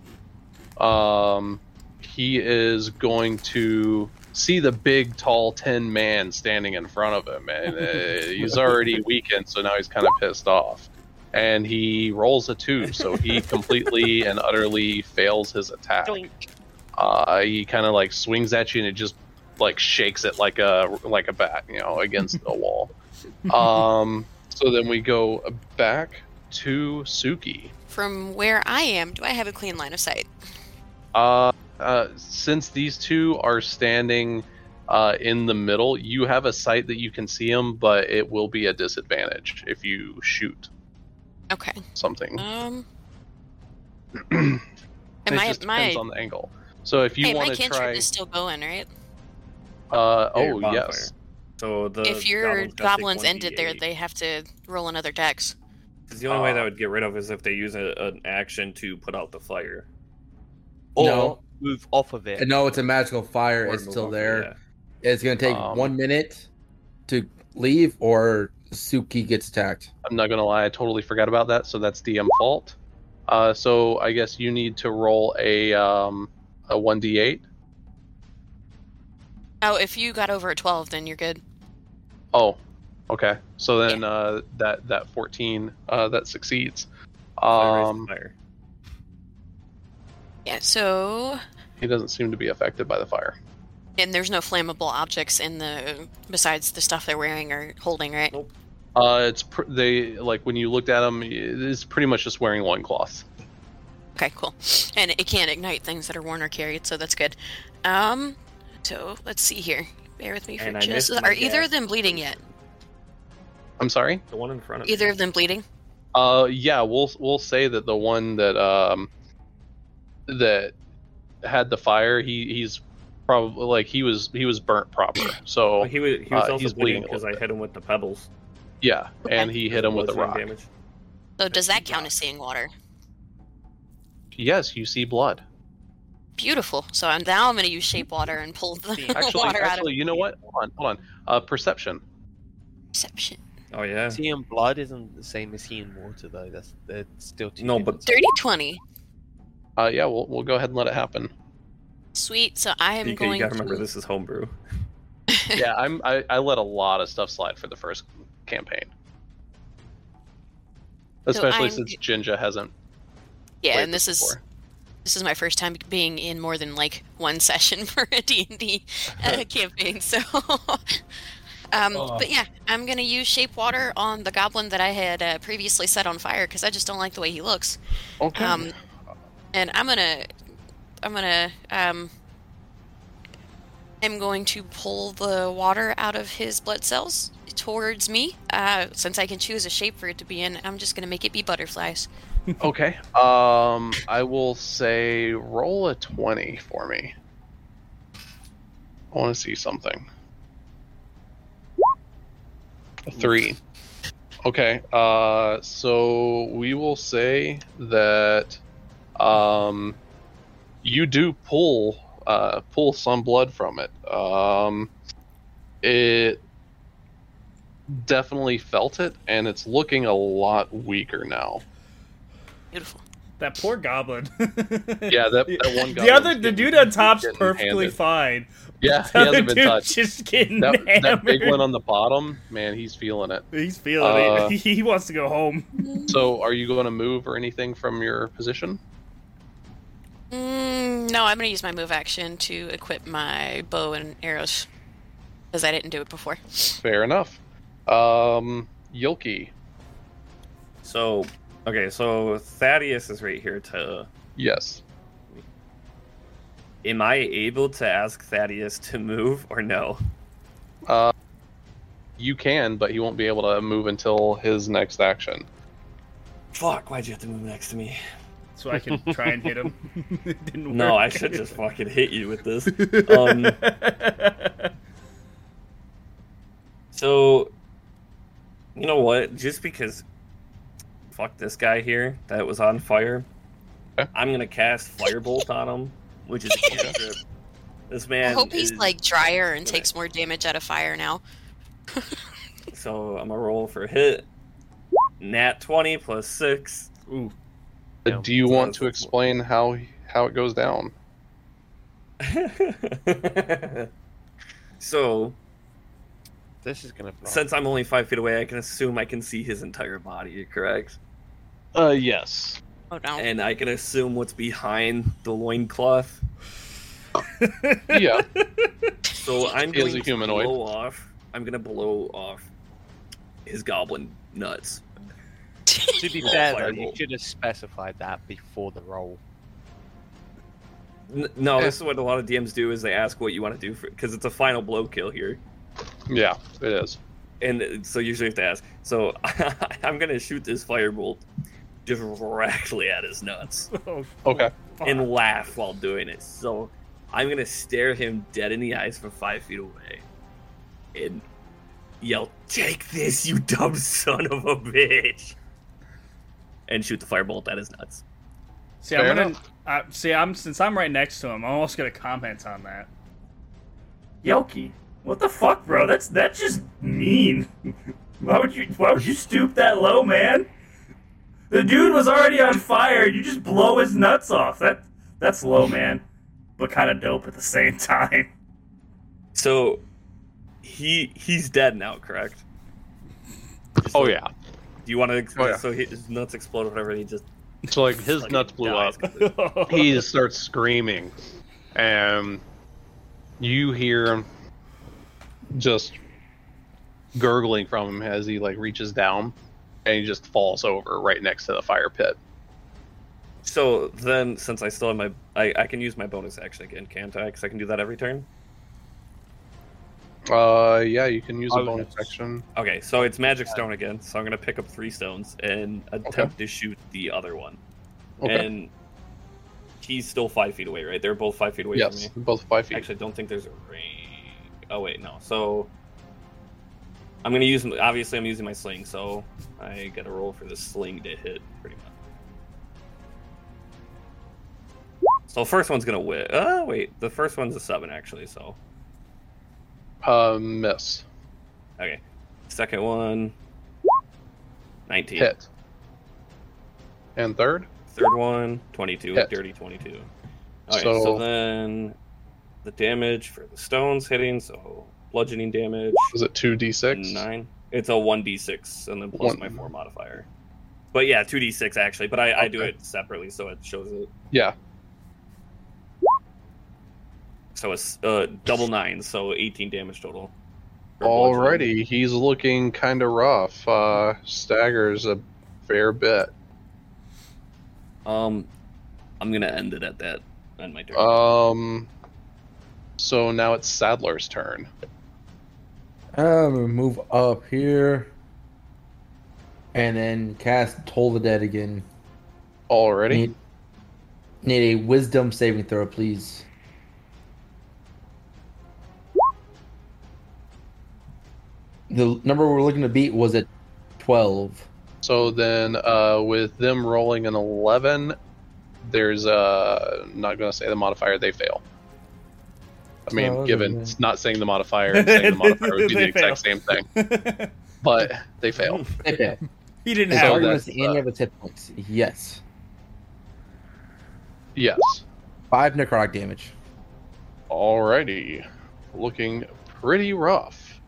[SPEAKER 2] Um, he is going to see the big, tall, tin man standing in front of him, and uh, he's already weakened, so now he's kind of pissed off. And he rolls a two, so he completely and utterly fails his attack
[SPEAKER 8] Doink.
[SPEAKER 2] uh, he kind of like swings at you and it just like shakes it like a like a bat you know against the wall um so then we go back to suki
[SPEAKER 6] From where I am, do I have a clean line of sight?
[SPEAKER 2] uh, uh since these two are standing uh in the middle you have a sight that you can see them but it will be a disadvantage if you shoot
[SPEAKER 6] Okay.
[SPEAKER 2] something
[SPEAKER 6] Um.
[SPEAKER 2] Mm. it
[SPEAKER 6] And my
[SPEAKER 2] just
[SPEAKER 6] my
[SPEAKER 2] depends on the angle so if you
[SPEAKER 6] hey, my
[SPEAKER 2] want to
[SPEAKER 6] cantrip
[SPEAKER 2] try
[SPEAKER 6] is still going, right?
[SPEAKER 2] uh
[SPEAKER 1] Yeah, your
[SPEAKER 2] oh
[SPEAKER 1] bonfire.
[SPEAKER 2] yes
[SPEAKER 1] So the
[SPEAKER 6] if your
[SPEAKER 1] gotta take
[SPEAKER 6] goblins ended there,
[SPEAKER 1] 1d8.
[SPEAKER 6] they have to roll another dex.
[SPEAKER 1] 'Cause the only way that
[SPEAKER 2] Uh,
[SPEAKER 1] would get rid of is if they use a, an action to put out the fire.
[SPEAKER 8] Or
[SPEAKER 3] No.
[SPEAKER 8] move off of it.
[SPEAKER 3] And no, it's a magical fire.
[SPEAKER 1] Or
[SPEAKER 3] It's
[SPEAKER 1] move
[SPEAKER 3] still
[SPEAKER 1] on.
[SPEAKER 3] there.
[SPEAKER 1] Yeah.
[SPEAKER 3] It's gonna take
[SPEAKER 2] Um,
[SPEAKER 3] one minute to leave, or Suki gets attacked.
[SPEAKER 2] I'm not gonna lie, I totally forgot about that. So that's DM fault. Uh, so I guess you need to roll a um, a one d8.
[SPEAKER 6] Oh, if you got over a twelve, then you're good.
[SPEAKER 2] Oh, okay. So then uh, that that 14 uh, that succeeds.
[SPEAKER 1] Fire raise the
[SPEAKER 2] Um,
[SPEAKER 1] fire.
[SPEAKER 6] Yeah. So,
[SPEAKER 2] he doesn't seem to be affected by the fire.
[SPEAKER 6] and there's no flammable objects in the besides the stuff they're wearing or holding, right?
[SPEAKER 2] Uh, it's pr- they like when you looked at him, it's pretty much just wearing loincloth.
[SPEAKER 6] Okay, cool. And it can't ignite things that are worn or carried, so that's good. Um, so let's see here. Bear with me for
[SPEAKER 1] And I
[SPEAKER 6] just.
[SPEAKER 1] missed my
[SPEAKER 6] Are either
[SPEAKER 1] dash.
[SPEAKER 6] of them bleeding yet?
[SPEAKER 2] I'm sorry.
[SPEAKER 1] The one in front of
[SPEAKER 6] Either
[SPEAKER 1] me.
[SPEAKER 6] of them bleeding?
[SPEAKER 2] Uh, yeah, we'll we'll say that the one that um that had the fire, he he's probably like he was he was burnt proper.
[SPEAKER 1] Oh,
[SPEAKER 2] So
[SPEAKER 1] he was, he was
[SPEAKER 2] Uh,
[SPEAKER 1] also
[SPEAKER 2] he's
[SPEAKER 1] bleeding
[SPEAKER 2] bleeding a
[SPEAKER 1] because
[SPEAKER 2] little
[SPEAKER 1] I hit him with the pebbles.
[SPEAKER 2] yeah, and he hit him with a
[SPEAKER 1] Bludgeoning
[SPEAKER 2] rock.
[SPEAKER 1] Damage.
[SPEAKER 6] So Oh, does that count as seeing water?
[SPEAKER 2] Yes, you see blood.
[SPEAKER 6] Beautiful. So I'm, now I'm going to use shape water and pull the
[SPEAKER 2] Actually,
[SPEAKER 6] water out of
[SPEAKER 2] actually, you know what? Hold on, hold on. Uh, perception.
[SPEAKER 6] perception.
[SPEAKER 1] Oh, yeah.
[SPEAKER 8] Seeing blood isn't the same as seeing water, though. That's they're still two
[SPEAKER 1] No, but-
[SPEAKER 8] different
[SPEAKER 6] Dirty 20.
[SPEAKER 2] Uh, yeah, we'll we'll go ahead and let it happen.
[SPEAKER 6] Sweet. So I am
[SPEAKER 1] You, ca- you
[SPEAKER 6] going
[SPEAKER 1] gotta remember
[SPEAKER 6] to.
[SPEAKER 1] this is homebrew.
[SPEAKER 2] yeah, I'm I, I let a lot of stuff slide for the first campaign. Especially
[SPEAKER 6] I'm-
[SPEAKER 2] since Jinja hasn't.
[SPEAKER 6] Yeah,
[SPEAKER 2] played
[SPEAKER 6] and this is
[SPEAKER 2] before.
[SPEAKER 6] this is my first time being in more than like one session for a D&D uh, campaign so um, but yeah i'm going to use shape water on the goblin that i had uh, previously set on fire because i just don't like the way he looks
[SPEAKER 2] Okay.
[SPEAKER 6] um, and i'm going to i'm going to um, i'm going to pull the water out of his blood cells towards me uh, since i can choose a shape for it to be in i'm just going to make it be butterflies
[SPEAKER 2] Okay. Um, I will say roll a twenty for me. I want to see something. A three. Okay, uh, so we will say that um, you do pull uh, pull some blood from it. Um, it definitely felt it, and it's looking a lot weaker now.
[SPEAKER 6] Beautiful.
[SPEAKER 7] That poor goblin.
[SPEAKER 2] Yeah, that, that one.
[SPEAKER 7] the other,
[SPEAKER 2] goblin's
[SPEAKER 7] the dude
[SPEAKER 2] getting-
[SPEAKER 7] on top's
[SPEAKER 2] getting
[SPEAKER 7] perfectly
[SPEAKER 2] handed.
[SPEAKER 7] fine.
[SPEAKER 2] Yeah,
[SPEAKER 7] The
[SPEAKER 2] he
[SPEAKER 7] other
[SPEAKER 2] hasn't been
[SPEAKER 7] dude's
[SPEAKER 2] touched.
[SPEAKER 7] just getting
[SPEAKER 2] That,
[SPEAKER 7] hammered.
[SPEAKER 2] that big one on the bottom, man, he's feeling it.
[SPEAKER 7] He's feeling
[SPEAKER 2] Uh,
[SPEAKER 7] it. He wants to go home.
[SPEAKER 2] So, are you going to move or anything from your position?
[SPEAKER 6] Mm, no, I'm going to use my move action to equip my bow and arrows because I didn't do it before.
[SPEAKER 2] Fair enough. Um, Yulki,
[SPEAKER 1] So, okay, so Thaddeus is right here to.
[SPEAKER 2] yes.
[SPEAKER 1] Am I able to ask Thaddeus to move or no?
[SPEAKER 2] Uh, you can, but he won't be able to move until his next action.
[SPEAKER 1] Fuck, why'd you have to move next to me?
[SPEAKER 7] So I can try and hit him. it didn't work.
[SPEAKER 1] No, I should just fucking hit you with this. Um, so, you know what? Just because fuck this guy here that was on fire,
[SPEAKER 2] Okay.
[SPEAKER 1] I'm gonna cast Firebolt on him, which is a cantrip. This man.
[SPEAKER 6] I hope he's
[SPEAKER 1] is-
[SPEAKER 6] like drier and
[SPEAKER 1] Okay.
[SPEAKER 6] takes more damage out of fire now.
[SPEAKER 1] So I'm gonna roll for hit. Nat 20 plus 6.
[SPEAKER 7] Ooh.
[SPEAKER 8] Yeah.
[SPEAKER 2] Do you
[SPEAKER 1] That's-
[SPEAKER 2] want to explain how how it goes down?
[SPEAKER 1] so,
[SPEAKER 8] This is gonna. block.
[SPEAKER 1] since I'm only five feet away, I can assume I can see his entire body, correct?
[SPEAKER 2] Uh, yes.
[SPEAKER 6] Oh no.
[SPEAKER 1] And I can assume what's behind the loincloth.
[SPEAKER 2] Yeah.
[SPEAKER 1] So I'm
[SPEAKER 2] He is
[SPEAKER 1] going
[SPEAKER 2] a humanoid.
[SPEAKER 1] to blow off. I'm gonna blow off his goblin nuts.
[SPEAKER 8] To be
[SPEAKER 1] Roll
[SPEAKER 8] fair, though, you
[SPEAKER 1] fireball.
[SPEAKER 8] should have specified that before the roll.
[SPEAKER 1] N- no, this is what a lot of DMs do: is they ask what you want to do for because it's a final blow kill here.
[SPEAKER 2] yeah, it is.
[SPEAKER 1] and so usually you have to ask. So I'm gonna shoot this firebolt directly at his nuts
[SPEAKER 7] Oh,
[SPEAKER 2] Okay.
[SPEAKER 7] fuck.
[SPEAKER 1] and laugh while doing it. So I'm gonna stare him dead in the eyes from five feet away and yell, "Take this, you dumb son of a bitch!" and shoot the firebolt at his nuts.
[SPEAKER 7] see, I'm
[SPEAKER 2] Fair
[SPEAKER 7] gonna, I, see, I'm since I'm right next to him, I'm almost gonna comment on that.
[SPEAKER 5] Yoki, what the fuck, bro? That's that's just mean. Why would you Why would you stoop that low, man? The dude was already on fire. You just blow his nuts off. That that's low, man, but kind of dope at the same time.
[SPEAKER 1] So he he's dead now, correct? Just
[SPEAKER 2] Oh
[SPEAKER 1] like-
[SPEAKER 2] yeah.
[SPEAKER 1] Do you want to?
[SPEAKER 2] Oh, yeah.
[SPEAKER 1] So his nuts explode or whatever, and he just
[SPEAKER 2] So like his
[SPEAKER 1] fucking
[SPEAKER 2] nuts blew
[SPEAKER 1] dies
[SPEAKER 2] up.
[SPEAKER 1] completely.
[SPEAKER 2] He starts screaming, and you hear just gurgling from him as he like reaches down, and he just falls over right next to the fire pit.
[SPEAKER 1] So then, since I still have my, I, I can use my bonus action again, can't I? Because I can do that every turn.
[SPEAKER 2] Uh, yeah, you can use a
[SPEAKER 8] I was
[SPEAKER 2] bonus
[SPEAKER 8] gonna-
[SPEAKER 2] action.
[SPEAKER 1] Okay, so it's magic stone again. So I'm gonna pick up three stones and attempt to shoot the other one.
[SPEAKER 2] Okay.
[SPEAKER 1] And he's still five feet away, right? They're both five feet away
[SPEAKER 2] yes,
[SPEAKER 1] from
[SPEAKER 2] both five
[SPEAKER 1] me.
[SPEAKER 2] feet.
[SPEAKER 1] Actually, I don't think there's a range. Oh wait, no. So I'm gonna use. Obviously, I'm using my sling, so I gotta roll for the sling to hit, pretty much. So first one's gonna win. Oh wait, the first one's a seven actually. So
[SPEAKER 2] Uh, miss.
[SPEAKER 1] Okay. Second one. 19.
[SPEAKER 2] Hit. And third?
[SPEAKER 1] Third one, 22.
[SPEAKER 2] Hit.
[SPEAKER 1] Dirty 22. Okay, so...
[SPEAKER 2] So-
[SPEAKER 1] then the damage for the stones hitting, so bludgeoning damage,
[SPEAKER 2] Was it 2d6?
[SPEAKER 1] 9. It's a 1d6, and then plus
[SPEAKER 2] One.
[SPEAKER 1] my 4 modifier. But yeah, 2d6 actually, but I, I do
[SPEAKER 2] Okay.
[SPEAKER 1] it separately, so it shows it.
[SPEAKER 2] Yeah.
[SPEAKER 1] So it's uh, double 9, so 18 damage total. for bludgeoning.
[SPEAKER 2] Alrighty, he's looking kind of rough. Uh, staggers a fair bit.
[SPEAKER 1] Um, I'm going to end it at that. End my turn.
[SPEAKER 2] Um, so now it's Sadler's turn.
[SPEAKER 3] Uh, I'm gonna move up here, and then cast Toll the Dead again.
[SPEAKER 2] Already?
[SPEAKER 3] Need, need a Wisdom saving throw, please. The number we're looking to beat was a twelve.
[SPEAKER 2] So then, uh, with them rolling an 11, there's uh, not going to say the modifier, they fail. I mean,
[SPEAKER 3] Oh,
[SPEAKER 2] given
[SPEAKER 3] okay.
[SPEAKER 2] it's not saying the modifier and saying the modifier would be the
[SPEAKER 7] They
[SPEAKER 2] exact same thing, but they fail.
[SPEAKER 3] They fail.
[SPEAKER 7] he didn't
[SPEAKER 3] His
[SPEAKER 2] So
[SPEAKER 7] have
[SPEAKER 3] target
[SPEAKER 7] it.
[SPEAKER 2] that's,
[SPEAKER 3] must any
[SPEAKER 2] uh,
[SPEAKER 3] of its hit points. Yes.
[SPEAKER 2] Yes.
[SPEAKER 3] Five necrotic damage.
[SPEAKER 2] Alrighty. Looking pretty rough.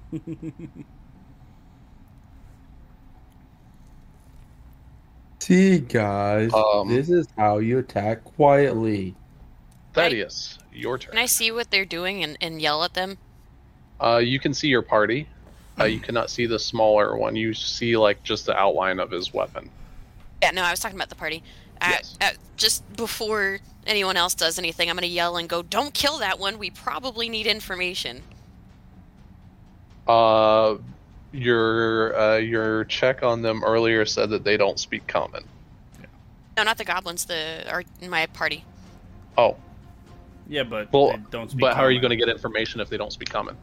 [SPEAKER 3] See, guys,
[SPEAKER 2] Um,
[SPEAKER 3] this is how you attack quietly.
[SPEAKER 2] Thaddeus, your turn.
[SPEAKER 6] Can I see what they're doing and, and yell at them?
[SPEAKER 2] Uh, you can see your party. Uh, you cannot see the smaller one. You see like just the outline of his weapon.
[SPEAKER 6] Yeah, no, I was talking about the party. I,
[SPEAKER 2] Yes.
[SPEAKER 6] I- just before anyone else does anything, I'm going to yell and go, don't kill that one. We probably need information.
[SPEAKER 2] Uh, your uh, your check on them earlier said that they don't speak common.
[SPEAKER 6] No, not the goblins, the are my party.
[SPEAKER 2] Oh,
[SPEAKER 7] Yeah, but
[SPEAKER 2] Well,
[SPEAKER 7] they don't speak.
[SPEAKER 2] but how are you going
[SPEAKER 7] common.
[SPEAKER 2] to get information if they don't speak common?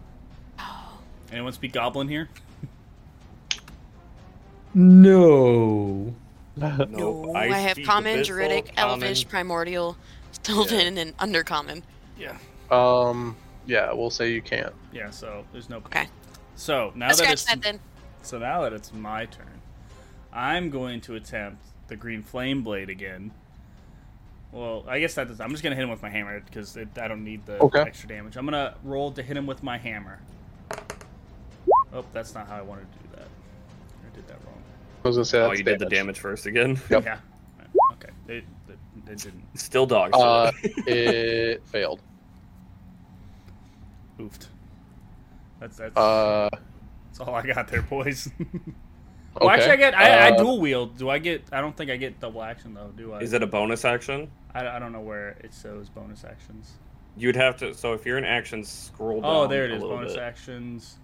[SPEAKER 7] Anyone speak goblin here?
[SPEAKER 3] No.
[SPEAKER 6] No, I, have
[SPEAKER 1] speak
[SPEAKER 6] common,
[SPEAKER 1] Abyssal,
[SPEAKER 6] druidic,
[SPEAKER 1] common.
[SPEAKER 6] elvish, primordial, sylvan, and undercommon.
[SPEAKER 7] Yeah.
[SPEAKER 2] Um, yeah, we'll say you can't.
[SPEAKER 7] Yeah. So there's no.
[SPEAKER 6] Okay.
[SPEAKER 7] So now
[SPEAKER 6] Let's
[SPEAKER 7] that
[SPEAKER 6] scratch
[SPEAKER 7] it's
[SPEAKER 6] that then.
[SPEAKER 7] so now that it's my turn, I'm going to attempt the green flame blade again. Well, I guess that does. I'm just gonna hit him with my hammer because I don't need the
[SPEAKER 2] Okay.
[SPEAKER 7] extra damage. I'm gonna roll to hit him with my hammer. Oh, that's not how I wanted to do that. I did that wrong.
[SPEAKER 2] I was going to say
[SPEAKER 1] Oh,
[SPEAKER 2] that's
[SPEAKER 1] you did the damage first again.
[SPEAKER 2] Yep.
[SPEAKER 7] Yeah. Okay. It, it, it didn't.
[SPEAKER 1] Still dogs.
[SPEAKER 2] Uh, it failed.
[SPEAKER 7] Oofed. That's that's,
[SPEAKER 2] Uh,
[SPEAKER 7] that's all I got there, boys.
[SPEAKER 2] okay.
[SPEAKER 7] well, actually, I get I, I
[SPEAKER 2] Uh,
[SPEAKER 7] dual wield. Do I get? I don't think I get double action though. Do I?
[SPEAKER 1] Is it a bonus action?
[SPEAKER 7] I, I don't know where it shows bonus actions.
[SPEAKER 1] You'd have to. So if you're in action, scroll down.
[SPEAKER 7] Oh, there it
[SPEAKER 1] a
[SPEAKER 7] is.
[SPEAKER 1] little
[SPEAKER 7] Bonus
[SPEAKER 1] bit.
[SPEAKER 7] actions.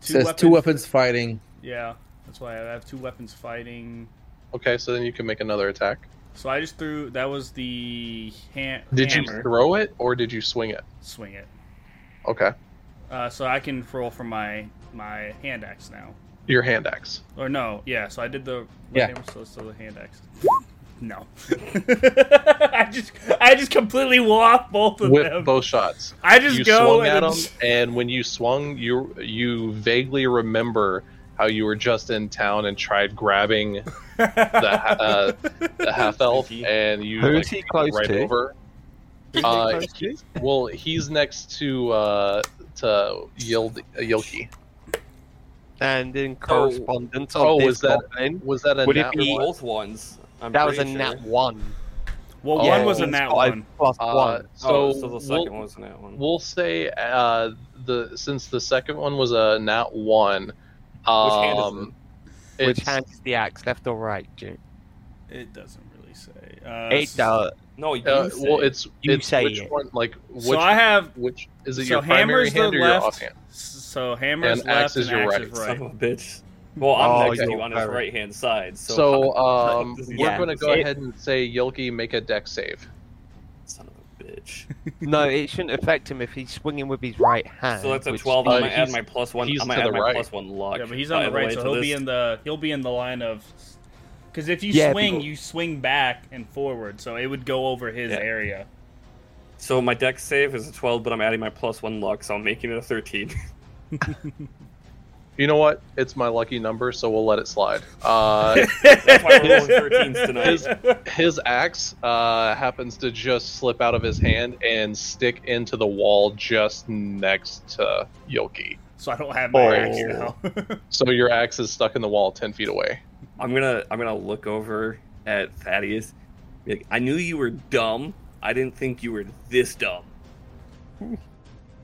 [SPEAKER 3] Says two weapons fighting.
[SPEAKER 7] Yeah, that's why I have two weapons fighting.
[SPEAKER 2] Okay, so then you can make another attack.
[SPEAKER 7] So I just threw. That was the hand.
[SPEAKER 2] Did
[SPEAKER 7] hammer.
[SPEAKER 2] you throw it or did you swing it?
[SPEAKER 7] swing it?
[SPEAKER 2] Okay,
[SPEAKER 7] Uh, so I can roll for my my hand axe now.
[SPEAKER 2] your hand axe.
[SPEAKER 7] Or no, yeah. So I did the
[SPEAKER 3] Yeah.
[SPEAKER 7] right so, so the hand axe. No, I just I just completely walk both of
[SPEAKER 2] With
[SPEAKER 7] them.
[SPEAKER 2] both shots.
[SPEAKER 7] I just
[SPEAKER 2] you
[SPEAKER 7] go
[SPEAKER 2] swung
[SPEAKER 7] and
[SPEAKER 2] at
[SPEAKER 7] then
[SPEAKER 2] him, and when you swung, you you vaguely remember how you were just in town and tried grabbing the uh, the half elf,
[SPEAKER 1] Sneaky.
[SPEAKER 2] and you
[SPEAKER 8] Who
[SPEAKER 2] like,
[SPEAKER 8] is he close
[SPEAKER 2] right
[SPEAKER 8] to?
[SPEAKER 2] over. Uh, he- well, he's next to uh, to Yield, uh, Yilki.
[SPEAKER 8] And in correspondence
[SPEAKER 2] oh,
[SPEAKER 8] of
[SPEAKER 2] was
[SPEAKER 8] this
[SPEAKER 2] that-
[SPEAKER 8] goblin,
[SPEAKER 2] Was that a
[SPEAKER 8] Would it
[SPEAKER 2] nat
[SPEAKER 8] be-
[SPEAKER 2] one?
[SPEAKER 1] Both ones. I'm
[SPEAKER 8] that was a
[SPEAKER 1] pretty
[SPEAKER 8] nat
[SPEAKER 1] sure.
[SPEAKER 8] one.
[SPEAKER 7] well,
[SPEAKER 2] Oh,
[SPEAKER 7] one was a
[SPEAKER 8] so
[SPEAKER 7] nat
[SPEAKER 8] five
[SPEAKER 7] one.
[SPEAKER 8] plus
[SPEAKER 2] Uh,
[SPEAKER 8] one.
[SPEAKER 2] So,
[SPEAKER 1] oh, so the 2nd
[SPEAKER 2] we'll,
[SPEAKER 1] one was a nat one.
[SPEAKER 2] we'll say uh, the since the second one was a nat one. Um,
[SPEAKER 1] hand is
[SPEAKER 2] it's,
[SPEAKER 8] Which hand is the axe, left or right, Jim?
[SPEAKER 7] It doesn't really say. Uh,
[SPEAKER 8] Eight uh,
[SPEAKER 1] No, you
[SPEAKER 2] Uh,
[SPEAKER 1] say
[SPEAKER 2] well,
[SPEAKER 1] it.
[SPEAKER 2] it's
[SPEAKER 8] You
[SPEAKER 2] it's
[SPEAKER 8] say
[SPEAKER 2] which
[SPEAKER 8] it.
[SPEAKER 2] one like which
[SPEAKER 7] so I have.
[SPEAKER 2] which is it
[SPEAKER 7] so
[SPEAKER 2] your primary
[SPEAKER 7] hammer's the
[SPEAKER 2] hand or your
[SPEAKER 7] left.
[SPEAKER 2] offhand?
[SPEAKER 7] So hammer's
[SPEAKER 2] And axe
[SPEAKER 7] left
[SPEAKER 2] is
[SPEAKER 7] and
[SPEAKER 2] your
[SPEAKER 7] axe
[SPEAKER 2] right.
[SPEAKER 7] is
[SPEAKER 1] son
[SPEAKER 7] right.
[SPEAKER 1] of a bitch. Well, I'm
[SPEAKER 8] Oh,
[SPEAKER 1] next to
[SPEAKER 8] yeah.
[SPEAKER 1] you on his
[SPEAKER 8] Alright.
[SPEAKER 1] right hand side. So,
[SPEAKER 2] So, um,
[SPEAKER 1] Does he-
[SPEAKER 2] we're
[SPEAKER 8] Yeah.
[SPEAKER 2] gonna go ahead and say Yolki make a deck save.
[SPEAKER 7] uh,
[SPEAKER 1] son of a bitch.
[SPEAKER 8] No, it shouldn't affect him if he's swinging with his right hand.
[SPEAKER 1] So that's a
[SPEAKER 8] which
[SPEAKER 1] twelve.
[SPEAKER 8] is-
[SPEAKER 2] Uh,
[SPEAKER 1] I'm gonna add
[SPEAKER 2] he's-
[SPEAKER 1] my plus one.
[SPEAKER 2] he's
[SPEAKER 1] I'm gonna
[SPEAKER 2] to
[SPEAKER 1] add
[SPEAKER 2] the
[SPEAKER 1] my
[SPEAKER 2] right.
[SPEAKER 1] plus one luck.
[SPEAKER 7] Yeah, but he's on
[SPEAKER 1] by
[SPEAKER 7] the right,
[SPEAKER 1] way
[SPEAKER 7] so
[SPEAKER 1] to
[SPEAKER 7] he'll be
[SPEAKER 1] this.
[SPEAKER 7] in the he'll be in the line of. Because if you
[SPEAKER 8] Yeah,
[SPEAKER 7] swing,
[SPEAKER 8] people-
[SPEAKER 7] you swing back and forward, so it would go over his
[SPEAKER 1] Yeah.
[SPEAKER 7] area.
[SPEAKER 1] So my deck save is a twelve, but I'm adding my plus one luck, so I'm making it a thirteen.
[SPEAKER 2] You know what? It's my lucky number, so we'll let it slide. Uh,
[SPEAKER 1] That's why we're rolling thirteens
[SPEAKER 2] his
[SPEAKER 1] tonight.
[SPEAKER 2] his axe uh, happens to just slip out of his hand and stick into the wall just next to Yolki.
[SPEAKER 7] So I don't have my
[SPEAKER 2] Oh.
[SPEAKER 7] axe now.
[SPEAKER 2] So your axe is stuck in the wall ten feet away.
[SPEAKER 1] I'm gonna I'm gonna look over at Thaddeus. be Like, I knew you were dumb. I didn't think you were this dumb.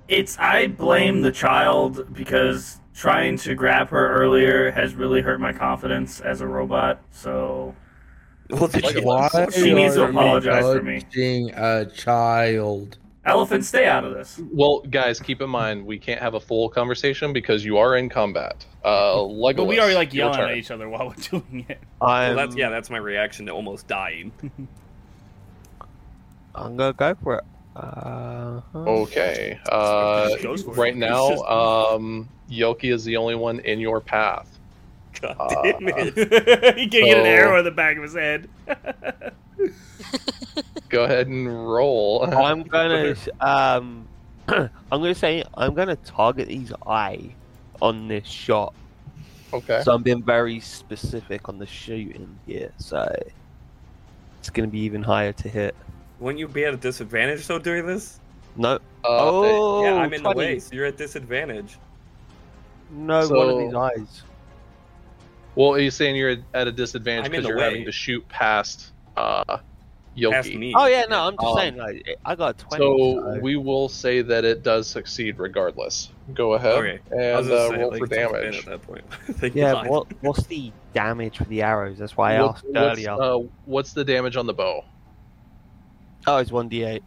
[SPEAKER 5] It's I blame the child because trying to grab her earlier has really hurt my confidence as a robot. So
[SPEAKER 1] Well,
[SPEAKER 2] Like a-
[SPEAKER 3] Why
[SPEAKER 5] She needs to
[SPEAKER 3] are you
[SPEAKER 5] apologize for me.
[SPEAKER 3] judging a child.
[SPEAKER 5] elephant, stay out of this.
[SPEAKER 2] Well, guys, keep in mind we can't have a full conversation because you are in combat. Uh, Legolas,
[SPEAKER 7] but we are like
[SPEAKER 2] your
[SPEAKER 7] yelling
[SPEAKER 2] turn.
[SPEAKER 7] at each other while we're doing it.
[SPEAKER 8] I'm,
[SPEAKER 1] well, that's yeah. That's my reaction to almost dying.
[SPEAKER 8] I'm gonna go for it. Uh,
[SPEAKER 2] Okay. Uh,
[SPEAKER 7] Just goes for it.
[SPEAKER 2] right now,
[SPEAKER 7] It's just-
[SPEAKER 2] um, Yoki is the only one in your path.
[SPEAKER 1] God
[SPEAKER 8] Uh,
[SPEAKER 1] damn it.
[SPEAKER 7] he can't get an
[SPEAKER 2] So-
[SPEAKER 7] arrow in the back of his head.
[SPEAKER 2] Go ahead and roll.
[SPEAKER 8] I'm gonna um, I'm gonna say I'm gonna target his eye on this shot.
[SPEAKER 2] okay.
[SPEAKER 8] So I'm being very specific on the shooting here. So it's gonna be even higher to hit.
[SPEAKER 1] Wouldn't you be at a disadvantage though during this?
[SPEAKER 8] No.
[SPEAKER 2] oh.
[SPEAKER 8] oh,
[SPEAKER 1] yeah, I'm in the
[SPEAKER 8] 20.
[SPEAKER 1] way, so you're at disadvantage.
[SPEAKER 8] No, one of
[SPEAKER 2] So-
[SPEAKER 8] his eyes.
[SPEAKER 2] Well, are you saying you're at a disadvantage
[SPEAKER 1] I'm in
[SPEAKER 2] because
[SPEAKER 1] the
[SPEAKER 2] you're
[SPEAKER 1] way.
[SPEAKER 2] having to shoot past uh, Yoki?
[SPEAKER 1] Past me.
[SPEAKER 8] Oh yeah, no, I'm just
[SPEAKER 2] Um,
[SPEAKER 8] saying. Like, I got a twenty.
[SPEAKER 2] So we will say that it does succeed regardless. Go ahead
[SPEAKER 1] Okay. I was
[SPEAKER 2] and
[SPEAKER 1] gonna
[SPEAKER 2] uh,
[SPEAKER 1] say,
[SPEAKER 2] roll
[SPEAKER 1] like,
[SPEAKER 2] for
[SPEAKER 1] it's not bad
[SPEAKER 2] damage.
[SPEAKER 1] at that point. Thank
[SPEAKER 8] yeah,
[SPEAKER 1] God.
[SPEAKER 8] what, what's the damage for the arrows? That's why I
[SPEAKER 2] What-
[SPEAKER 8] asked
[SPEAKER 2] what's,
[SPEAKER 8] earlier.
[SPEAKER 2] uh, what's the damage on the bow?
[SPEAKER 8] oh, it's one d eight.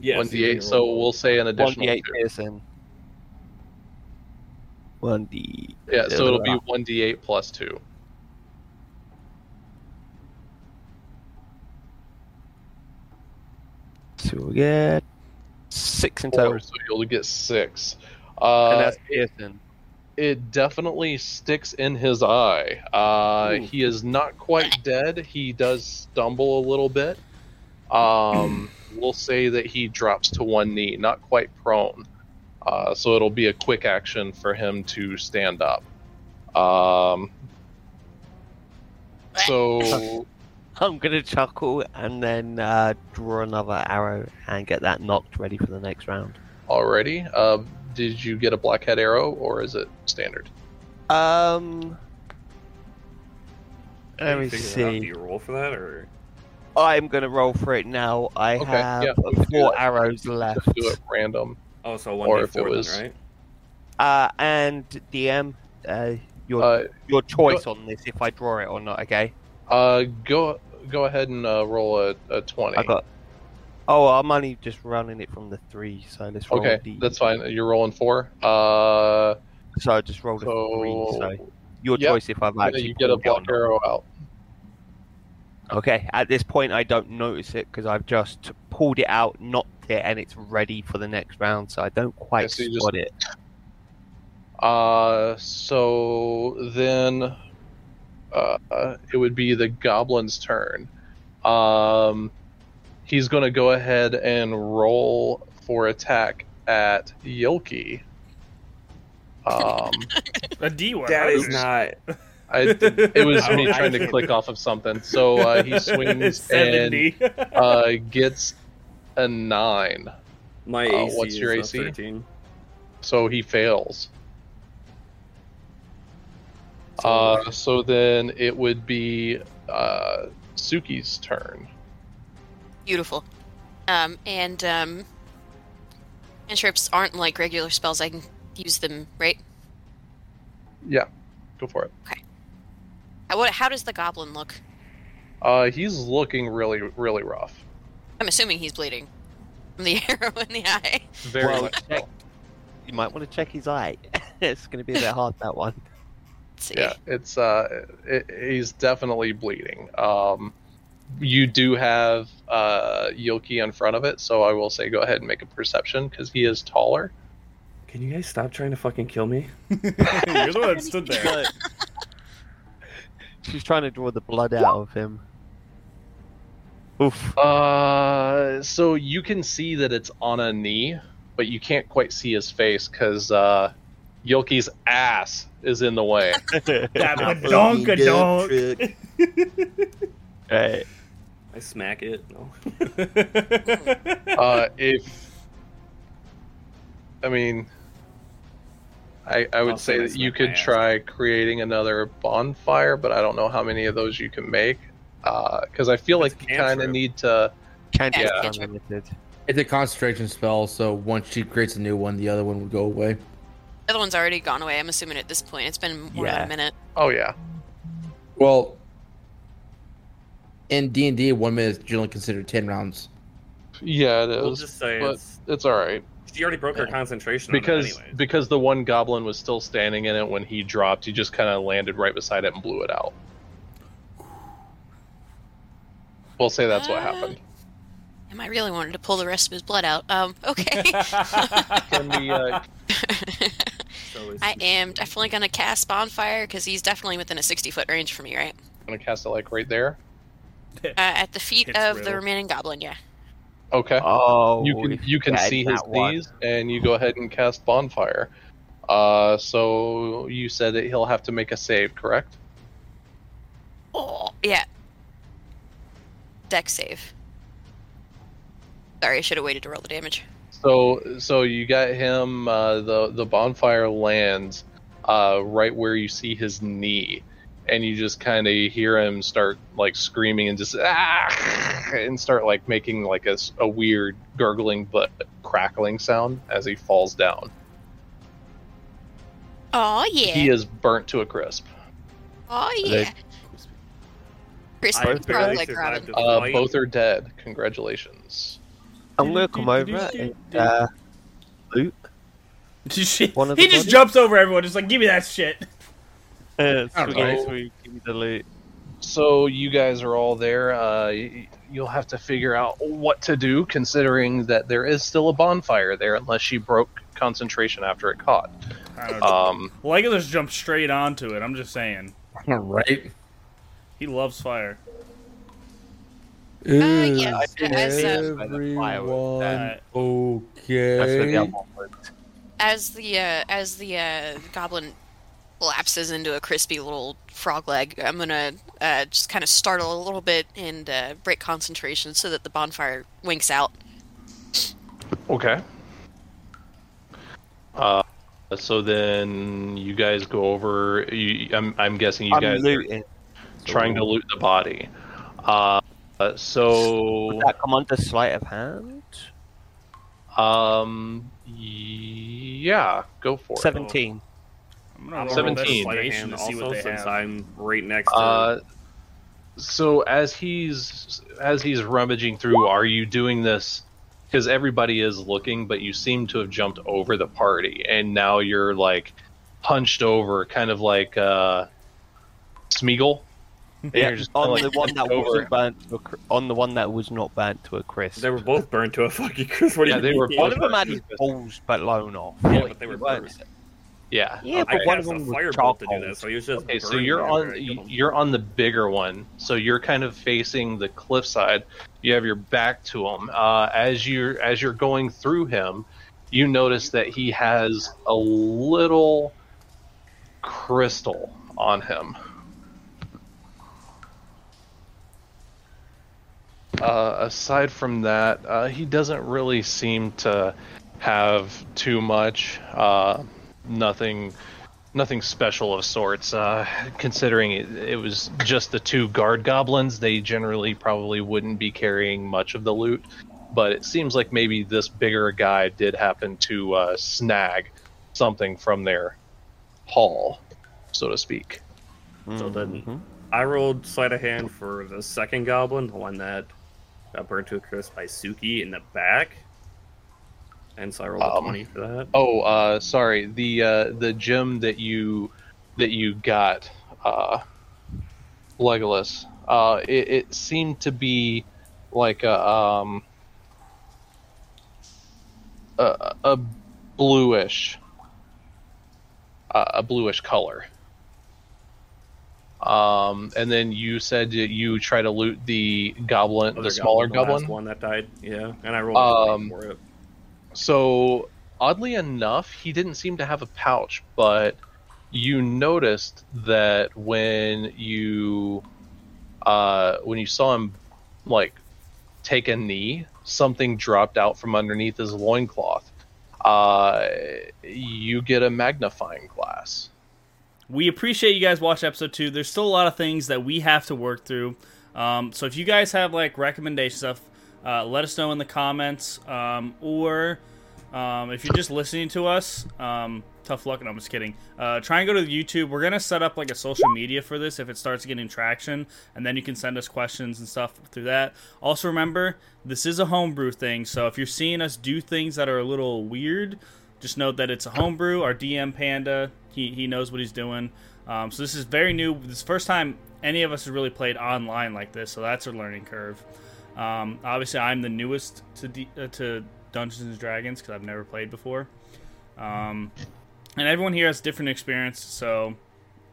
[SPEAKER 1] Yeah,
[SPEAKER 2] One
[SPEAKER 1] so you
[SPEAKER 2] d
[SPEAKER 1] can
[SPEAKER 2] eight. So
[SPEAKER 1] roll.
[SPEAKER 2] we'll say
[SPEAKER 8] One
[SPEAKER 2] an additional.
[SPEAKER 8] d eight
[SPEAKER 2] two.
[SPEAKER 8] piercing. One d.
[SPEAKER 2] Yeah, so it'll be one d eight plus two.
[SPEAKER 8] So we'll get six in total.
[SPEAKER 2] Four, so you'll get six. Uh,
[SPEAKER 8] piercing.
[SPEAKER 2] it definitely sticks in his eye. Uh,
[SPEAKER 1] Ooh.
[SPEAKER 2] he is not quite dead. He does stumble a little bit. Um, we'll say that he drops to one knee, not quite prone. Uh, so it'll be a quick action for him to stand up. Um, so
[SPEAKER 8] I'm gonna chuckle and then uh, draw another arrow and get that knocked ready for the next round.
[SPEAKER 2] already, uh, did you get a blackhead arrow or is it standard?
[SPEAKER 8] Um.
[SPEAKER 1] Can
[SPEAKER 8] Let
[SPEAKER 1] you
[SPEAKER 8] me
[SPEAKER 1] figure that out? Do
[SPEAKER 8] see.
[SPEAKER 1] you roll for that or
[SPEAKER 8] I'm gonna roll for it now. I
[SPEAKER 2] Okay,
[SPEAKER 8] have
[SPEAKER 2] yeah, let's do
[SPEAKER 8] four
[SPEAKER 2] that.
[SPEAKER 8] arrows
[SPEAKER 2] Just
[SPEAKER 8] left.
[SPEAKER 2] do it random.
[SPEAKER 1] oh, so one
[SPEAKER 2] Or
[SPEAKER 1] d
[SPEAKER 2] if it
[SPEAKER 1] four,
[SPEAKER 2] was-
[SPEAKER 1] right?
[SPEAKER 8] Uh, and DM, uh, your
[SPEAKER 2] Uh,
[SPEAKER 8] your choice on this if I draw it or not. Okay.
[SPEAKER 2] uh, go go ahead and uh, roll a, a twenty.
[SPEAKER 8] I got. Oh, I'm only just running it from the three, so let's roll.
[SPEAKER 2] Okay,
[SPEAKER 8] the,
[SPEAKER 2] that's fine. You're rolling four. Uh,
[SPEAKER 8] So I just rolled a
[SPEAKER 2] so
[SPEAKER 8] three. So your
[SPEAKER 2] Yep.
[SPEAKER 8] choice if I've
[SPEAKER 2] yeah,
[SPEAKER 8] actually.
[SPEAKER 2] you get a
[SPEAKER 8] pulled it or
[SPEAKER 2] black
[SPEAKER 8] not.
[SPEAKER 2] arrow out.
[SPEAKER 8] Okay. At this point, I don't notice it because I've just pulled it out, knocked it, and it's ready for the next round. So I don't quite
[SPEAKER 2] so you just-
[SPEAKER 8] spot it.
[SPEAKER 2] Uh, so then, uh, it would be the goblin's turn. Um, he's gonna go ahead and roll for attack at Yoki. Um,
[SPEAKER 7] A D one.
[SPEAKER 1] That
[SPEAKER 7] right?
[SPEAKER 1] is not.
[SPEAKER 2] I, it was
[SPEAKER 1] I
[SPEAKER 2] me
[SPEAKER 1] don't- I
[SPEAKER 2] trying to
[SPEAKER 1] can't-
[SPEAKER 2] click off of something. So uh, he swings and
[SPEAKER 7] seventy.
[SPEAKER 2] uh, gets a nine.
[SPEAKER 1] My
[SPEAKER 2] Uh,
[SPEAKER 1] AC
[SPEAKER 2] what's
[SPEAKER 1] is
[SPEAKER 2] your
[SPEAKER 1] a
[SPEAKER 2] AC?
[SPEAKER 1] thirteen.
[SPEAKER 2] So he fails.
[SPEAKER 1] So-
[SPEAKER 2] Uh, so then it would be uh, Suki's turn.
[SPEAKER 6] Beautiful. Um, and um, cantrips aren't like regular spells. I can use them, right?
[SPEAKER 2] Yeah, go for it.
[SPEAKER 6] How, what, how does the goblin look?
[SPEAKER 2] Uh, he's looking really, really rough.
[SPEAKER 6] I'm assuming he's bleeding from the arrow in the eye.
[SPEAKER 2] Very
[SPEAKER 8] Well,
[SPEAKER 2] much.
[SPEAKER 8] check-
[SPEAKER 2] so.
[SPEAKER 8] You might want to check his eye. it's going to be a bit hard that one.
[SPEAKER 6] Let's see.
[SPEAKER 2] Yeah, it's uh, it, he's definitely bleeding. Um, you do have uh Yoki in front of it, so I will say go ahead and make a perception because he is taller.
[SPEAKER 1] Can you guys stop trying to fucking kill me?
[SPEAKER 7] You're the one that stood there.
[SPEAKER 8] Look. She's trying to draw the blood out of him. Oof.
[SPEAKER 2] Uh, so you can see that it's on a knee, but you can't quite see his face because uh, Yoki's ass is in the way.
[SPEAKER 7] That badonka donk.
[SPEAKER 8] Right.
[SPEAKER 1] I smack it. No.
[SPEAKER 2] uh, if I mean, I I would
[SPEAKER 1] I'll
[SPEAKER 2] say
[SPEAKER 1] say
[SPEAKER 2] that
[SPEAKER 1] that's
[SPEAKER 2] you
[SPEAKER 1] not my
[SPEAKER 2] could
[SPEAKER 1] ass.
[SPEAKER 2] try creating another bonfire, but I don't know how many of those you can make because I feel
[SPEAKER 1] That's
[SPEAKER 2] like you kind of
[SPEAKER 1] cantrip.
[SPEAKER 2] need to.
[SPEAKER 8] Cantrip
[SPEAKER 6] Yeah.
[SPEAKER 8] is unlimited.
[SPEAKER 3] It's a concentration spell, so once she creates a new one, the other one would go away.
[SPEAKER 6] The other one's already gone away, I'm assuming, at this point. It's been more than
[SPEAKER 8] Yeah.
[SPEAKER 6] a minute.
[SPEAKER 2] Oh yeah,
[SPEAKER 3] Well, in D and D, one minute is generally considered ten rounds.
[SPEAKER 2] yeah, it
[SPEAKER 1] We'll
[SPEAKER 2] is.
[SPEAKER 1] just say
[SPEAKER 2] but-
[SPEAKER 1] it's.
[SPEAKER 2] It's all right.
[SPEAKER 1] She already broke her concentration.
[SPEAKER 2] because
[SPEAKER 1] on it anyways.
[SPEAKER 2] because the one goblin was still standing in it when he dropped he just kind of landed right beside it and blew it out we'll say that's what
[SPEAKER 6] Ah.
[SPEAKER 2] happened
[SPEAKER 6] Am I really wanted to pull the rest of his blood out? Um, okay.
[SPEAKER 2] can we uh,
[SPEAKER 1] So is
[SPEAKER 6] I am definitely gonna cast bonfire because he's definitely within a sixty foot range from me, right?
[SPEAKER 2] gonna cast it like right there.
[SPEAKER 6] Uh, at the feet
[SPEAKER 7] It's
[SPEAKER 6] of the
[SPEAKER 7] real.
[SPEAKER 6] remaining goblin, yeah.
[SPEAKER 2] Okay.
[SPEAKER 8] Oh,
[SPEAKER 2] you can
[SPEAKER 8] if
[SPEAKER 2] you can
[SPEAKER 8] had
[SPEAKER 2] see his
[SPEAKER 8] that one.
[SPEAKER 2] knees, and you go ahead and cast bonfire. Uh, so you said that he'll have to make a save, correct?
[SPEAKER 6] Oh, yeah. Deck save. Sorry, I should have waited to roll the damage.
[SPEAKER 2] So so you got him. Uh, the the bonfire lands uh, right where you see his knee, and you just kind of hear him start like screaming and just ah, and start like making like a, s- a weird gurgling but crackling sound as he falls down.
[SPEAKER 6] Oh yeah.
[SPEAKER 2] He is burnt to a crisp.
[SPEAKER 6] Oh yeah. Chris
[SPEAKER 1] I
[SPEAKER 6] is probably
[SPEAKER 1] barely
[SPEAKER 6] like
[SPEAKER 1] survived
[SPEAKER 6] Robin.
[SPEAKER 1] the
[SPEAKER 2] Uh,
[SPEAKER 1] fight.
[SPEAKER 2] both are dead. Congratulations.
[SPEAKER 8] I'm gonna come over and uh, loot.
[SPEAKER 7] Shit.
[SPEAKER 8] One of the
[SPEAKER 7] he just
[SPEAKER 8] bodies?
[SPEAKER 7] jumps over everyone. Just like, give me that shit.
[SPEAKER 3] Alright.
[SPEAKER 8] Okay, so we give me the loot.
[SPEAKER 2] So you guys are all there. Uh, y- you'll have to figure out what to do, considering that there is still a bonfire there, unless she broke concentration after it caught.
[SPEAKER 7] I don't know.
[SPEAKER 2] Um,
[SPEAKER 7] Legolas jumped straight onto it. I'm just saying,
[SPEAKER 3] right?
[SPEAKER 7] he loves fire.
[SPEAKER 6] yes,
[SPEAKER 3] Is
[SPEAKER 6] as,
[SPEAKER 8] um,
[SPEAKER 3] everyone
[SPEAKER 7] Uh,
[SPEAKER 8] That's where the
[SPEAKER 3] okay?
[SPEAKER 8] other one went.
[SPEAKER 6] As the uh, as the uh, goblin lapses into a crispy little frog leg, I'm gonna uh, just kind of startle a little bit and uh, break concentration so that the bonfire winks out.
[SPEAKER 2] okay. Uh, so then you guys go over. You, I'm, I'm guessing you
[SPEAKER 8] I'm
[SPEAKER 2] guys are
[SPEAKER 8] looting.
[SPEAKER 2] trying to loot the body. Uh, uh, so
[SPEAKER 8] Would that come under sleight of hand?
[SPEAKER 2] um, yeah, go for it.
[SPEAKER 8] Seventeen.
[SPEAKER 7] I'm
[SPEAKER 1] I'm
[SPEAKER 7] gonna
[SPEAKER 1] gonna
[SPEAKER 7] roll
[SPEAKER 2] 17.
[SPEAKER 7] investigation
[SPEAKER 1] Hand
[SPEAKER 7] to see
[SPEAKER 1] also,
[SPEAKER 7] what they
[SPEAKER 1] since
[SPEAKER 7] have.
[SPEAKER 1] I'm right next to
[SPEAKER 2] Uh, so as he's as he's rummaging through, are you doing this? Because everybody is looking, but you seem to have jumped over the party, and now you're like hunched over, kind of like uh, Smeagol. And you're just kinda,
[SPEAKER 8] on
[SPEAKER 2] like,
[SPEAKER 8] the one that
[SPEAKER 2] hunched over.
[SPEAKER 8] wasn't burnt to a, cr- on the one that was not burnt to a crisp.
[SPEAKER 1] They were both burned to a fucking crisp. What do
[SPEAKER 2] Yeah,
[SPEAKER 1] you
[SPEAKER 2] they were
[SPEAKER 1] mean?
[SPEAKER 8] one
[SPEAKER 2] both
[SPEAKER 8] of them had
[SPEAKER 2] burnt
[SPEAKER 8] his
[SPEAKER 2] to a crisp.
[SPEAKER 8] balls blown off.
[SPEAKER 1] Yeah, but they were
[SPEAKER 8] weren't.
[SPEAKER 1] burnt.
[SPEAKER 2] Yeah.
[SPEAKER 8] Yeah,
[SPEAKER 1] I
[SPEAKER 8] but one
[SPEAKER 1] cast
[SPEAKER 8] of
[SPEAKER 1] a
[SPEAKER 8] them was
[SPEAKER 1] firebolt to do
[SPEAKER 8] charcoal.
[SPEAKER 1] that, so he was just.
[SPEAKER 2] Okay, so
[SPEAKER 1] burning
[SPEAKER 2] you're
[SPEAKER 1] everywhere.
[SPEAKER 2] on
[SPEAKER 1] I killed him.
[SPEAKER 2] you're on the bigger one, so you're kind of facing the cliffside. You have your back to him. Uh, as you're as you're going through him, you notice that he has a little crystal on him. Uh, aside from that, uh, he doesn't really seem to have too much. Uh, nothing nothing special of sorts. Uh, considering it, it was just the two guard goblins, they generally probably wouldn't be carrying much of the loot. But it seems like maybe this bigger guy did happen to uh, snag something from their haul, so to speak.
[SPEAKER 1] So
[SPEAKER 8] Mm-hmm.
[SPEAKER 1] then I rolled sleight of hand for the second goblin, the one that got burnt to a crisp by Suki in the back. And so I rolled
[SPEAKER 2] Um,
[SPEAKER 1] a 20 for that.
[SPEAKER 2] Oh, uh, sorry the uh, the gem that you that you got, uh, Legolas. Uh, it, it seemed to be like a um, a, a bluish uh, a bluish color. Um, and then you said that you try to loot the goblin,
[SPEAKER 1] Other
[SPEAKER 2] the smaller
[SPEAKER 1] the last
[SPEAKER 2] goblin.
[SPEAKER 1] one that died. Yeah, and I rolled a 20
[SPEAKER 2] Um,
[SPEAKER 1] for it.
[SPEAKER 2] So, oddly enough, he didn't seem to have a pouch, but you noticed that when you uh, when you saw him like take a knee, something dropped out from underneath his loincloth. Uh, you get a magnifying glass.
[SPEAKER 7] We appreciate you guys watching episode two. There's still a lot of things that we have to work through. Um, so if you guys have like recommendations stuff, uh, let us know in the comments. Um, or um, if you're just listening to us, um, tough luck. No, I'm just kidding. Uh, try and go to the YouTube. We're gonna set up like a social media for this if it starts getting traction, and then you can send us questions and stuff through that. Also remember, this is a homebrew thing. So if you're seeing us do things that are a little weird, just know that it's a homebrew. Our DM Panda, he, he knows what he's doing. Um, so this is very new. This is the first time any of us has really played online like this, so that's a learning curve. Um, obviously, I'm the newest to D, uh, to Dungeons and Dragons because I've never played before. Um, and everyone here has different experience so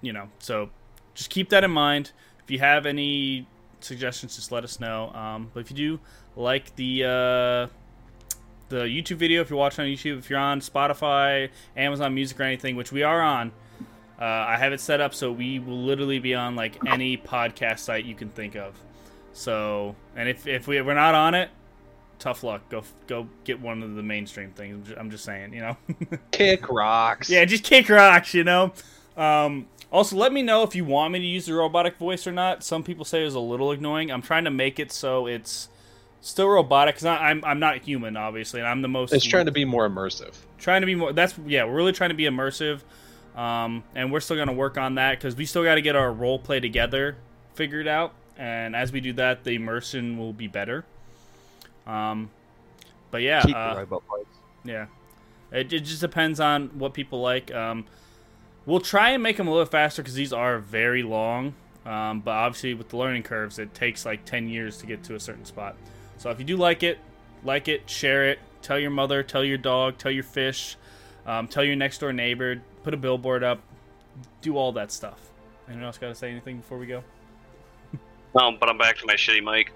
[SPEAKER 7] you know so just keep that in mind if you have any suggestions just let us know um, but if you do like the uh, the youtube video if you're watching on youtube if you're on spotify amazon music or anything which we are on uh, i have it set up so we will literally be on like any podcast site you can think of so and if, if we, we're not on it tough luck go go get one of the mainstream things i'm just, I'm just saying you know
[SPEAKER 2] Kick rocks.
[SPEAKER 7] yeah, just kick rocks, you know. Um, also, let me know if you want me to use the robotic voice or not. Some people say it's a little annoying. I'm trying to make it so it's still robotic because I'm I'm not human, obviously, and I'm the most.
[SPEAKER 2] It's trying to be more immersive.
[SPEAKER 7] trying to be more. That's yeah, we're really trying to be immersive, um, and we're still gonna work on that because we still got to get our role play together figured out, and as we do that, the immersion will be better. Um, but yeah,
[SPEAKER 8] Keep
[SPEAKER 7] uh,
[SPEAKER 8] the robot voice.
[SPEAKER 7] yeah, it, it just depends on what people like. Um, we'll try and make them a little faster because these are very long. Um, but obviously, with the learning curves, it takes like ten years to get to a certain spot. So if you do like it, like it, share it, tell your mother, tell your dog, tell your fish, um, tell your next door neighbor, put a billboard up, do all that stuff. Anyone else got to say anything before we go?
[SPEAKER 9] No, but I'm back to my shitty mic.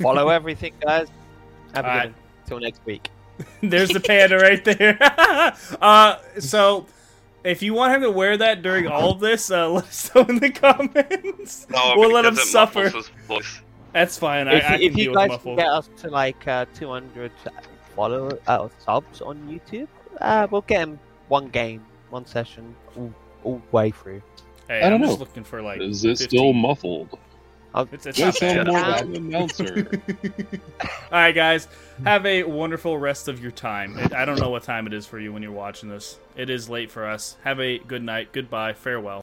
[SPEAKER 8] Follow everything, guys. Have a
[SPEAKER 7] All
[SPEAKER 8] good
[SPEAKER 7] right.
[SPEAKER 8] one. Till next week.
[SPEAKER 7] There's the panda right there. uh, so, if you want him to wear that during all of this, uh, let us know in the comments.
[SPEAKER 9] No,
[SPEAKER 7] we'll let him
[SPEAKER 9] because it
[SPEAKER 7] suffer.
[SPEAKER 9] muffles his voice.
[SPEAKER 7] That's fine. I,
[SPEAKER 8] if
[SPEAKER 7] I can
[SPEAKER 8] if
[SPEAKER 7] deal
[SPEAKER 8] you
[SPEAKER 7] with
[SPEAKER 8] guys can
[SPEAKER 7] muffled.
[SPEAKER 8] get us to like uh, 200 follow uh, subs on YouTube, uh, we'll get him one game, one session, all, all way through.
[SPEAKER 7] Hey,
[SPEAKER 10] I don't
[SPEAKER 7] I'm just
[SPEAKER 10] know.
[SPEAKER 7] looking for like.
[SPEAKER 10] Is it
[SPEAKER 7] 15.
[SPEAKER 10] still muffled?
[SPEAKER 7] It's, it's
[SPEAKER 10] Do I
[SPEAKER 7] not
[SPEAKER 10] sound
[SPEAKER 7] bad.
[SPEAKER 10] more
[SPEAKER 8] Yeah.
[SPEAKER 10] like an announcer?
[SPEAKER 7] All right, guys. Have a wonderful rest of your time. It, I don't know what time it is for you when you're watching this. It is late for us. Have a good night. Goodbye. Farewell.